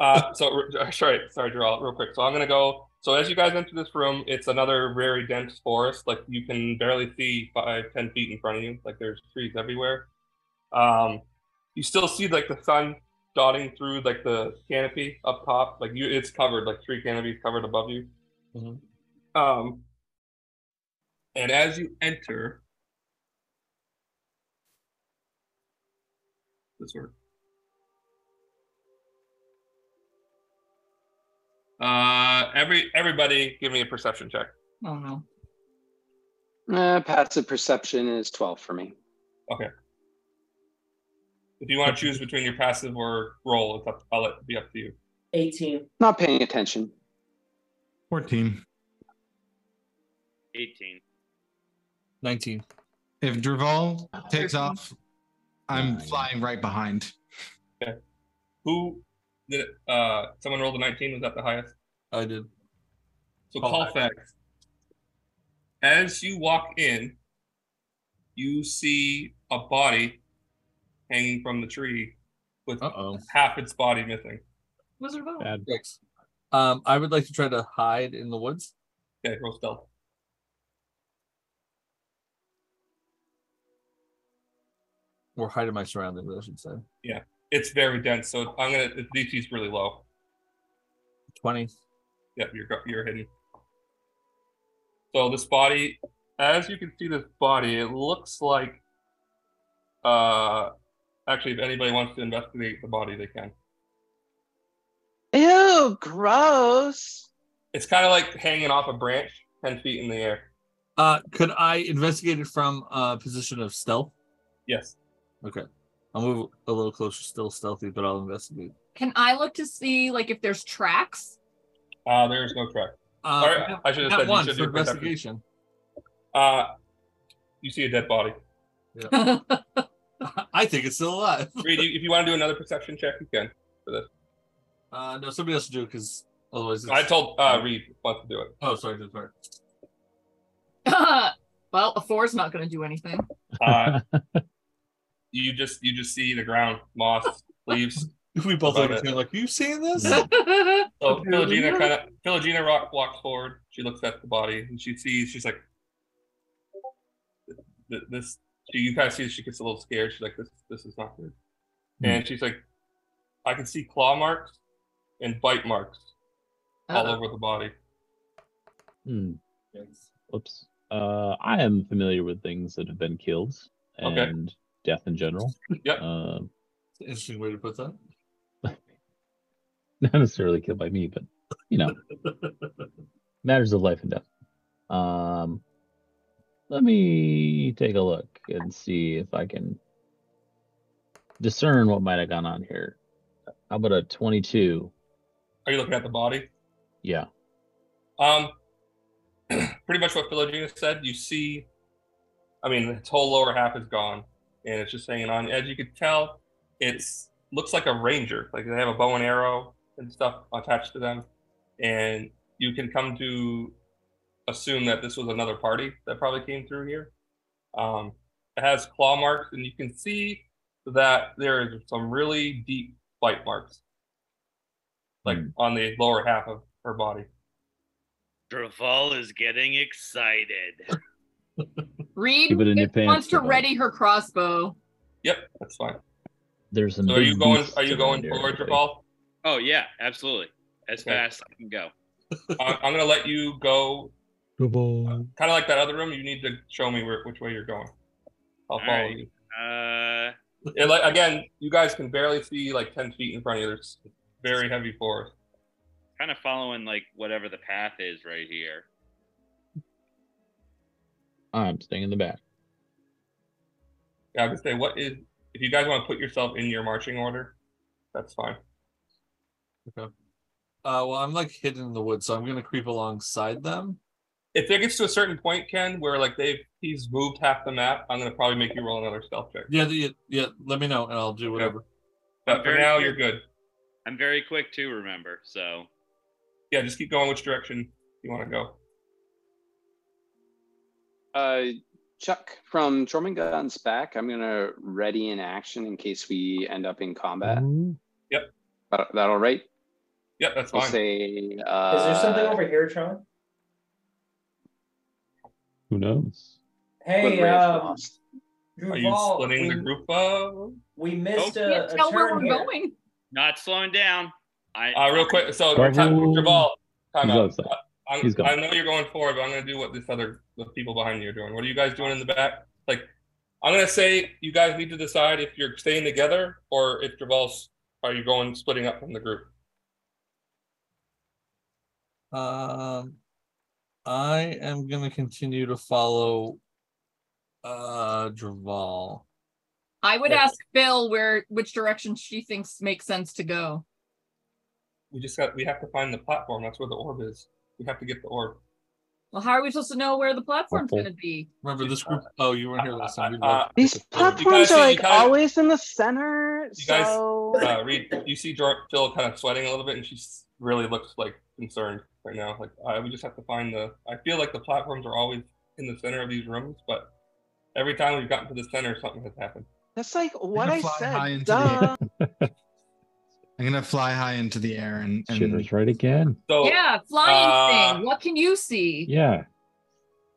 B: Uh, so r- sorry, sorry, Gerald, real quick. So I'm gonna go. So as you guys enter this room, it's another very dense forest. Like you can barely see five, ten feet in front of you. Like there's trees everywhere. Um, you still see like the sun dotting through like the canopy up top. Like you, it's covered. Like tree canopies covered above you.
D: Mhm.
B: Um, and as you enter, this work. Uh, every everybody, give me a perception check.
J: Oh no.
G: Uh, passive perception is 12 for me.
B: If you want to choose between your passive or roll, it's up, I'll let be up to you.
E: 18.
G: Not paying attention.
C: 14.
F: 18.
D: Nineteen.
C: If Draval takes off, I'm
A: Nine.
C: flying right behind.
B: Who did? it- Uh, someone rolled a nineteen. Was that the highest?
D: I did.
B: So
D: Call
B: call facts. As you walk in, you see a body hanging from the tree with
D: Uh oh.
B: half its body missing.
H: Wizard of Oz.
A: Bad.
D: Six. Um, I would like to try to hide in the woods.
B: Okay, roll stealth.
D: or hide in my surroundings, I should say.
B: It's very dense, so I'm gonna. The DC's really low.
D: 20.
B: Yep, you're go- you're hidden. So this body, as you can see, this body, it looks like. Uh, actually, if anybody wants to investigate the body, they can.
J: Ew, gross.
B: It's kind of like hanging off a branch, ten feet in the air.
D: Uh, could I investigate it from a position of stealth?
B: Yes.
D: Okay. I'll move a little closer, still stealthy, but I'll investigate.
H: Can I look to see like if there's tracks?
B: Uh, there is no track.
D: Uh,
B: All right, I should have
D: That
B: said you
D: one
B: should
D: for
B: do perception.
D: investigation.
B: Uh, you see a dead body.
D: I think it's still alive.
B: Reed, you- if you want to do another perception check, you can.
D: Uh, no, somebody else should do it because otherwise. It's...
B: I told uh, Reed wants to do it.
D: Oh, sorry, sorry.
H: well, a four's not going to do anything.
B: Uh, you just you just see the ground, moss, leaves.
D: We
B: About
D: both look at
B: it.
D: you like, you seen this?
A: Yeah.
B: So Philogena kind of Philogena rock walks forward. She looks at the body and she sees. She's like, "Th- "This." She you kind of see she gets a little scared. She's like, "This this is not good."
A: Hmm.
B: And she's like, "I can see claw marks and bite marks
H: Uh,
B: all over the body."
A: Hmm. Oops. Uh, I am familiar with things that have been killed and
B: Okay.
A: death in general.
B: Yep.
A: Uh,
D: It's an interesting way to put that.
A: not necessarily killed by me, but you know, matters of life and death. Um, let me take a look and see if I can discern what might have gone on here. How about a 22?
B: Are you looking at the body?
A: Yeah.
B: Um, pretty much what Philogena said. You see, I mean, its whole lower half is gone, and it's just hanging on. As you can tell, it's looks like a ranger. Like they have a bow and arrow and stuff attached to them, and you can come to assume that this was another party that probably came through here. Um, it has claw marks, and you can see that there is some really deep bite marks, like on the lower half of her body.
F: Draval is getting excited.
H: Reed
A: Give it in your
H: wants
A: pants.
H: to
A: Draval.
H: ready her crossbow.
B: Yep, that's fine.
A: There's a
B: So are you
A: big
B: going?
A: beast
B: Are you
A: around
B: going
A: here,
B: forward,
A: I think.
B: Draval?
F: Oh yeah, absolutely. As fast as I can go.
B: I- I'm gonna let you go. Kind of like that other room. You need to show me where, which way you're going. I'll follow
F: right.
B: you.
F: Uh,
B: And like, again, you guys can barely see like ten feet in front of you. There's very heavy forest.
F: kind of following like whatever the path is right here.
A: I'm staying in the back.
B: Yeah, I would say what is if you guys want to put yourself in your marching order, that's fine.
D: Uh, well, I'm like hidden in the woods, so I'm gonna creep alongside them.
B: If it gets to a certain point, Ken, where like they've he's moved half the map, I'm gonna probably make you roll another stealth check.
D: Yeah, the, yeah. Let me know, and I'll do whatever.
B: But for
F: Very
B: now,
F: good.
B: you're good.
F: I'm very quick too, remember. So
B: Yeah, just keep going which direction you want to go.
G: Uh, Chuck from Drummond Guns back. I'm gonna ready in action in case we end up in combat.
B: Yep.
G: That, that all right?
B: Yep, that's
G: We'll
B: fine.
G: say. Uh,
E: Is there something over here, Tron?
A: Who knows?
E: Hey,
G: Good riff,
E: um,
G: Ross.
B: Are you
E: Duval,
B: splitting
E: we,
B: the group up?
E: we missed
F: Oh,
E: a,
H: Can't
E: a
H: tell where
E: turn
H: we're
E: here.
H: going.
F: not slowing down. I
B: Uh, real quick, so
A: Bravo.
B: time, Javal, time
A: He's
B: out. Uh,
A: outside.
B: I'm,
A: He's gone.
B: I know you're going forward, but I'm going to do what this other the people behind you are doing. What are you guys doing in the back? Like, I'm going to say you guys need to decide if you're staying together or if Javal's are you going splitting up from the group.
D: Um, I am gonna continue to follow. Uh, Draval.
H: I would
B: Yeah.
H: ask Phil where which direction she thinks makes sense to go.
B: We just got we have to find the platform. That's where the orb is. We have to get the orb.
H: Well, how are we supposed to know where the platform's
A: Hopeful.
H: going to be?
D: Remember this group? Oh, you weren't here last time. We
B: Uh,
D: left.
G: These
B: guys
G: platforms
B: see-
G: are
B: you
G: like
B: guys-
G: always in the center.
B: You guys-
G: so
B: Uh, Reed, you see Jor- Phil kind of sweating a little bit, and she s- really looks like concerned right now. Like I, we just have to find the. I feel like the platforms are always in the center of these rooms, but every time we've gotten to the center, something has happened.
G: that's like what
C: can
G: I
C: fly high into
G: said.
C: the air.
G: Duh.
C: I'm gonna fly high into the air and, and
A: Shivers right again.
B: So
H: yeah, flying
B: Oh, uh,
H: thing. What can you see?
A: Yeah.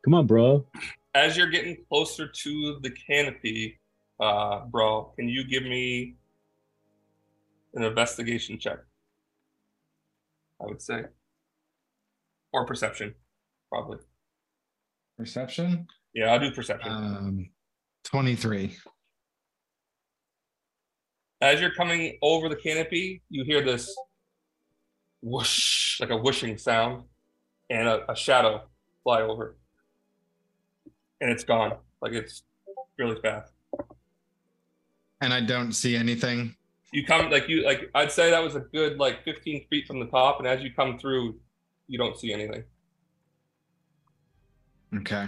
A: Come on, bro.
B: as you're getting closer to the canopy, uh, bro, can you give me an investigation check? I would say, or perception, probably.
C: perception.
B: Yeah, I'll do perception.
C: Um, 23.
B: As you're coming over the canopy, you hear this whoosh, like a whooshing sound, and a, a shadow fly over. And it's gone. Like it's really fast.
C: And I don't see anything.
B: You come like you like I'd say that was a good like 15 feet from the top, and as you come through, you don't see anything.
C: Okay.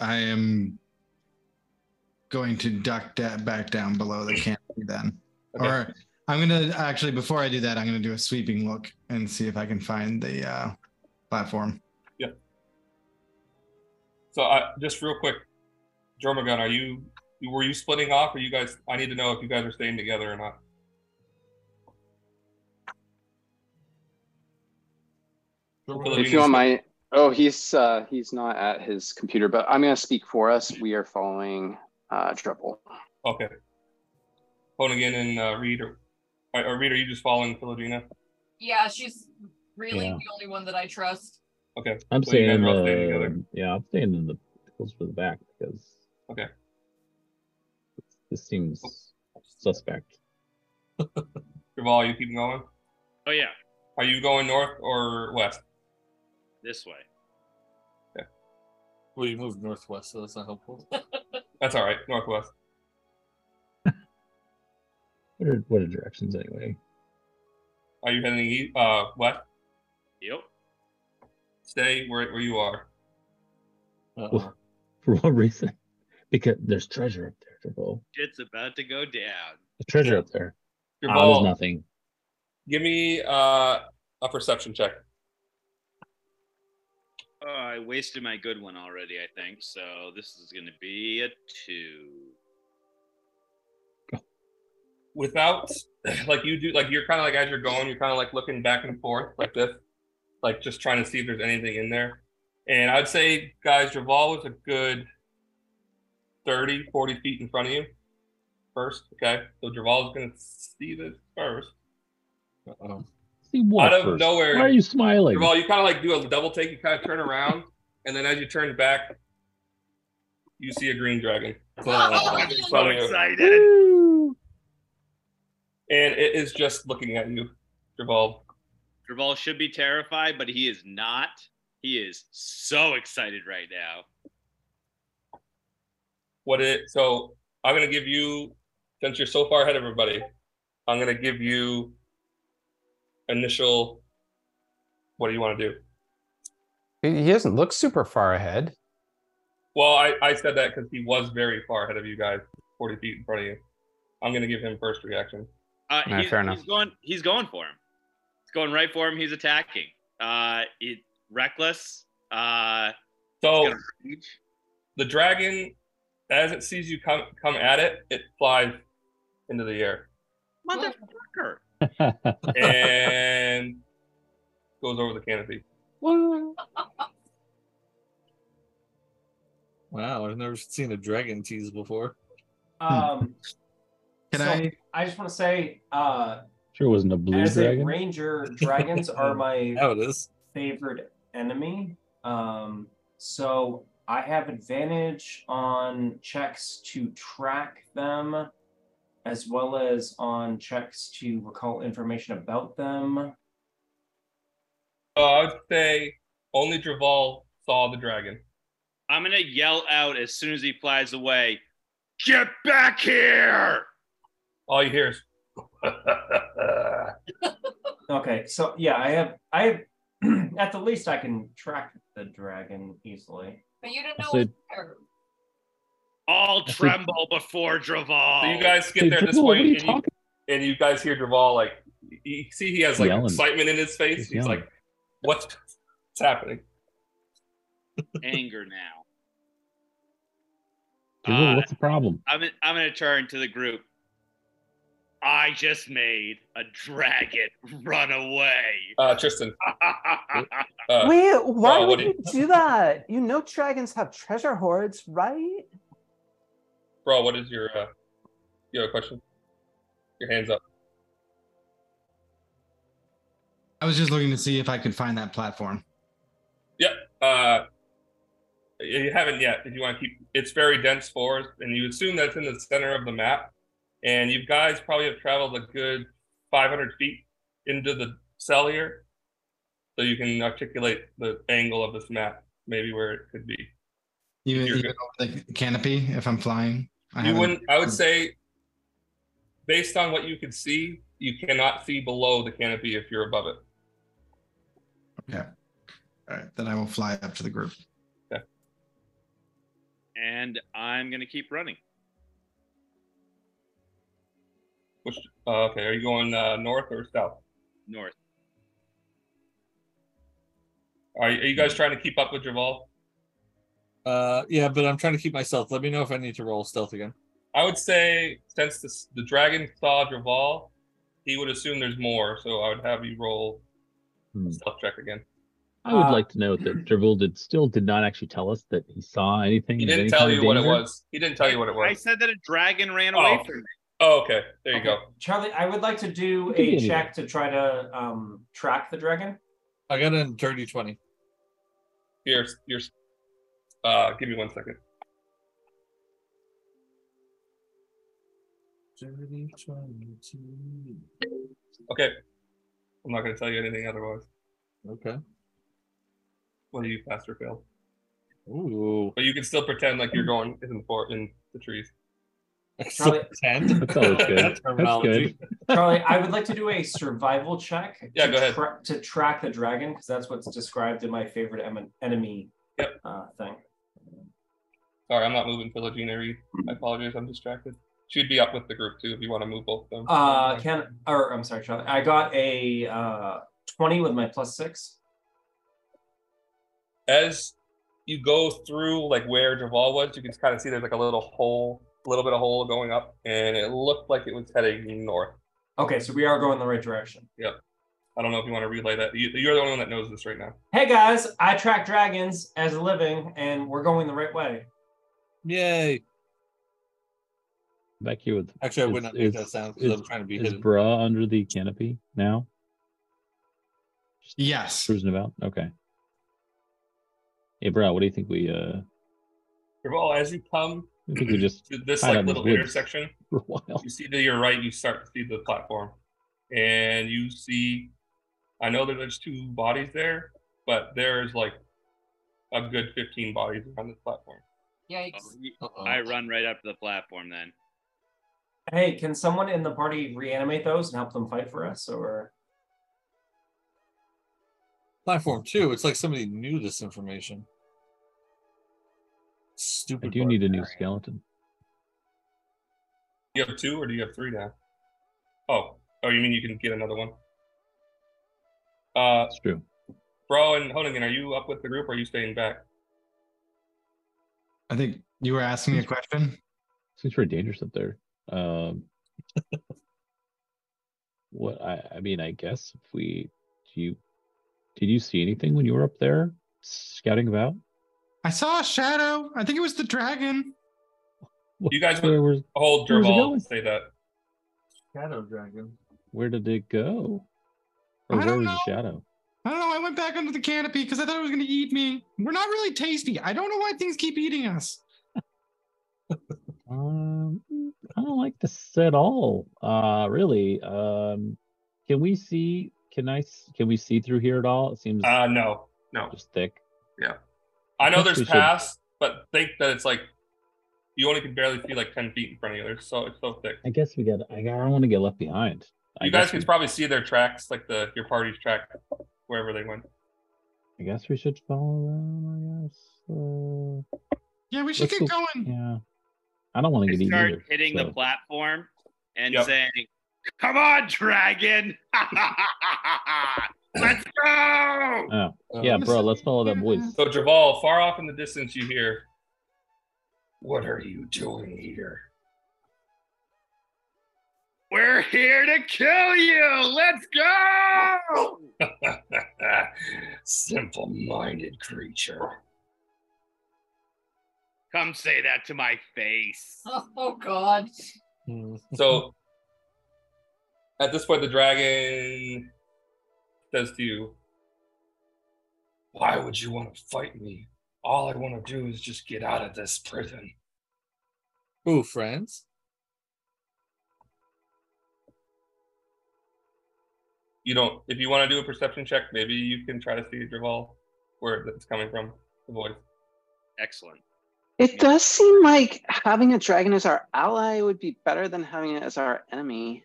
C: I am going to duck that back down below the canopy then.
B: Okay.
C: Or I'm gonna actually before I do that, I'm gonna do a sweeping look and see if I can find the uh, platform.
B: So I just real quick, Jormagun, are you were you splitting off? Or you guys? I need to know if you guys are staying together or not.
G: If you want my, oh, he's uh, he's not at his computer, but I'm gonna speak for us. We are following uh, Drupal.
B: Okay. Hoonigan and uh, Reed, or, or Reed, are you just following Philogena?
H: Yeah, she's really
A: Yeah.
H: the only one that I trust.
B: Okay.
A: I'm
B: So you
A: staying
B: guys
A: in
B: are all staying together.
A: the yeah, I'm staying in the close to the back because
B: Okay.
A: This seems suspect.
B: Javal, are you keeping going?
F: oh yeah,
B: Are you going north or west?
F: this way.
D: Well, you moved northwest, so that's not helpful.
B: That's all right. Northwest.
A: What are what are directions anyway?
B: Are you heading east, uh, west?
F: Yep.
B: Stay where, where you are.
D: Uh-oh.
A: For what reason? Because there's treasure up there, Dribble.
F: Shit's about to go down.
A: There's treasure up there. Ah, there's
B: Javal,
A: nothing.
B: give me uh, a perception check.
F: Oh, I wasted my good one already, I think. So this is going to be a two.
A: Oh
B: without like you do like you're kind of like as you're going you're kind of like looking back and forth like this like just trying to see if there's anything in there and i'd say guys Draval was a good 30 40 feet in front of you first okay so Draval is gonna see this first
D: Uh-oh.
A: See what
B: out of
A: first?
B: nowhere
A: Why are you smiling?
B: Draval, you kind of like do a double take you kind of turn around and then as you turn back you see a green dragon
K: Oh,
F: I'm
B: in
F: so
B: front of you.
F: excited.
B: and it is just looking at you Draval.
F: Draval should be terrified, but he is not. He is so excited right now.
B: what it so i'm going to give you since you're so far ahead of everybody i'm going to give you initial what do you want to do
K: He he doesn't look super far ahead.
B: well i, I said that because he was very far ahead of you guys 40 feet in front of you i'm going to give him first reaction
F: Uh,
K: All right,
F: he's,
K: fair
F: he's
K: enough.
F: going. He's going for him. He's going right for him. He's attacking. Uh, it reckless. Uh,
B: so
F: gonna
B: the dragon as it sees you come come at it it flies into the air
F: motherfucker.
B: and goes over the canopy
D: Wow, I've never seen a dragon tease before.
E: Um,
C: Can
E: so
C: I-
E: I just want to say, uh,
A: Sure wasn't a blue
E: as a
A: dragon. Oh.
E: ranger, dragons are my
D: Now it is.
E: favorite enemy. Um, so I have advantage on checks to track them, as well as on checks to recall information about them.
B: so i would say only Draval saw the dragon
F: I'm gonna yell out as soon as he flies away. Get back here!
B: all you hear is
E: Okay, so yeah, I have, I have, at the least, I can track the dragon easily.
H: But you didn't
A: I
H: know
A: said-
H: it was there.
F: All
A: see-
F: tremble before Draval.
B: So you guys get
A: Hey,
B: there at this
A: Draval, what are
B: point,
A: you
B: and you,
A: talking
B: and you guys hear Draval like you- you see he has like
A: Yelling.
B: excitement in his face.
A: He's
B: He's,
A: yelling.
B: like, what's, what's happening?
F: anger now.
A: Draval,
B: Ah.
F: Uh,
A: what's the problem?
F: I'm gonna- I'm gonna turn to the group. I just made a dragon run away.
B: Uh, Tristan, uh,
J: Wait, why
B: well, what
J: would
B: do
J: you do that? You know dragons have treasure hoards, right?
B: bro, what is your uh, you have a question? Your hands up.
C: I was just looking to see if I could find that platform.
B: Uh, you you haven't yet. If you want to keep, it's very dense forest, and you assume that's in the center of the map. And you guys probably have traveled a good 500 feet into the cell here, so you can articulate the angle of this map, maybe where it could be.
C: Even,
B: You're
C: even over the canopy, if I'm flying, I
B: you
C: haven't-
B: wouldn't i would say based on what you could see you cannot see below the canopy if you're above it
C: All right, then uh, I will fly up to the group.
F: and I'm gonna keep running.
B: which uh, okay are you going uh, north or south
F: north.
B: are, you- are you
C: Mm.
B: guys trying to keep up with Javal?
D: Uh, yeah, but I'm trying to keep myself. Let me know if I need to roll stealth again.
B: i would say since this, the dragon saw Javal, he would assume there's more so i would have you roll
A: Hmm.
B: self check again
A: I would
E: Uh,
A: like to note that Draval did still did not actually tell us that he saw anything.
B: he
A: of
B: didn't
A: any
B: tell
A: kind of
B: you what it
A: danger.
B: was he didn't tell you what it
F: I
B: was
F: said that a dragon ran away
B: Oh.
F: from me.
B: oh okay there you
E: Okay.
B: go
E: Charlie, I would like to do
A: You can
E: a
A: do
E: check to try to um, track the dragon.
D: I got a dirty 20.
B: here you're uh give me one second
D: Dirty 20.
B: okay i'm not going to tell you anything otherwise
D: Okay.
B: whether you passed or failed
D: Ooh.
B: But you can still pretend like you're going in the for in the trees.
E: Charlie-
A: That's always good.
D: That
A: That's
D: terminology.
A: good.
E: Charlie, I would like to do a survival check.
B: Yeah,
E: to
B: go ahead.
E: tra- to track the dragon, because that's what's described in my favorite em- enemy
B: Yep.
E: uh, thing.
B: Sorry, I'm not moving Philogena Reed. I apologize, I'm distracted. She'd be up with the group too if you want to move both of them.
E: Uh, can or I'm sorry, Charlie. I got a uh, twenty with my plus six.
B: As you go through like where Javal was, you can kind of see there's like a little hole a little bit of hole going up, and it looked like it was heading north.
E: Okay, so we are going the right direction.
B: Yep. I don't know if you want to relay that. You, you're the only one that knows this right now.
E: Hey guys, I track dragons as a living, and we're going the right way.
D: Yay.
A: Back here with
D: Actually, I would
A: is-
D: not make
A: is-
D: that sound 'cause I'm
A: is-
D: trying to be
A: Is
D: hidden.
A: bra under the canopy now?
C: Yes.
A: Cruising about. Okay. Hey, bro, what do you think we uh?
B: Well, as you come
A: I think we just
B: to this
A: hide out
B: like
A: in
B: little
A: woods
B: intersection,
A: for a while.
B: you see to your right, you start to see the platform, and you see. I know that there's two bodies there, but there's like a good 15 bodies on this platform.
H: Yikes.
F: I
A: Oh.
F: run right up to the platform then.
E: Hey, can someone in the party reanimate those and help them fight for us? Or
D: Platform two. It's like somebody knew this information. Stupid.
A: I do need a new skeleton.
B: You have two, or do you have three now? Oh, oh, you mean you can get another one? Uh,
A: That's true.
B: Bro and Honingen, are you up with the group, or are you staying back?
C: I think you were asking me a question.
A: Seems pretty dangerous up there. Um, what I I mean, I guess if we do you did you see anything when you were up there scouting about?
C: I saw a shadow. I think it was the dragon.
B: You guys
A: where was
B: Hold
A: Where's it
B: Draval
A: going?
B: to say that.
D: Shadow dragon.
A: where did it go? Or
C: I
A: where
C: don't
A: was the shadow?
C: I don't know. I went back under the canopy because I thought it was going to eat me. We're not really tasty. I don't know why things keep eating us.
A: Um, I don't like this at all. Uh, really. Um, can we see? Can I? s- Can we see through here at all? It seems
B: Uh, no, no.
A: just thick.
B: Yeah. I know
A: guess
B: there's
A: we should-
B: paths, but think that it's like you only can barely see like 10 feet in front of you. There's so it's so thick.
A: I guess we got. I, I don't want to get left behind. I
B: You guys
A: guess we,
B: can probably see their tracks, like the your party's track, wherever they went.
A: I guess we should follow them. I guess. Uh,
C: Yeah, we
A: should Let's get go-
C: going.
A: yeah. I don't want to get eaten
F: Start
A: either,
F: hitting
A: so-
F: the platform and
A: Yep.
F: saying, "Come on, dragon! Let's go!"
A: Oh,
D: Um,
A: yeah, bro. Let's follow that voice.
B: So Javal, far off in the distance, you hear, "What are you doing here?"
F: We're here to kill you. Let's go.
I: Simple minded creature.
F: Come say that to my face.
H: Oh God.
D: hmm.
B: So at this point, the dragon says to you,
I: Why would you want to fight me? All I want to do is just get out of this prison.
D: Who friends?
B: "You don't. If you want to do a perception check, maybe you can try to see Javal where it's coming from, the voice."
F: Excellent.
G: It does seem like having a dragon as our ally would be better than having it as our enemy.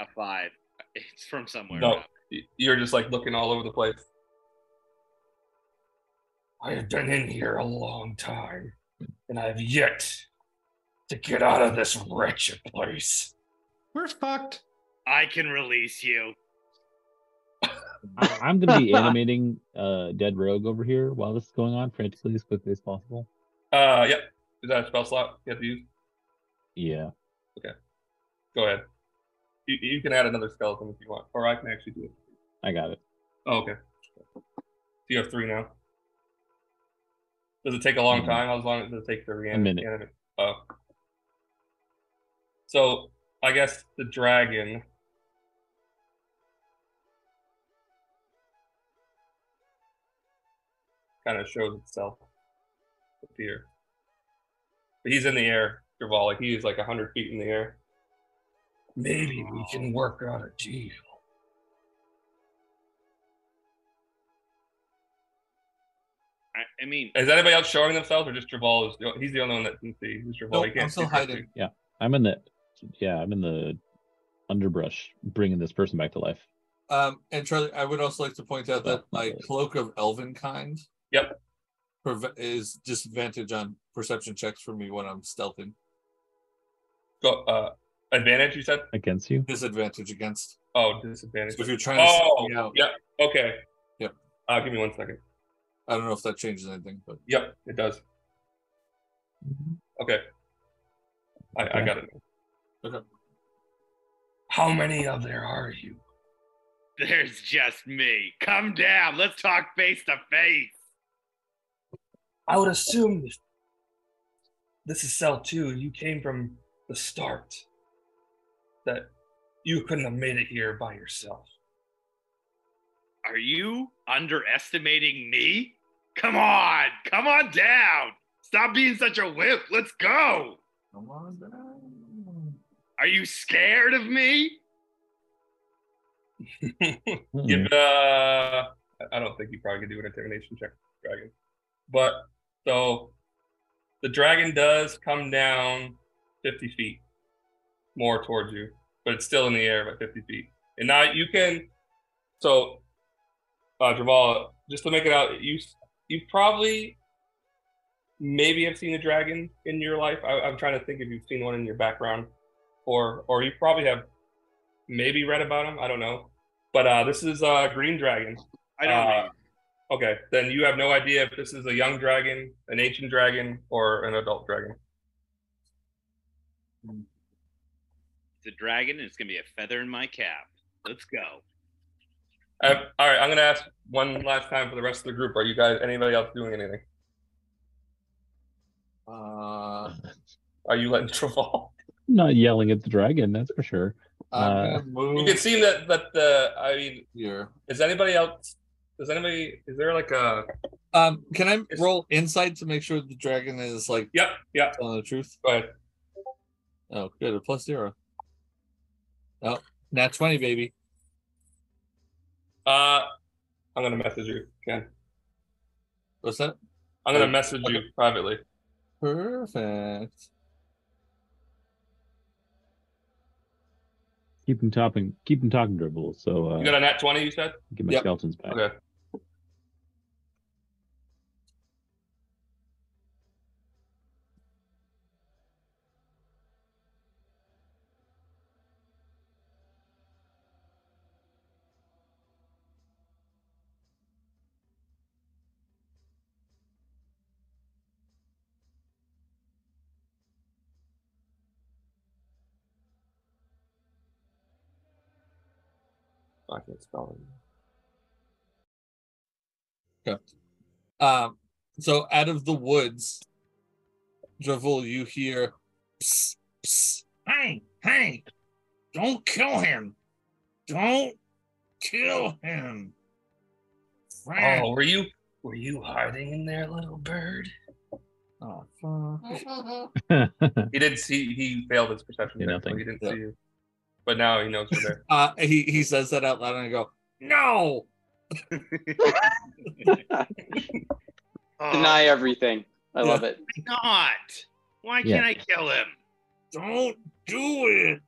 F: A five. It's from somewhere.
B: No, y- you're just like looking all over the place.
I: I have been in here a long time, and I've yet to get out of this wretched place.
C: We're fucked.
F: I can release you.
A: I- I'm gonna be animating uh Dead Rogue over here while this is going on frantically as quickly as possible.
B: Uh, yep. Is that a spell slot you have to use?
A: Yeah.
B: Go ahead. You, you can add another skeleton if you want, or I can actually do it.
A: I got it.
B: Oh, okay. So you have three now. Does it take a long
A: Mhm.
B: time? How long does it take to reanimate?
A: minute.
B: animate? Oh. So I guess the dragon. Kind of shows itself up here. But he's in the air, Draval. Like he is like 100 feet in the air.
I: Maybe we can work out a deal.
F: I, I mean,
B: Is anybody else showing themselves, or just Draval? Is he's the only one that can see? Who's Draval?
D: Nope,
B: He can't
D: I'm still
B: see for
D: hiding.
B: sure.
A: Yeah. I'm in the yeah, I'm in the underbrush bringing this person back to life.
D: Um, and Charlie, I would also like to point out that my cloak of elven kind.
B: Yep.
D: Preve- is disadvantage on perception checks for me when I'm stealthing.
B: Go, uh, advantage. You said.
A: Against you?
D: Disadvantage against.
B: Oh, disadvantage.
D: So if you're trying to
B: oh,
D: sneak me out-
B: yep. Okay.
D: Yep.
B: Uh, give me one second.
D: I don't know if that changes anything, but
B: Yep, it does. Okay. I, I got it.
D: Okay.
I: How many of there are you?
F: There's just me. Come down. Let's talk face to face.
I: I would assume this, this is cell two. You came from the start. That you couldn't have made it here by yourself.
F: Are you underestimating me? Come on. Come on down. Stop being such a whip. Let's go.
D: Come on down.
F: Are you scared of me?
A: Mm-hmm.
B: Give
A: Hmm.
B: it a. uh, I- I don't think you probably could do an intimidation check, with the dragon. But so the dragon does come down 50 feet more towards you, but it's still in the air about 50 feet. And now you can. So, uh, Draval, just to make it out, you you probably maybe have seen a dragon in your life. I, I'm trying to think if you've seen one in your background, or or you probably have maybe read about him. I don't know. But uh, this is uh, Green Dragon.
F: I don't
B: Uh, okay, then you have no idea if this is a young dragon, an ancient dragon, or an adult dragon.
F: It's a dragon, and it's gonna be a feather in my cap. Let's go.
B: Uh, all right, I'm gonna ask one last time for the rest of the group. Are you guys anybody else doing anything?
D: Uh,
B: Are you letting Traval?
A: Not yelling at the dragon, that's for sure. Uh,
B: You can see that that the I mean,
D: here.
B: is anybody else? Does anybody? Is there like a?
D: Um, can I roll insight to make sure the dragon is like?
B: Yep. Yep.
D: Telling the truth.
B: Go ahead.
D: Oh, good. A plus zero. Oh, nat twenty, baby.
B: Uh, I'm gonna message you, Ken.
D: What's that?
B: I'm
I: Oh,
B: gonna message you privately.
D: Perfect.
A: keep him talking, keep him talking dribble. So uh,
B: You got a nat twenty, you said.
A: get my
D: Yep.
A: skeletons back.
B: Okay. I can't spell it.
D: Okay. Um, so out of the woods, Dravul, you hear, psst, psst,
L: Hey, hey, don't kill him. Don't kill him. Frank.
I: Oh, were you were you hiding in there, little bird?
D: Oh, fuck.
B: he didn't see. He failed his perception. check, so He didn't see you. But now he knows you're there.
D: uh, he he says that out loud, and I go, no.
G: Deny everything. I love it.
F: Not. Why
G: Yeah.
F: can't I kill him?
L: Don't do it.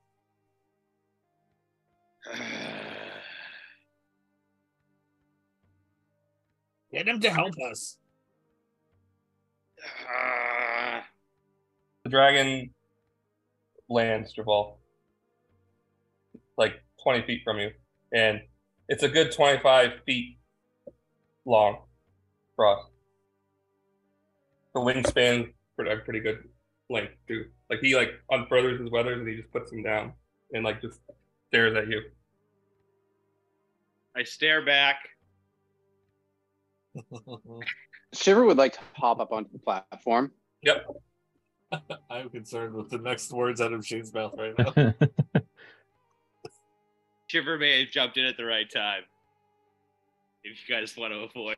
L: Get him to help us.
B: The dragon lands, Jabal, like 20 feet from you. And it's a good 25 feet long across. The wingspan, pretty, a pretty good length, too. Like he like unfurthers his weathers and he just puts them down and like just stares at you.
F: I stare back.
G: Shiver would like to hop up onto the platform.
B: Yep.
D: I'm concerned with the next words out of Shane's mouth right now.
F: Shiver may have jumped in at the right time. If you guys want to avoid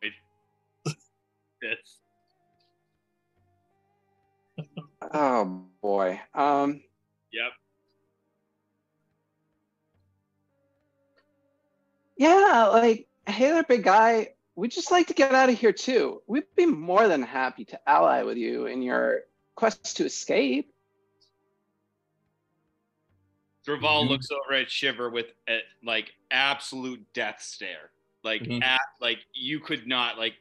F: this.
G: Oh boy. Um,
F: Yep.
G: yeah, like, hey there, big guy. We'd just like to get out of here too. We'd be more than happy to ally with you in your quest to escape.
I: Mm-hmm.
F: Draval looks over at Shiver with a, like absolute death stare. Like
I: Mm-hmm.
G: Mhm.
F: at like you could not like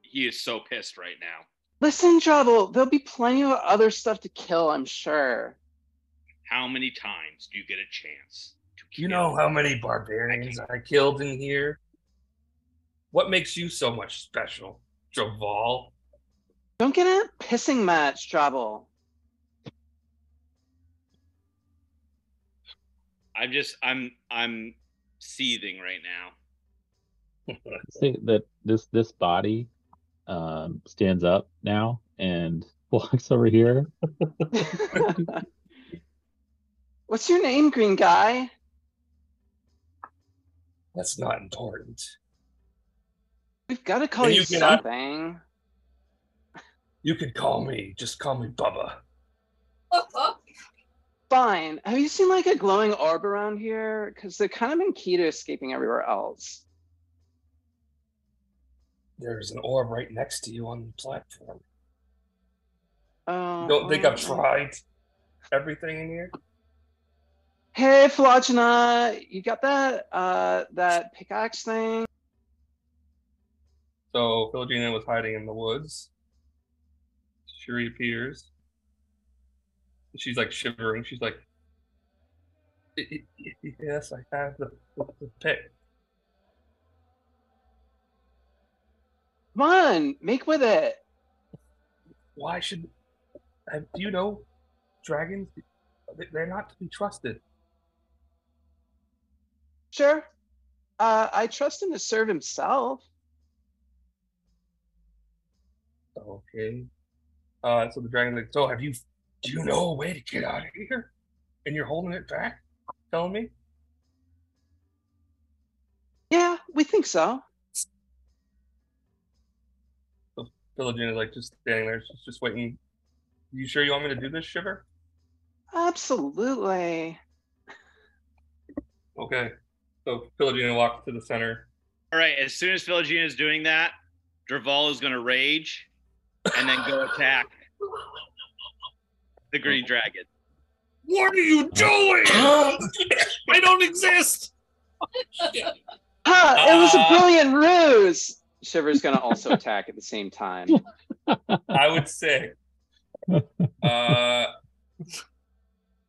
F: he is so pissed right now.
G: Listen, Jobble, there'll be plenty of other stuff to kill, I'm sure.
F: How many times do you get a chance?
I: You know how many barbarians I killed in here? What makes you so much special, Javal?
G: Don't get in a pissing match, Jobble.
F: I'm just I'm I'm seething right now.
A: say that this this body um, stands up now and walks over here.
G: What's your name, green guy?
B: That's not important.
G: We've got to call
B: And
G: you,
B: you get out-
G: something.
B: You can call me. Just call me Bubba.
G: Fine. Have you seen like a glowing orb around here? Because they're kind of in key to escaping everywhere else.
B: There's an orb right next to you on the platform.
G: Oh,
B: You don't think I've
G: oh, oh.
B: tried everything in here?
G: Hey, Phylogena, you got that uh that pickaxe thing?
B: So Philogena was hiding in the woods. She reappears. She's like shivering. She's like, "Y- y- y- "Yes, I have the, the pick."
G: Come on, make with it.
B: Why should? I, do you know dragons? They- They're not to be trusted.
G: Sure. Uh, I trust him to serve himself.
B: Okay. Uh, so the dragon's like, "So have you? Do you know a way to get out of here? And you're holding it back, telling me?"
G: Yeah, we think so.
B: Philogena is like just standing there, she's just waiting. You sure you want me to do this, Shiver?
G: Absolutely.
B: Okay. So Philogena walks to the center.
F: All right, as soon as Philogena is doing that, Draval is gonna rage and then go attack the
I: Oh.
F: green dragon.
M: What are you doing? I don't exist.
G: Ha! it was a
B: Ah.
M: Uh,
G: brilliant ruse. Shiver's gonna also attack at the same time.
B: I would say, uh,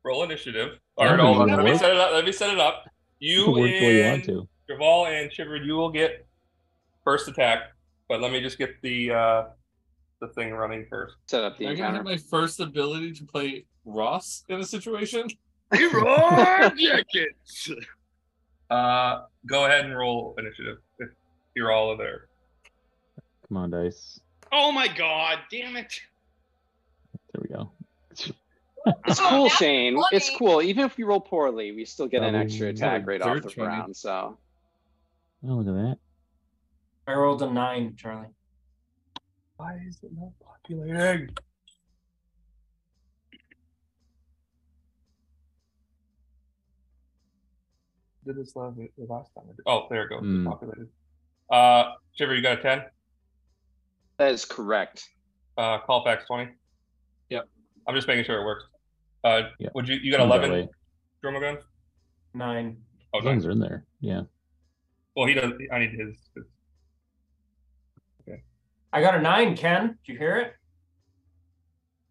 B: roll initiative. All right,
A: That'd be
B: hold on.
A: even
B: Let me
A: worse.
B: set it up. Let me set it up.
A: You
B: You
A: can work the way you want
B: and
A: to.
B: Draval and Shiver, you will get first attack, but let me just get the uh, the thing running first.
G: Set up the
D: I gonna hit my first ability to play Ross in a situation.
B: Uh, go ahead and roll initiative if you're all there.
A: Come on, dice.
F: Oh my god, damn it.
A: There we go.
G: It's cool, Shane. It's cool. Even if we roll poorly, we still
D: Oh,
G: get an extra attack right off the
A: Thirteen.
G: round. So
A: Oh, look at that.
E: I rolled a nine, Charlie.
B: Why is it not populating? Did this last the last time? I did. Oh, there it goes.
A: Hmm.
B: It's populated. Uh, Shiver, you got a ten.
G: that is correct.
B: Uh, Colfax twenty.
D: Yep.
B: I'm just making sure it works. Uh,
A: Yeah,
B: would you you got
A: sounds that
B: eleven?
A: way.
B: Drummer gun.
E: Nine.
B: Oh,
A: As long
B: nice.
A: as they're in there. Yeah.
B: Well, he does. I need his. his-
E: I got a nine, Ken. Did you hear it?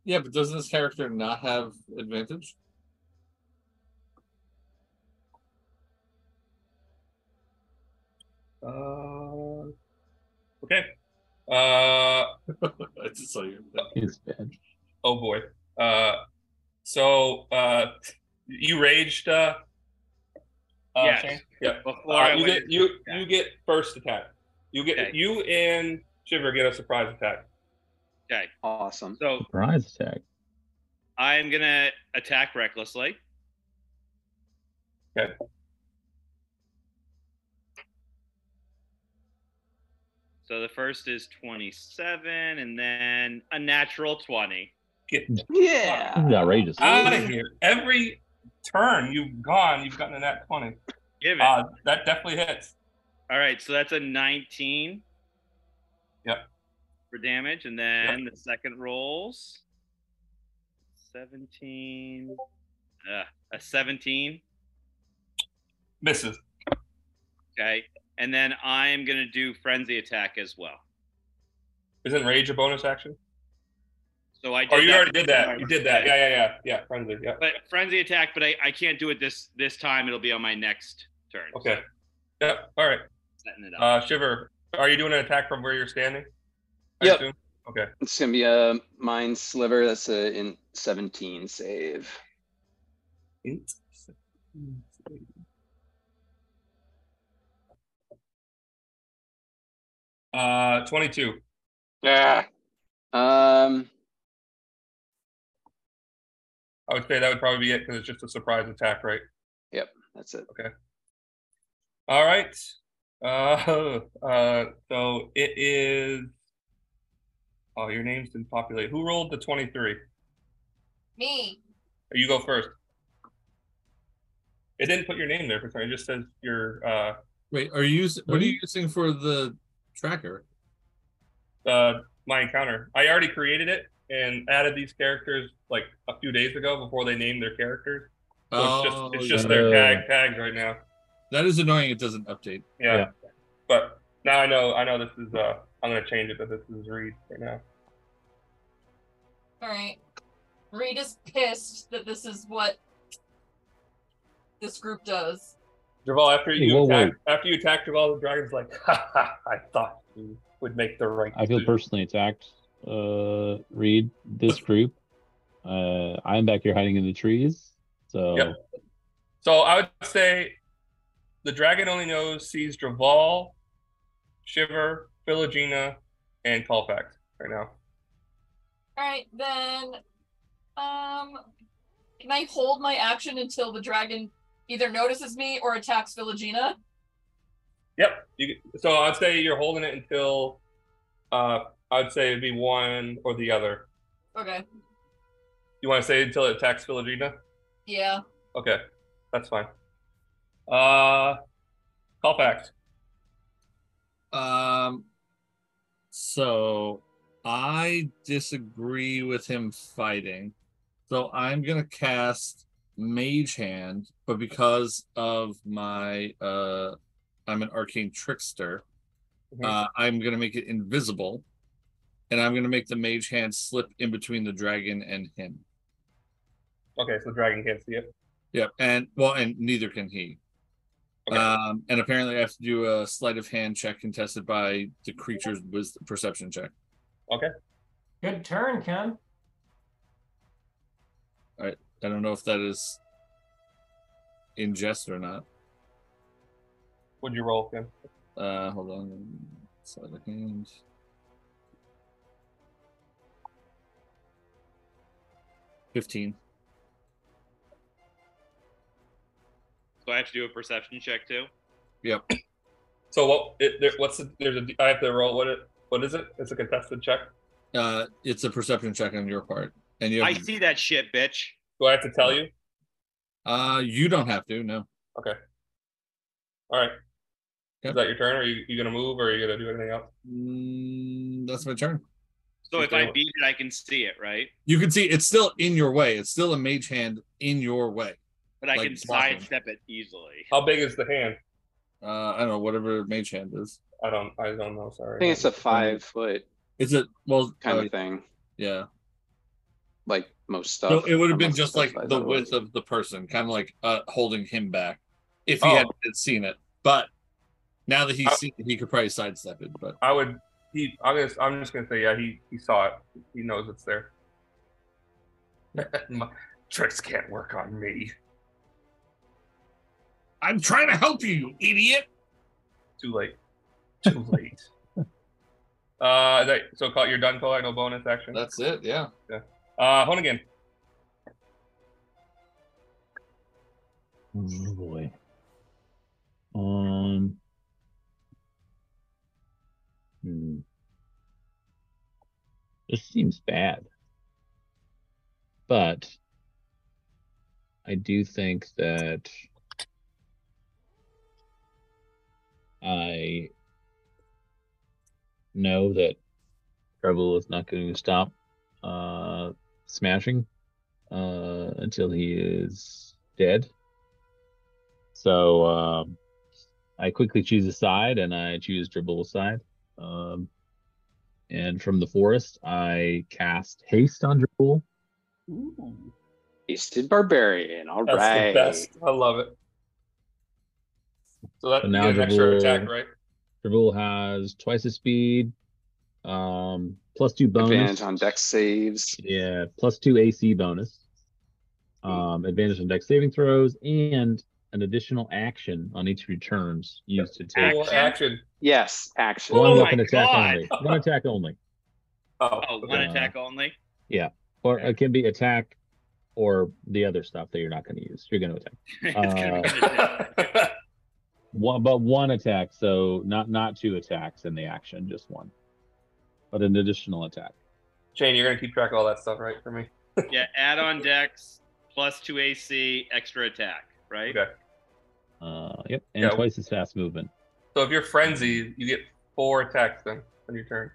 D: Yeah, but doesn't this character not have advantage?
B: Uh, okay. Uh,
D: I just saw you.
A: It's bad.
B: oh boy. Uh, so uh, you raged. Uh, uh,
F: Yes.
B: Shane? Yep.
F: Before
B: Uh,
F: I
B: you
F: went
B: get you you get first attack. You get
F: Okay.
B: you and Shiver get a surprise attack.
F: Okay.
G: Awesome.
F: So
A: Surprise attack.
F: I'm gonna attack recklessly.
B: Okay.
F: So the first is 27 and then a natural 20.
B: Get
G: Yeah.
A: This is outrageous.
B: out of here. Every turn you've gone, you've gotten a nat twenty.
F: Give it.
B: Uh, that definitely hits.
F: All right, so that's a 19.
B: Yep.
F: For damage. And then the second rolls 17. Uh, a 17.
B: Misses.
F: Okay. And then I am going to do frenzy attack as well.
B: Isn't rage a bonus action?
F: So I did
B: Oh, you
F: that
B: already did that.
F: before.
B: You did that. Yeah, yeah, yeah, yeah. Friendly. Yeah.
F: But frenzy attack, but I, I can't do it this this time. It'll be on my next turn.
B: Okay. Yep. All right.
F: Setting it
B: Uh,
F: up.
B: Shiver, are you doing an attack from where you're standing?
G: Yep.
B: assume? Okay.
G: It's gonna be a mind sliver. That's a in 17 save.
B: Eight, six, seven, eight. Uh, 22.
G: Yeah. Um.
B: I would say that would probably be it because it's just a surprise attack, right?
G: Yep, that's it.
B: Okay. All right. Uh, uh, so it is. Oh, your names didn't populate. Who rolled the 23?
H: Me.
B: You go first. It didn't put your name there for some reason. It just says your. Uh,
D: Wait, are you? What are you using for the tracker?
B: uh, my encounter. I already created it and added these characters like a few days ago before they named their characters. So it's
D: Oh,
B: just it's just
D: yeah.
B: their tag tags right now.
D: That is annoying. It doesn't update.
B: Yeah. But now I know I know this is uh I'm gonna change it, but this is Reed right now.
H: All right. Reed is pissed that this is what this group does.
B: Draval, after
A: Hey,
B: you
A: whoa,
B: attack after you attack Draval, the dragon's like, ha, ha I thought you would make the right
A: I feel personally attacked. Uh, Reed, this group. Uh, I'm back here hiding in the trees. So
B: Yep. So I would say the dragon only knows sees Draval, Shiver, Philogena, and Colfax right now.
H: All right, then. Um, can I hold my action until the dragon either notices me or attacks Philogena?
B: Yep. You, so I'd say you're holding it until uh, I'd say it'd be one or the other.
H: Okay.
B: You want to say until it attacks Philogena?
H: Yeah.
B: Okay, that's fine. Uh, Colfax.
N: Um,
D: So
N: I disagree with him fighting.
D: So I'm gonna cast Mage Hand, but because of my uh I'm an arcane trickster, uh, I'm gonna make it invisible. And I'm gonna make the mage hand slip in between the dragon and him.
B: Okay, so the dragon can't see it.
D: Yep, and well, and neither can he.
B: Uh,
D: Um, and apparently, I have to do a sleight of hand check contested by the creature's wisdom perception check.
B: Okay.
E: Good turn, Ken.
D: All right. I don't know if that is in jest or not.
B: What'd you roll, Kim?
D: Uh, hold on. Sleight of hand. Fifteen.
F: So I have to do a perception check too.
D: Yep.
B: So what? It, there, what's the, there's a I have to roll what it what is it? It's a contested check.
D: Uh, it's a perception check on your part, and you.
F: I
D: Have,
F: see that shit, bitch.
B: Do I have to tell you?
D: uh, you don't have to. No.
B: Okay. All right.
D: Yep.
B: Is that your turn? Are you, you gonna move or are you gonna do anything else?
D: Mm, that's my turn.
F: So if
D: Okay.
F: I beat it, I can see it, right?
D: You can see it's still in your way. It's still a mage hand in your way.
F: But I
D: Like
F: can
D: blocking.
F: sidestep it easily.
B: How big is the hand?
D: Uh, I don't know whatever mage hand is.
B: I don't. I don't know.
G: I
B: Sorry.
G: think it's a five foot
D: Is it well
G: kind
D: uh,
G: of thing.
D: Yeah.
G: Like most stuff.
D: So it would have been
G: most
D: just
G: stuff
D: like
G: I
D: the
G: thought it was.
D: width of the person, kind of like uh, holding him back if he
B: Oh.
D: had, had seen it. But now that he's seen it, he could probably sidestep it. But
B: I would. He. I'm just. I'm just gonna say. Yeah. He. He saw it. He knows it's there. My tricks can't work on me.
D: I'm trying to help you, you idiot.
B: Too late. Too late. uh. is That, so call. You're done. Call. No bonus action.
N: That's it. Yeah.
B: Yeah. Uh. Honigan.
A: Oh boy. Um. hmm. This seems bad. But I do think that I know that Treble is not going to stop uh, smashing uh, until he is dead. So um, I quickly choose a side, and I choose dribble side. Um, and from the forest, I cast haste on dribble.
G: Hasted barbarian. All right.
B: That's the best. I love it. So that
A: So
B: you
A: now
B: get an extra
A: Dribble-
B: attack, right?
A: Dribble has twice his speed, um, plus two bonus.
G: Advantage on dex saves.
A: Yeah, plus two AC bonus. Um, advantage on dex saving throws, and an additional action on each of your turns used to take
B: Well, action.
G: Yes, action.
A: One
G: Oh
A: weapon
G: my
A: attack
G: God.
A: only. One attack only.
B: Oh,
F: one
A: okay.
F: attack only.
A: Yeah, or it can be attack, or the other stuff that you're not going to use. You're going to attack.
F: It's gonna be
A: Uh,
F: an attack.
A: one, but one attack, so not not two attacks in the action, just one, but an additional attack.
B: Shane, you're gonna keep track of all that stuff, right, for me?
F: yeah, add on dex plus two AC, extra attack, right?
B: Okay.
A: Uh, yep, and
B: Yeah.
A: twice as fast movement.
B: So if you're frenzied, you get four attacks then on your turn.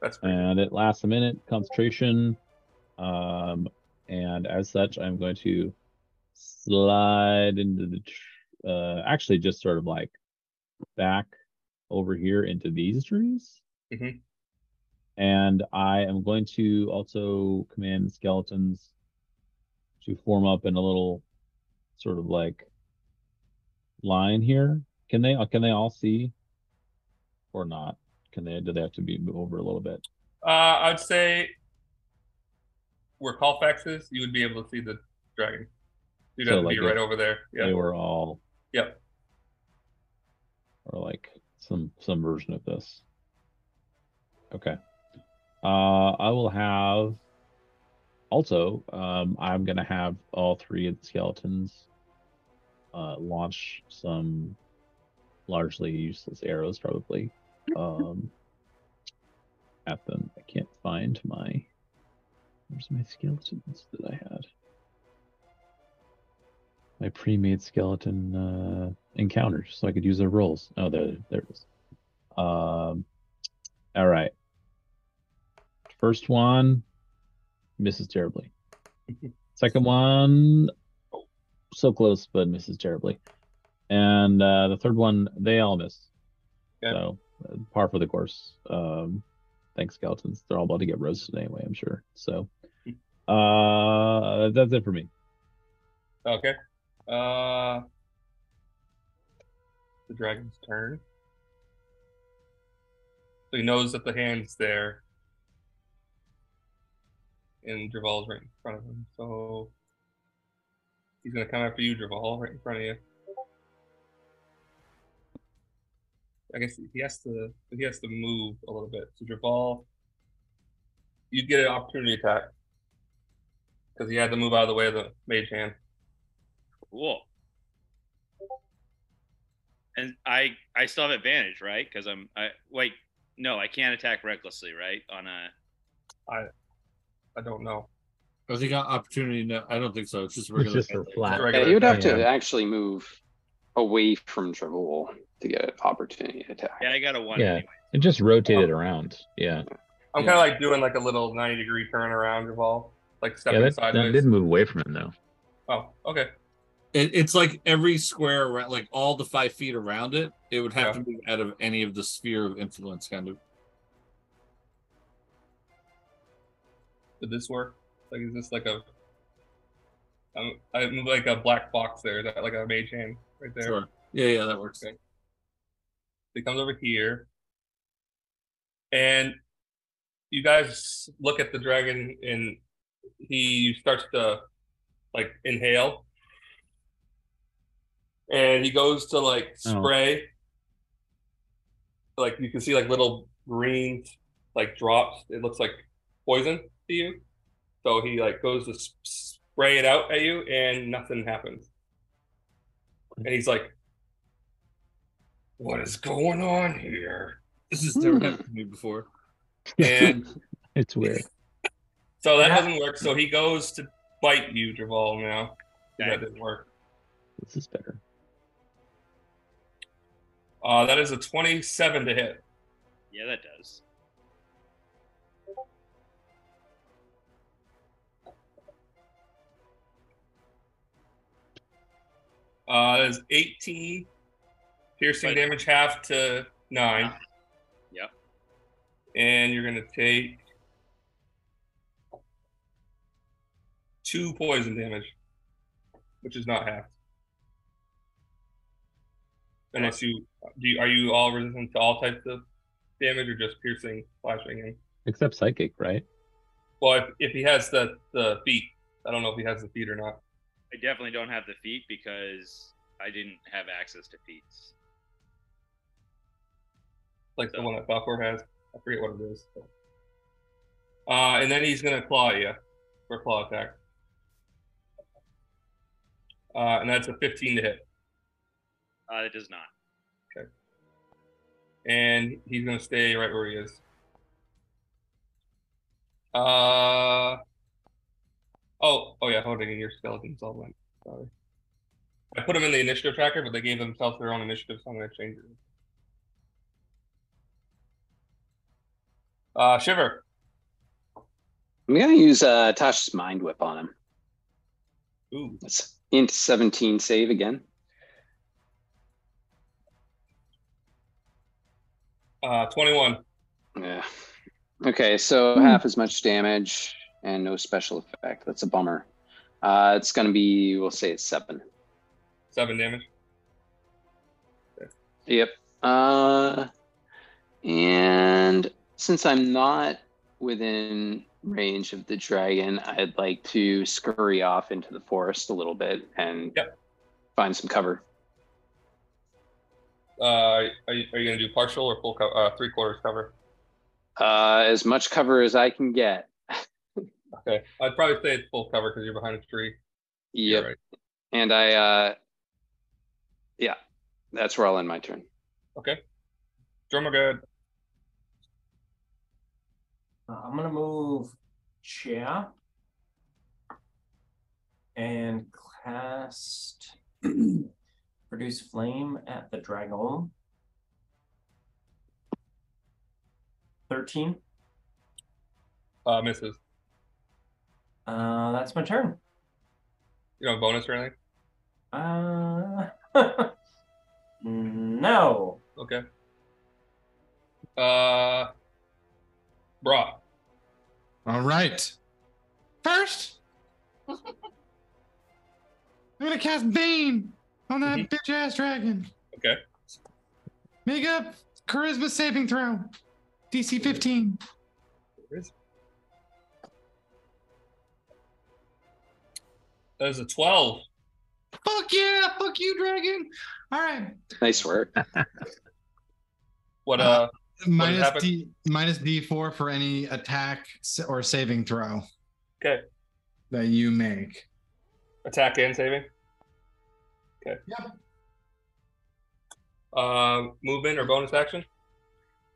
B: That's
A: and it lasts a minute concentration um and as such i'm going to slide into the tr- uh actually just sort of like back over here into these trees
B: Mhm.
A: and i am going to also command the skeletons to form up in a little sort of like line here can they can they all see or not can they do they have to be over a little bit
B: Uh, I'd say where Colfax is, you would be able to see the dragon. You'd have to be
A: like,
B: right
A: if
B: over there. Yeah.
A: They were all
B: Yep.
A: or like some some version of this. Okay. Uh I will have also um I'm gonna have all three of the skeletons uh launch some largely useless arrows probably. Um at them. I can't find my where's my skeletons that I had. my pre-made skeleton uh, encounters, so I could use their rolls. Oh, there, there it is. Um, all right. First one misses terribly. Second one, so close but misses terribly. And uh, the third one, they all miss. So uh, par for the course. Um, thanks, skeletons. They're all about to get roasted anyway, I'm sure. So uh, that's it for me.
B: Okay. Uh, the dragon's turn. So he knows that the hand's there. And Draval's right in front of him. So he's going to come after you, Draval, right in front of you. I guess he has to he has to move a little bit. So Draval, you get an opportunity attack because he had to move out of the way of the mage hand.
F: Cool. And I I still have advantage, right? Because I'm I wait no, I can't attack recklessly, right? On a
B: I I don't know.
L: I think opportunity. No, I don't think so. It's just regular.
G: just for
L: flat.
G: Yeah, you would have to actually move away from Travol to get an opportunity attack.
F: yeah, I got a one.
A: yeah, and just rotate
G: Oh.
A: it around. Yeah,
B: I'm kind of like doing like a little 90 degree turn around revolve, like
A: yeah,
B: stepping
A: that, that
B: sideways.
A: didn't move away from him though.
B: Oh, okay.
L: It, it's like every square around, like all the five feet around it, it would have to move out of any of the sphere of influence, kind of.
B: Did this work? Like, is this like a? um, I'm, I move like a black box there. Is that like a mage hand right there?
L: Sure. Yeah, yeah, that works.
B: Okay. He comes over here, and you guys look at the dragon, and he starts to like inhale, and he goes to like
I: Oh.
B: spray. Like you can see like little green like drops. It looks like poison to you. So he like goes to s- spray it out at you, and nothing happens. And he's like, "What is going on here?"
L: This has never happened to me before.
B: And
A: It's weird.
B: so that doesn't work. So he goes to bite you, Draval. Now that didn't work.
A: This is better.
B: Uh, that is a twenty-seven to hit.
F: Yeah, that does.
B: Uh, that is eighteen piercing damage, half to nine.
F: Yep.
B: And you're gonna take two poison damage, which is not half. Unless you do, you, are you all resistant to all types of damage, or just piercing, slashing, and
A: Except psychic, right?
B: well, if, if he has the the feet, I don't know if he has the feet or not.
F: I definitely don't have the feet because I didn't have access to feats.
B: like the one that Buckhorn has. I forget what it is. Uh, and then he's gonna claw you for a claw attack. Uh, and that's a 15 to hit,
F: Uh, it does not.
B: and he's gonna stay right where he is. Uh, oh, oh yeah, holding in your skeletons all went. Sorry, I put them in the initiative tracker, but they gave themselves their own initiative, so I'm gonna change it. Uh, Shiver.
G: I'm gonna use uh, Tasha's mind whip on him.
B: Ooh.
G: That's int 17 save again.
B: Uh, 21.
G: Yeah. Okay, so half as much damage and no special effect. That's a bummer. Uh, it's gonna be we'll say it's seven.
B: Seven damage.
G: Yep. Uh, and since I'm not within range of the dragon, I'd like to scurry off into the forest a little bit and find some cover.
B: Uh, are you, are you gonna do partial or full cover? Uh, three quarters cover.
G: Uh, as much cover as I can get.
B: Okay, I'd probably say it's full cover because you're behind a tree.
G: Yep. And I, uh, yeah, that's where I'll end my turn.
B: Okay. Drummer good.
E: Uh, I'm gonna move chair and cast produce flame at the dragon. Thirteen.
B: Uh, misses.
E: Uh, that's my turn.
B: You don't have bonus or anything?
E: Uh, no.
B: Okay. Uh, brah.
C: All right. First, I'm gonna cast Bane on that bitch ass dragon.
B: Mhm. Okay.
C: Make up charisma saving throw,
B: Mhm.
C: DC 15.
B: That is a 12.
C: Fuck yeah! Fuck you, dragon. All right.
G: Nice work.
B: What
C: Uh-huh.
B: uh?
C: Minus
B: happened?
C: D minus D4 for any attack s- or saving throw
B: Okay.
C: that you make.
B: Attack and saving. Okay.
C: Yep.
B: Uh, movement or bonus action?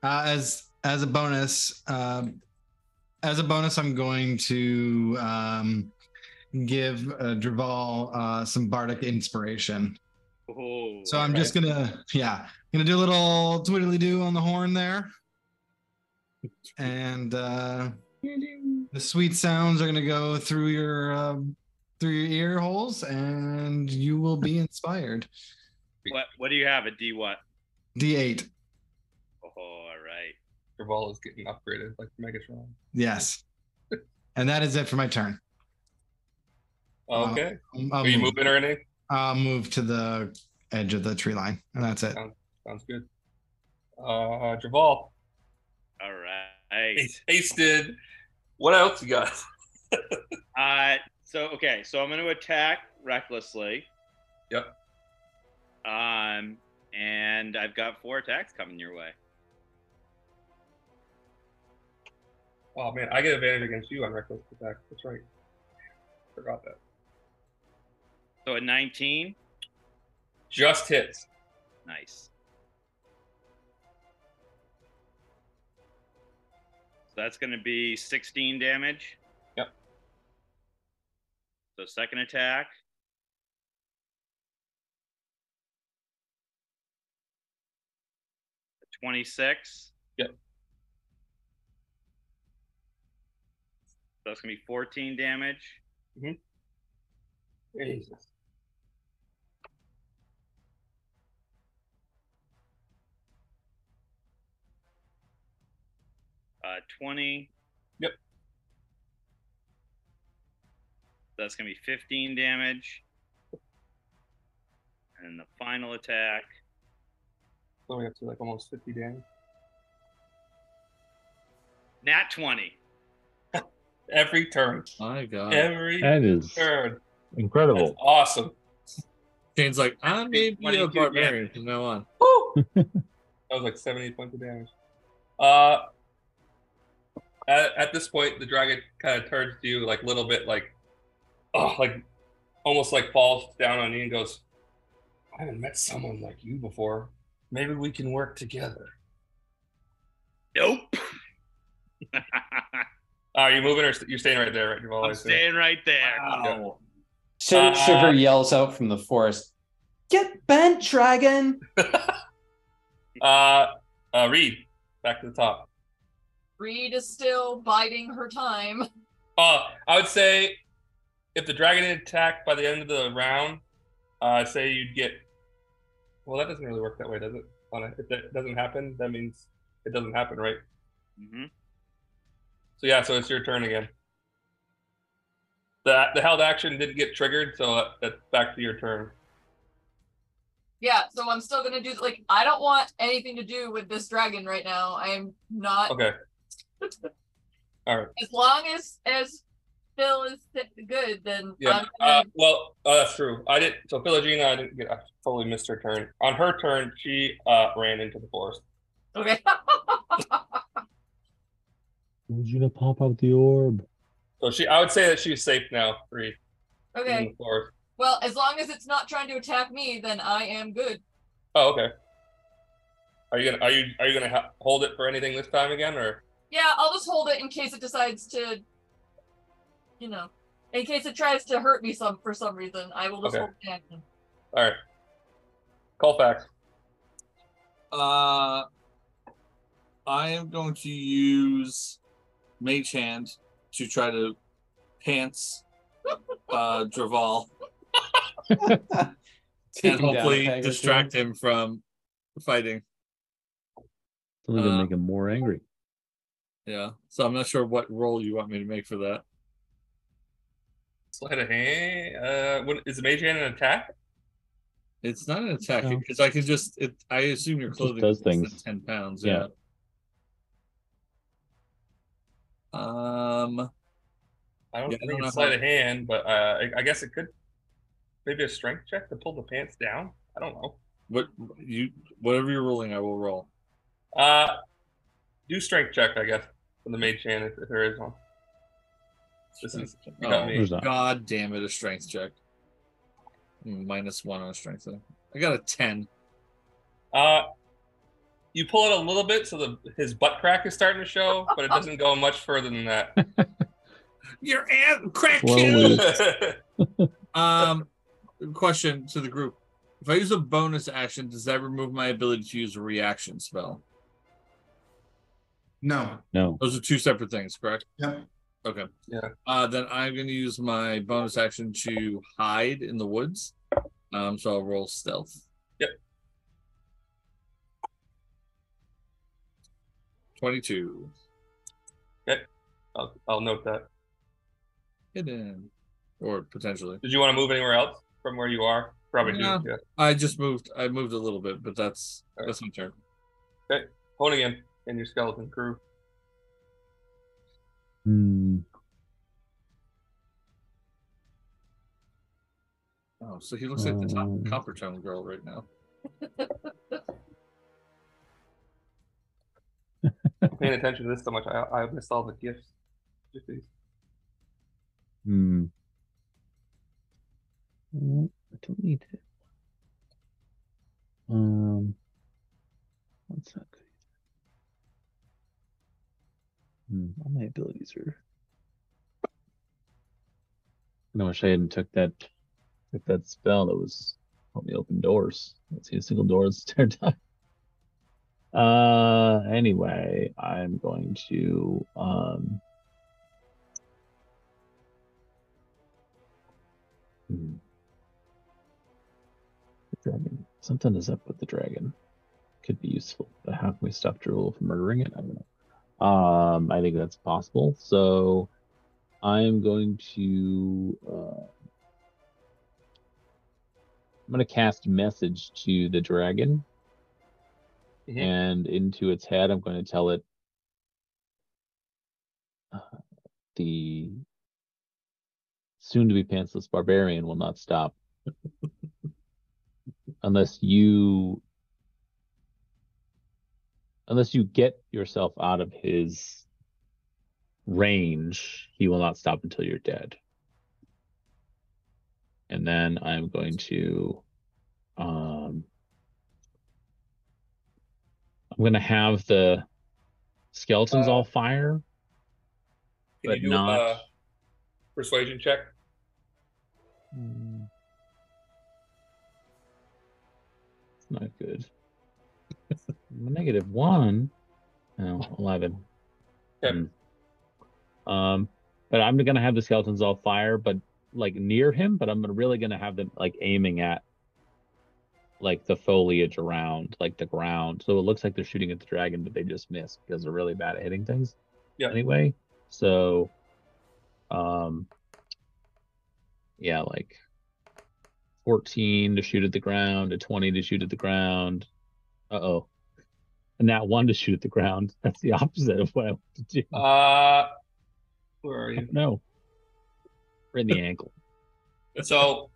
C: Uh, as as a bonus, um, as a bonus, I'm going to um, give uh, Draval uh, some bardic inspiration.
F: Oh,
C: So I'm just gonna, yeah, gonna do a little twiddly do on the horn there, and uh, the sweet sounds are gonna go through your um, through your ear holes, and you will be inspired.
F: What What do you have? A D what?
C: D8,
F: Oh, all right.
B: Draval is getting upgraded like Megatron.
C: yes, and that is it for my turn.
B: Okay.
C: Um, I'll
B: Are you
C: move.
B: moving or anything?
C: I'll move to the edge of the tree line, and that's it.
B: Sounds, sounds good. Uh, Draval.
F: All right.
B: Tasted. What else you got?
F: Uh, so okay, so I'm going to attack recklessly.
B: Yep.
F: Um, and I've got four attacks coming your way.
B: Oh man, I get advantage against you on reckless attack. That's right. Forgot that.
F: So a 19,
B: Just hits.
F: nice. So that's going to be 16 damage.
B: Yep.
F: So second attack. A 26.
B: Yep.
F: So that's going to be 14 damage.
B: Jesus.
F: Uh, 20.
B: Yep.
F: That's going to be 15 damage. And the final attack.
B: So we have to like almost 50 damage.
F: Nat 20.
B: Every turn.
L: My God.
B: Every
A: That is-
B: turn.
A: Incredible.
B: Awesome.
D: Shane's like, I may be
B: 22,
D: a barbarian from now on.
B: That was like 78 points of damage. Uh, at, at this point, the dragon kind of turns to you like a little bit, like, oh, like almost like falls down on you and goes, I haven't met someone like you before. Maybe we can work together.
F: Nope.
B: Are Uh, you moving or st- you're staying right there? Right, Duval? I
F: I'm
B: assume.
F: staying right there.
B: Wow.
G: Su-
B: Uh,
G: Sugar yells out from the forest, "Get bent, dragon!"
B: Uh, uh, Reed, back to the top.
H: Reed is still biding her time.
B: Uh, I would say if the dragon didn't attack by the end of the round, uh, I'd say you'd get. Well, that doesn't really work that way, does it? On a- If that doesn't happen, that means it doesn't happen, right?
F: Mm-hmm.
B: So yeah, so it's your turn again. The the held action didn't get triggered, so that, that's back to your turn.
H: Yeah, so I'm still gonna do like I don't want anything to do with this dragon right now. I am not
B: Okay. All right.
H: as long as as Phil is si- good, then
B: Yeah.
H: I'm
B: Uh, well, oh, that's true. I didn't. So Philogena, I didn't get. I totally missed her turn. On her turn, she uh, ran into the forest.
H: okay.
A: Would you to pop out the orb?
B: So she, I would say that she's safe now. Three. In
H: okay.
B: the forest.
H: Well, as long as it's not trying to attack me, then I am good.
B: Oh, okay. Are you gonna are you are you gonna ha- hold it for anything this time again, or
H: Yeah, I'll just hold it in case it decides to you know. In case it tries to hurt me some for some reason. I will just
B: Okay.
H: hold the action.
B: all right? Colfax.
O: Uh, I am going to use Mage Hand to try to pants uh Draval
D: and
P: him down a
D: hopefully
P: peg or two.
D: distract him from fighting.
A: It's only gonna
D: Uh,
A: make him more angry.
D: Yeah. So I'm not sure what role you want me to make for that.
B: Sleight of hand. Uh, what is the mage hand an attack?
D: It's not an attack because I could just. It, I assume your clothing
A: does
D: is less than
A: things.
D: ten pounds.
A: Yeah.
D: Yeah. Um.
B: I don't
D: Yeah, I
B: think
D: don't know
B: it's sleight
D: how-
B: of hand, but uh, I, I guess it could. Maybe a strength check to pull the pants down. I don't know.
D: What you? Whatever you're rolling, I will roll.
B: Uh, do strength check, I guess, for the mage hand if, if there is one. This is you got
D: Oh,
B: me.
D: God damn it! A strength check. Mm, Minus one on a strength check. I got a ten.
B: Uh, you pull it a little bit, so the his butt crack is starting to show, but it doesn't go much further than that.
D: Your ass crack
A: Slowly.
D: Um, question to the group: If I use a bonus action, does that remove my ability to use a reaction spell?
C: No.
A: No.
D: Those are two separate things, correct?
C: Yep.
D: Okay.
B: Yeah.
D: Uh, then I'm going to use my bonus action to hide in the woods. Um, so I'll roll stealth.
B: Yep.
D: Twenty-two.
B: okay, I'll, I'll note that.
D: Hidden, or potentially.
B: Did you want to move anywhere else from where you are? Probably
D: No.
B: do. Yeah.
D: I just moved. I moved a little bit, but that's that's my turn.
B: Okay, Honigan and your skeleton crew.
A: Hmm.
D: Oh, so he looks like the top
A: Um,
D: copper tone girl right now.
B: Paying attention to this so much, I, I missed all the gifts.
A: Hmm. Mm, I don't need it. Um. What's that? Hmm, all my abilities are. I wish I hadn't took that, took that spell that was help me open doors. Let's see a single door this entire time. Uh, anyway, I'm going to um. hmm. The dragon. Something is up with the dragon. Could be useful. But how can we stop Drool from murdering it? I don't know. Um, I think that's possible. So I am going to uh, I'm going to cast message to the dragon.
B: Mhm.
A: And into its head, I'm going to tell it uh, the soon to be pantsless barbarian will not stop. unless you unless you get yourself out of his range, he will not stop until you're dead. And then I'm going to um I'm gonna have the skeletons all fire.
B: Can you do
A: not-
B: a persuasion check?
A: It's not good. Negative one. Oh, No, 11. Hmm. Um, but I'm going to have the skeletons all fire, but like near him, but I'm really going to have them like aiming at like the foliage around, like the ground. So it looks like they're shooting at the dragon, but they just miss because they're really bad at hitting things.
B: Yeah.
A: Anyway, so, um, yeah, like 14 to shoot at the ground, a 20 to shoot at the ground. Uh oh. And that one to shoot at the ground. That's the opposite of what I want to do.
B: Uh, where are you?
A: No. Right in the ankle.
B: So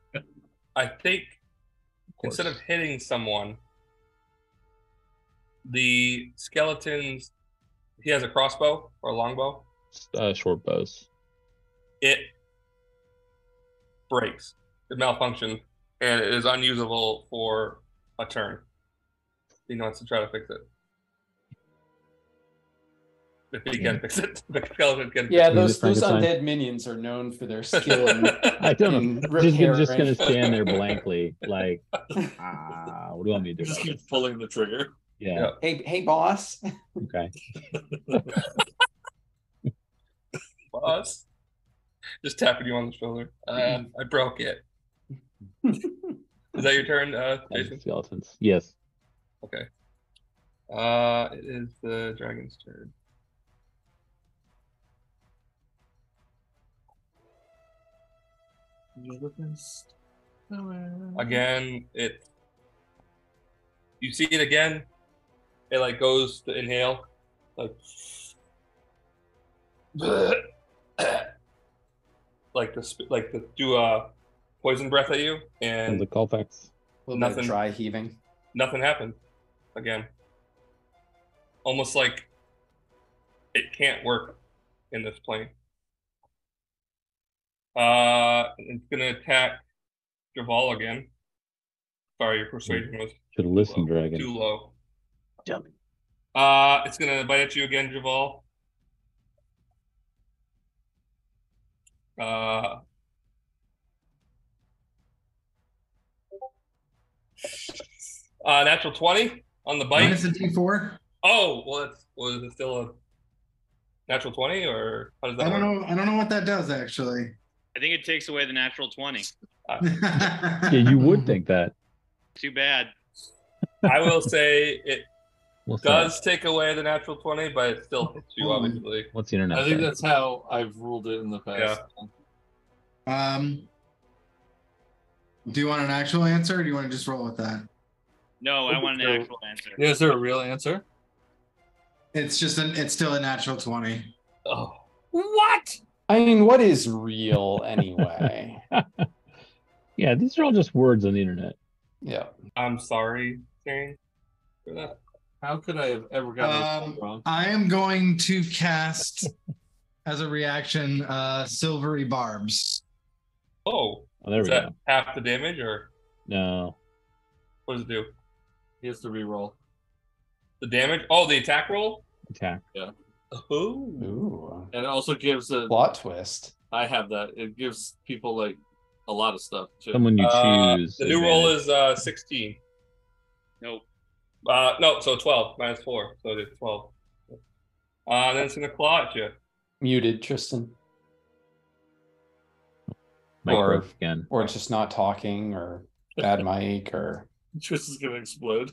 B: I think instead of hitting someone, the skeletons, he has a crossbow or a longbow.
A: Uh, short bows.
B: it breaks, it malfunctions, and it is unusable for a turn. He wants to try to fix it. If he can fix it, the skeleton can.
Q: Yeah,
B: fix it.
Q: those those
A: Frankenstein.
Q: undead minions are known for their skill. In,
A: I don't know.
Q: in
A: Just, gonna- just
Q: repairing.
A: going to stand there blankly, like, ah, what do you want me to do?
D: Just
A: about
D: keep
A: this?
D: pulling the trigger.
A: Yeah.
Q: Hey, hey, boss.
A: Okay.
B: Boss, just tapping you on the shoulder. Uh, I broke it. is that your turn, uh, Jason?
A: Skeletons. Yes.
B: Okay. Uh, it is the dragon's turn. Again, it. You see it again. It like goes to inhale, like. like the sp- like the do a poison breath at you and
A: the Colfax.
Q: Little bit of
B: nothing
Q: dry heaving.
B: nothing happened again almost like it can't work in this plane uh it's gonna attack Draval again sorry your persuasion was
A: Should listen,
B: too
A: dragon.
B: low uh it's gonna bite at you again Draval uh Uh, natural 20 on the bite.
C: Minus a D4.
B: Oh, well, that's, was it still a natural 20 or how does that
C: I don't
B: work?
C: know. I don't know what that does actually.
F: I think it takes away the natural 20.
A: Yeah, you would think that.
F: Too bad.
B: I will say it
A: What's that?
B: does take away the natural 20, but it still hits you, obviously.
A: What's the internet
D: I think
A: say?
D: that's how I've ruled it in the past.
C: Um, do you want an actual answer, or do you want to just roll with that?
F: No, I want an actual answer.
D: Yeah, is there a real answer?
C: It's just an. It's still a natural twenty.
B: Oh.
D: What?
Q: I mean, what is real anyway?
A: Yeah, these are all just words on the internet.
Q: yeah.
B: I'm sorry, Shane, for that.
D: How could I have ever gotten
C: Um,
D: this wrong?
C: I am going to cast as a reaction uh silvery barbs.
B: Oh,
A: Oh, there
B: is
A: we
B: that
A: go.
B: half the damage or
A: No.
B: what does it do?
D: He has to reroll.
B: The damage? Oh, the attack roll?
A: Attack.
D: Yeah.
B: Oh,
Q: Ooh.
D: And it also gives a.
Q: Plot twist.
D: I have that. It gives people like a lot of stuff. Too.
A: Someone you
B: Uh,
A: choose.
B: the new roll
A: advantage.
B: is uh, 16.
F: Nope.
B: Uh, no, so 12 minus 4. So it is 12. Uh, then it's going to claw at you.
Q: Muted, Tristan.
A: Mic
Q: or-
A: broke again.
Q: Or just not talking or bad mic or
D: Tris is gonna explode.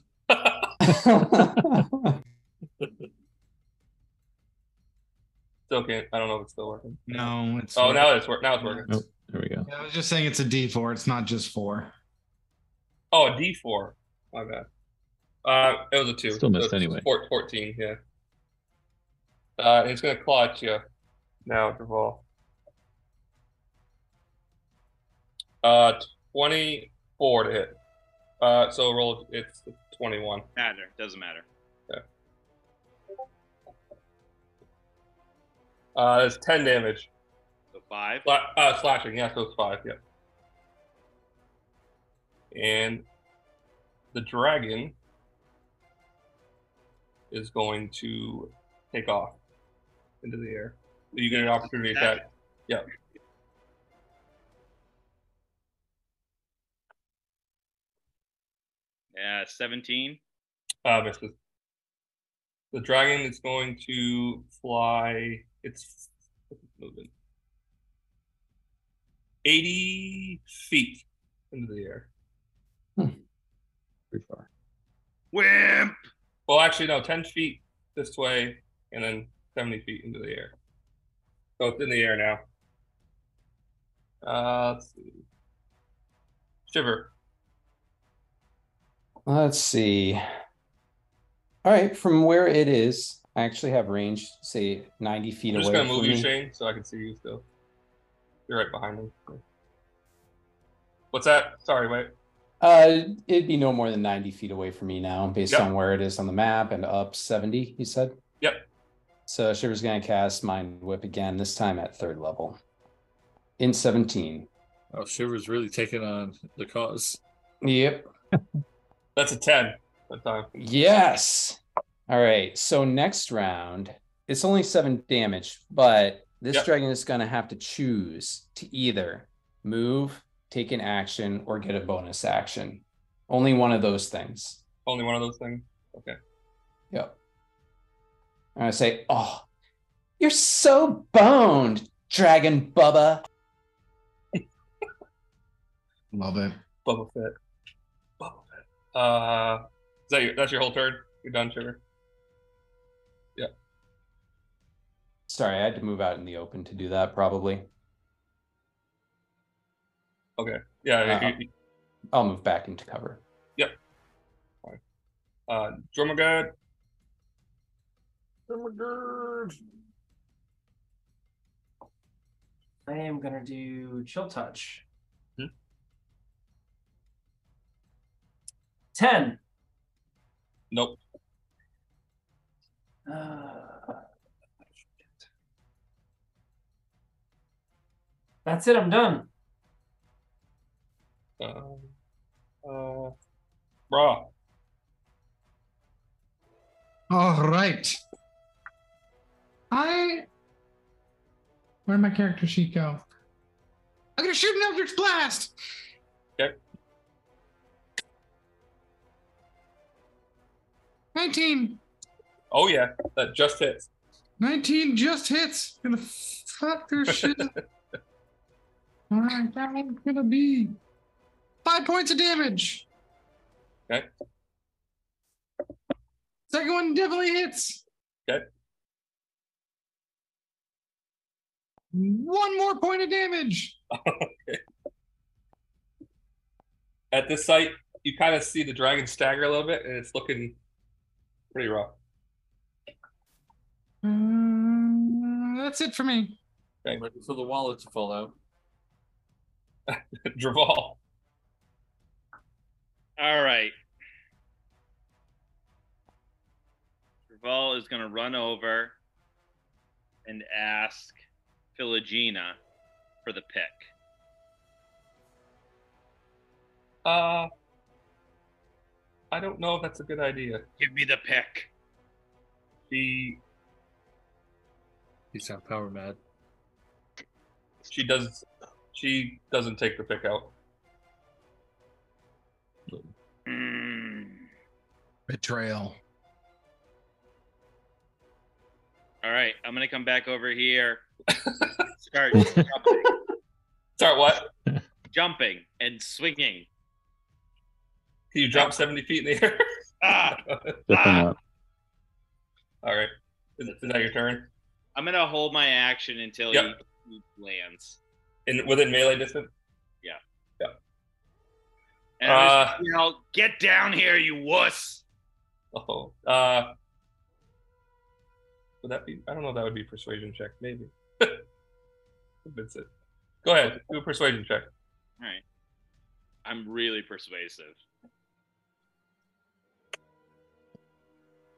B: Still can't. I don't know if it's still working.
C: No, it's
B: Oh, now it's work. Now it's working.
A: Nope. There we go.
C: I was just saying it's a D4. It's not just four.
B: Oh, a D4. My bad. Uh, it was a two.
A: Still missed
B: So it's
A: anyway.
B: four- Fourteen. Yeah. Uh, and it's gonna claw at you now, Duval. Uh, 24 to hit. Uh, so roll it's 21.
F: Matter doesn't matter.
B: Uh, it's 10 damage.
F: So five.
B: uh, slashing. Yeah, so it's five. Yeah. And the dragon is going to take off into the air. You get an opportunity attack. Yeah.
F: Yeah, seventeen.
B: Uh, misses. The dragon is going to fly. It's what's its movement. Eighty feet into the air.
A: Pretty far.
F: Wimp.
B: Well, actually, no. Ten feet this way, and then seventy feet into the air. So it's in the air now. Uh, let's see. Shiver.
G: Let's see. All right, from where it is, I actually have range, say 90 feet
B: I'm just
G: away.
B: gonna move
G: from
B: you,
G: me.
B: Shane, so I can see you still. You're right behind me. What's that? Sorry, wait.
G: Uh, it'd be no more than 90 feet away from me now, based
B: Yep.
G: on where it is on the map and up 70, you said?
B: Yep.
G: So Shiver's going to cast Mind Whip again, this time at third level in 17.
D: Oh, Shiver's really taking on the cause.
G: Yep.
B: That's a 10 that time.
G: Yes. All right. So next round, it's only seven damage, but this dragon is going to have to choose to either move, take an action, or get a bonus action. Only one of those things.
B: Only one of those things. Okay.
G: Yep. And I say, oh, you're so boned, Dragon Bubba.
C: Love it.
B: Bubba Fett. Bubba Fett. Uh, is that your, that's your whole turn? You're done, Shiver.
G: Sorry, I had to move out in the open to do that, probably.
B: Okay. Yeah.
G: Uh,
B: you-
G: I'll move back into cover.
B: Uh, Dromagad.
D: Oh
E: I am gonna do chill touch. Ten.
B: Nope.
E: Uh, that's it. I'm done.
B: Uh, uh, raw.
C: All right. I. Where'd my character sheet go? I'm gonna shoot an Eldritch Blast!
B: Okay.
C: 19.
B: Oh yeah, that just hits.
C: 19 just hits. Gonna fuck their shit up. All right, that one's gonna be five points of damage.
B: Okay.
C: Second one definitely hits.
B: Okay.
C: One more point of damage.
B: At this site, you kind of see the dragon stagger a little bit, and it's looking pretty rough.
C: Um, that's it for me.
B: Okay.
R: Waiting for the wallet to fall out.
B: Draval.
F: All right. Raval is going to run over and ask Philogena for the pick.
B: Uh, I don't know if that's a good idea.
F: Give me the pick.
B: She
D: He's not power mad.
B: she does she doesn't take the pick out.
F: Hmm.
C: Betrayal.
F: All right, I'm going to come back over here. Start
B: Start what?
F: jumping and swinging.
B: You drop seventy feet in the air.
F: Ah,
A: Definitely not.
B: All right. Is, is that your turn?
F: I'm going to hold my action until
B: Yep.
F: he, he lands.
B: In within melee distance.
F: Yeah.
B: Yeah.
F: And I'm just gonna yell, get down here, you wuss.
B: Oh, uh, would that be? I don't know. if That would be persuasion check, maybe. Convince it. Go ahead. Do a persuasion check.
F: All right. I'm really persuasive.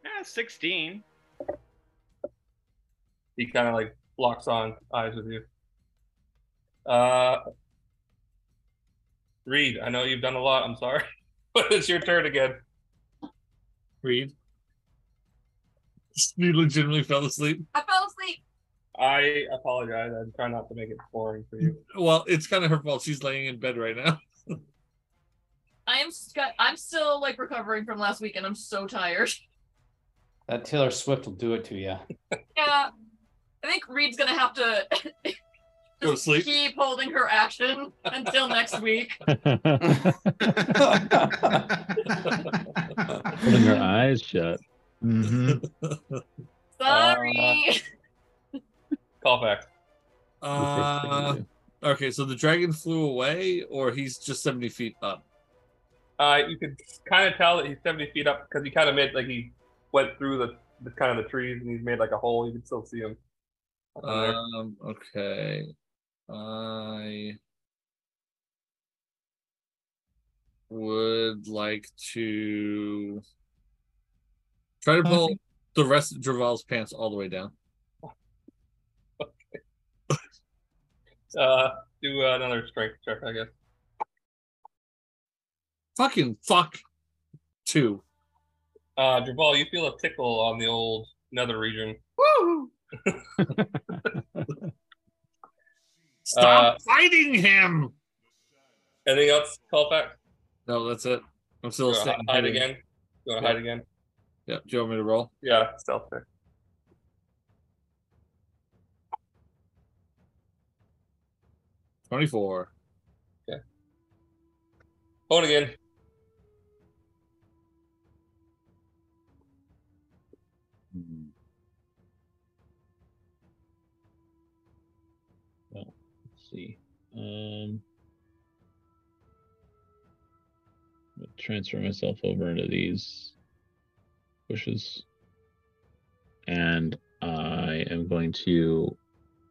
F: Yeah, 16.
B: He kind of like locks on eyes with you. Uh, Reed, I know you've done a lot. I'm sorry, but it's your turn again.
D: Reed. You legitimately fell asleep.
H: I fell asleep.
B: I apologize. I'm trying not to make it boring for you.
D: Well, it's kind of her fault. She's laying in bed right now.
H: I am sc- I'm still like recovering from last week, and I'm so tired.
G: That Taylor Swift will do it to you.
H: Yeah, I think Reed's gonna have to
D: Go to sleep.
H: keep holding her action until next week.
A: Holding her eyes shut.
H: Sorry.
B: Callback.
D: Uh, okay, so the dragon flew away, or he's just 70 feet up.
B: Uh, you could kind of tell that he's 70 feet up because he kind of made like he went through the, the kind of the trees and he's made like a hole. You can still see him. Uh,
D: Um, okay. I would like to try to pull the rest of Draval's pants all the way down.
B: Uh, do uh, another strength check, I guess.
D: Fucking fuck. Two.
B: Uh, Draval, you feel a tickle on the old nether region.
D: Woo! Stop
B: Uh,
D: fighting him!
B: Anything else, Callback?
D: No, that's it. I'm
B: You
D: still
B: wanna hi-
D: staying
B: hide
D: hidden.
B: again? You want to
D: Yeah.
B: hide again?
D: Yep. Do you want me to roll?
B: Yeah, stealth check.
D: Twenty-four.
B: Phone again.
A: Well, let's see. Um, I'll transfer myself over into these bushes, and I am going to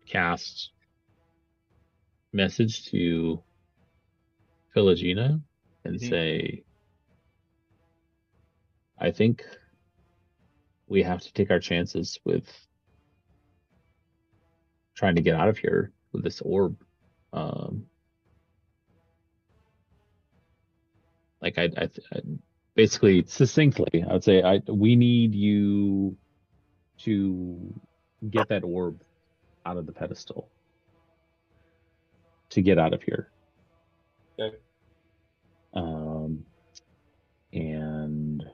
A: cast message to Philogena and
B: Mhm.
A: say, "I think we have to take our chances with trying to get out of here with this orb. Um, like I, I, I basically succinctly, I would say I we need you to get that orb out of the pedestal to get out of here.
B: Okay.
A: Um, and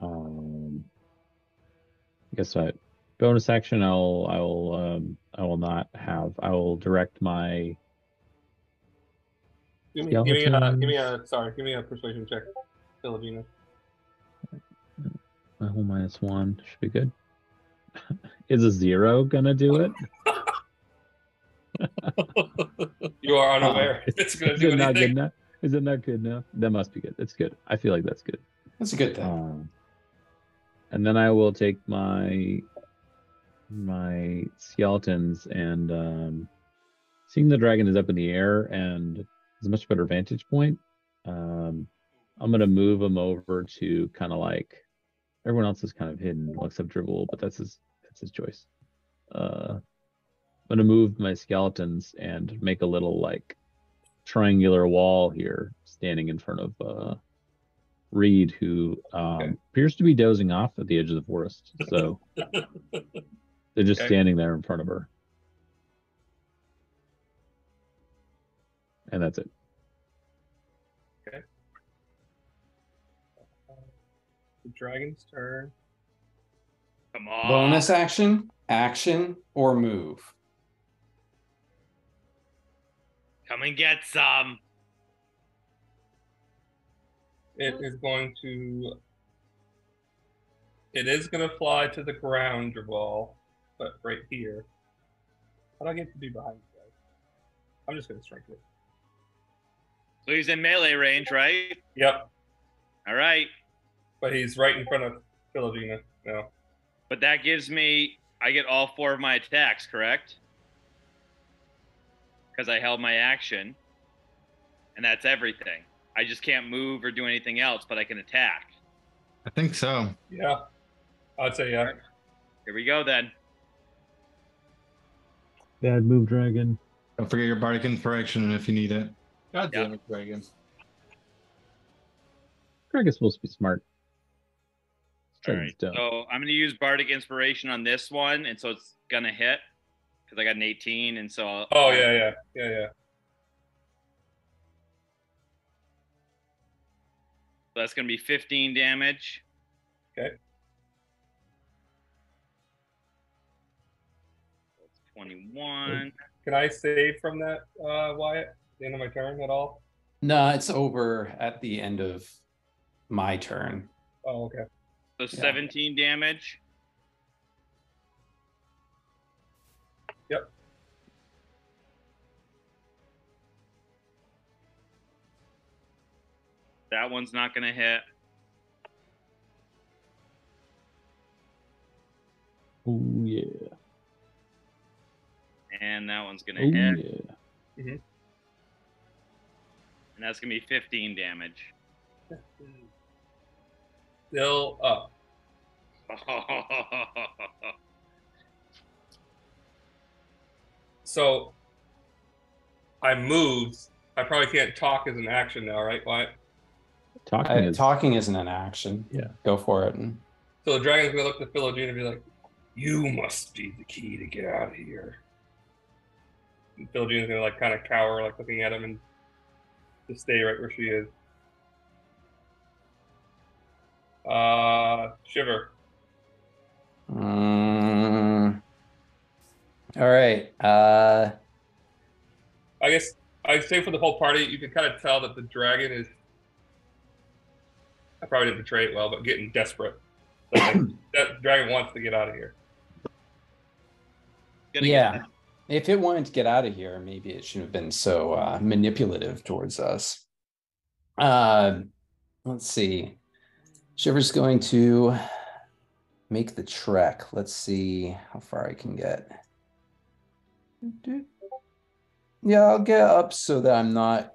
A: um, I guess I bonus action. I'll I will um, I will not have. I will direct my
B: Give me, give me, a, give me a,
A: Skeletons.
B: sorry, give me a persuasion check, Philogena.
A: my whole minus one. Should be good. Is a zero gonna do it?
B: You are
A: Uh-uh.
B: unaware. It's gonna
A: is
B: do
A: it not good
B: anything.
A: enough? Is it not good enough? That must be good. That's good. I feel like that's good.
S: That's a good thing.
A: Um, and then I will take my my skeletons and um, seeing the dragon is up in the air and it's a much better vantage point. Um, I'm gonna move him over to kind of like everyone else is kind of hidden well, except Dribble, but that's his that's his choice. Uh, I'm gonna move my skeletons and make a little like triangular wall here, standing in front of uh, Reed, who um, appears to be dozing off at the edge of the forest. So they're just
B: Okay.
A: standing there in front of her, and that's it.
B: Okay. The dragon's turn.
F: Come on.
G: Bonus action, action, or move.
F: Come and get some.
B: It is going to. It is going to fly to the ground, Drabal, but right here. How do I get to be behind you guys? I'm just going to strike it.
F: So he's in melee range, right?
B: Yep.
F: All right.
B: But he's right in front of Philogena now.
F: But that gives me, I get all four of my attacks, correct? because I held my action, and that's everything. I just can't move or do anything else, but I can attack.
C: I think so.
B: Yeah. I'd say yeah.
F: Here we go then.
A: Bad move, dragon.
C: Don't forget your bardic inspiration if you need it.
D: God damn it, Dragon.
A: Dragon's supposed to be smart.
F: All right. So I'm going to use bardic inspiration on this one, and so it's gonna hit because I got an 18, and so. I'll,
B: Oh yeah, yeah, yeah, yeah.
F: So that's gonna be 15 damage.
B: Okay.
F: That's 21.
B: Can I save from that, uh, Wyatt? At the end of my turn at all?
G: No, it's over at the end of my turn.
B: Oh, okay.
F: So 17 damage.
B: Yep.
F: That one's not gonna hit.
A: Oh yeah.
F: And that one's gonna
A: Oh
F: hit.
A: yeah.
F: And that's gonna be 15 damage.
B: Still up. So I moved. I probably can't talk as an action now, right, Wyatt?
G: Talking,
B: is-
G: talking isn't an action.
A: Yeah.
G: Go for it.
B: So the dragon's gonna look to Philogene and be like, "You must be the key to get out of here." And Philogene's gonna like kind of cower, like looking at him, and just stay right where she is. Uh, shiver.
G: Mm. All right. Uh,
B: I guess I'd say for the whole party, you can kind of tell that the dragon is. I probably didn't portray it well, but getting desperate. Like, that dragon wants to get out of here.
G: yeah. If it wanted to get out of here, maybe it shouldn't have been so uh, manipulative towards us. Uh, let's see. Shiver's going to make the trek. Let's see how far I can get. Yeah, I'll get up so that I'm not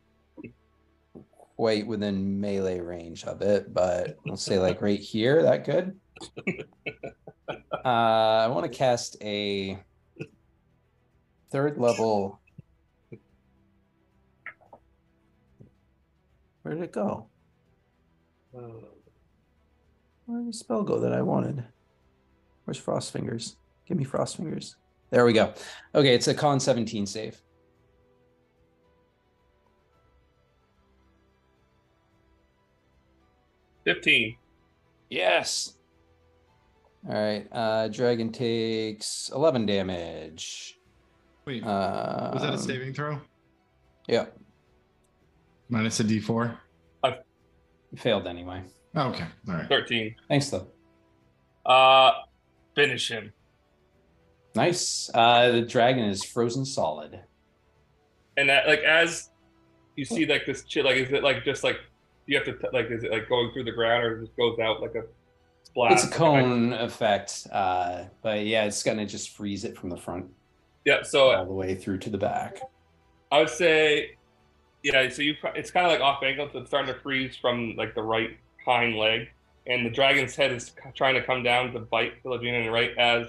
G: quite within melee range of it, but we'll say like right here. That good. Uh, I want to cast a third level. Where did it go? Uh, Where did the spell go that I wanted? Where's Frost Fingers? Give me Frost Fingers. There we go. Okay, it's a con 17 save.
B: Fifteen.
G: Yes. All right. Uh, dragon takes 11 damage.
C: Wait,
G: Uh,
C: Was that a saving throw?
G: Yeah.
C: Minus a d4.
G: You failed anyway.
C: Okay. All right.
B: Thirteen.
G: Thanks, though.
B: Uh, finish him.
G: Nice. Uh, the dragon is frozen solid.
B: And that, like, as you see, like this shit, like, is it like just like you have to t- like, is it like going through the ground or it just goes out like a splash?
G: It's a cone effect, uh, but yeah, it's gonna just freeze it from the front
B: Oh, Yeah. So
G: all the way through to the back.
B: I would say, yeah. So you, pro- it's kind of like off angle. So it's starting to freeze from like the right hind leg, and the dragon's head is c- trying to come down to bite Philogena. And right as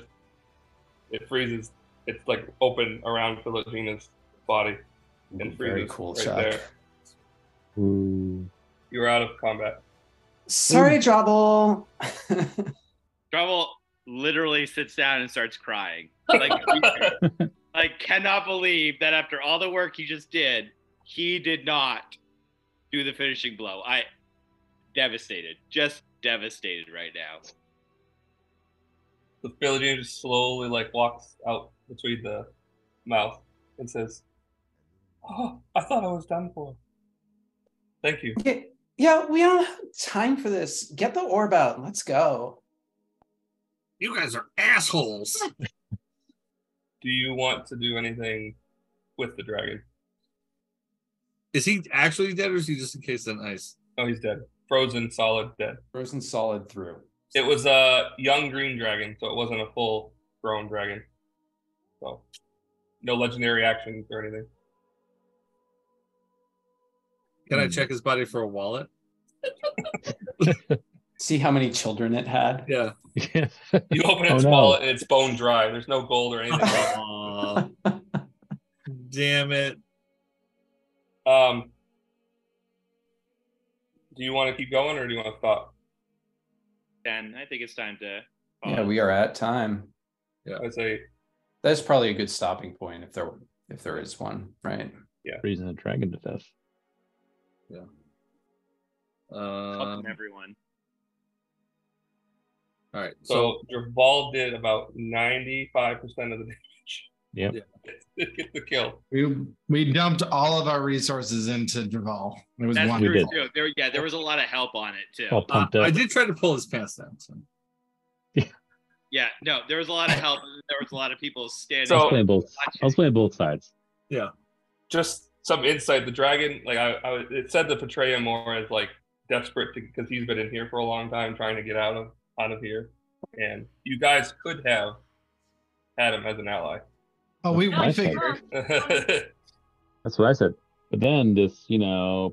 B: it freezes, it's like open around Philogena's body and freezes.
G: Very cool
B: right
G: shot.
B: there. You're out of combat.
T: Sorry, Drabble.
F: Trouble literally sits down and starts crying. Like, like cannot believe that after all the work he just did, he did not do the finishing blow. I devastated, just devastated right now.
B: The Philogene just slowly like walks out between the mouth and says, "Oh, I thought I was done for. Thank you."
U: Yeah, yeah, we don't have time for this. Get the orb out. and Let's go.
D: You guys are assholes.
B: Do you want to do anything with the dragon?
D: Is he actually dead or is he just encased in ice?
B: Oh, he's dead. Frozen, solid, dead.
G: Frozen solid through.
B: It was a young green dragon, so it wasn't a full grown dragon. So, no legendary actions or anything.
D: Can I check his body for a wallet?
G: See how many children it had?
D: Yeah.
B: You open
G: Oh,
B: its
G: no.
B: wallet and it's bone dry. There's no gold or anything.
D: Damn it.
B: Um, do you want to keep going or do you want to stop?
F: Then I think it's time to. uh,
G: Yeah, we are at time.
D: Yeah.
B: I'd say
G: That's probably a good stopping point if there if there is one, right?
B: Yeah.
A: Freezing the dragon to death.
D: Um,
F: everyone.
D: All right. So,
B: So, your ball did about 95% of the damage.
A: Yep.
B: It gets the kill.
C: We we dumped all of our resources into Draval. It was
F: That's
C: one.
F: true too. There, yeah, there was a lot of help on it too.
C: All pumped up.
D: I did try to pull his pants down. So.
F: Yeah, no, there was a lot of help. there was a lot of people standing.
A: I was playing both. Oh, I was playing both sides.
D: Yeah.
B: Just some insight. The dragon, like I, I was- it said to portray him more as like desperate because he's been in here for a long time trying to get out of out of here. And you guys could have had him as an ally.
C: Oh, we, we
A: That's
C: figured.
A: That's what I said. But then this, you know,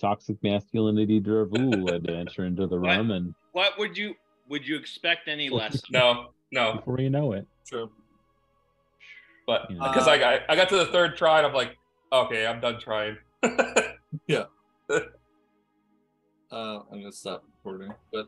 A: toxic masculinity Dravu had to enter into the room, and
F: What would you would you expect any less?
B: no, no.
A: before you know it,
F: True.
B: But
A: Yeah.
B: because I got I got to the third try and I'm like, okay, I'm done trying.
V: Yeah. uh, I'm gonna stop recording, but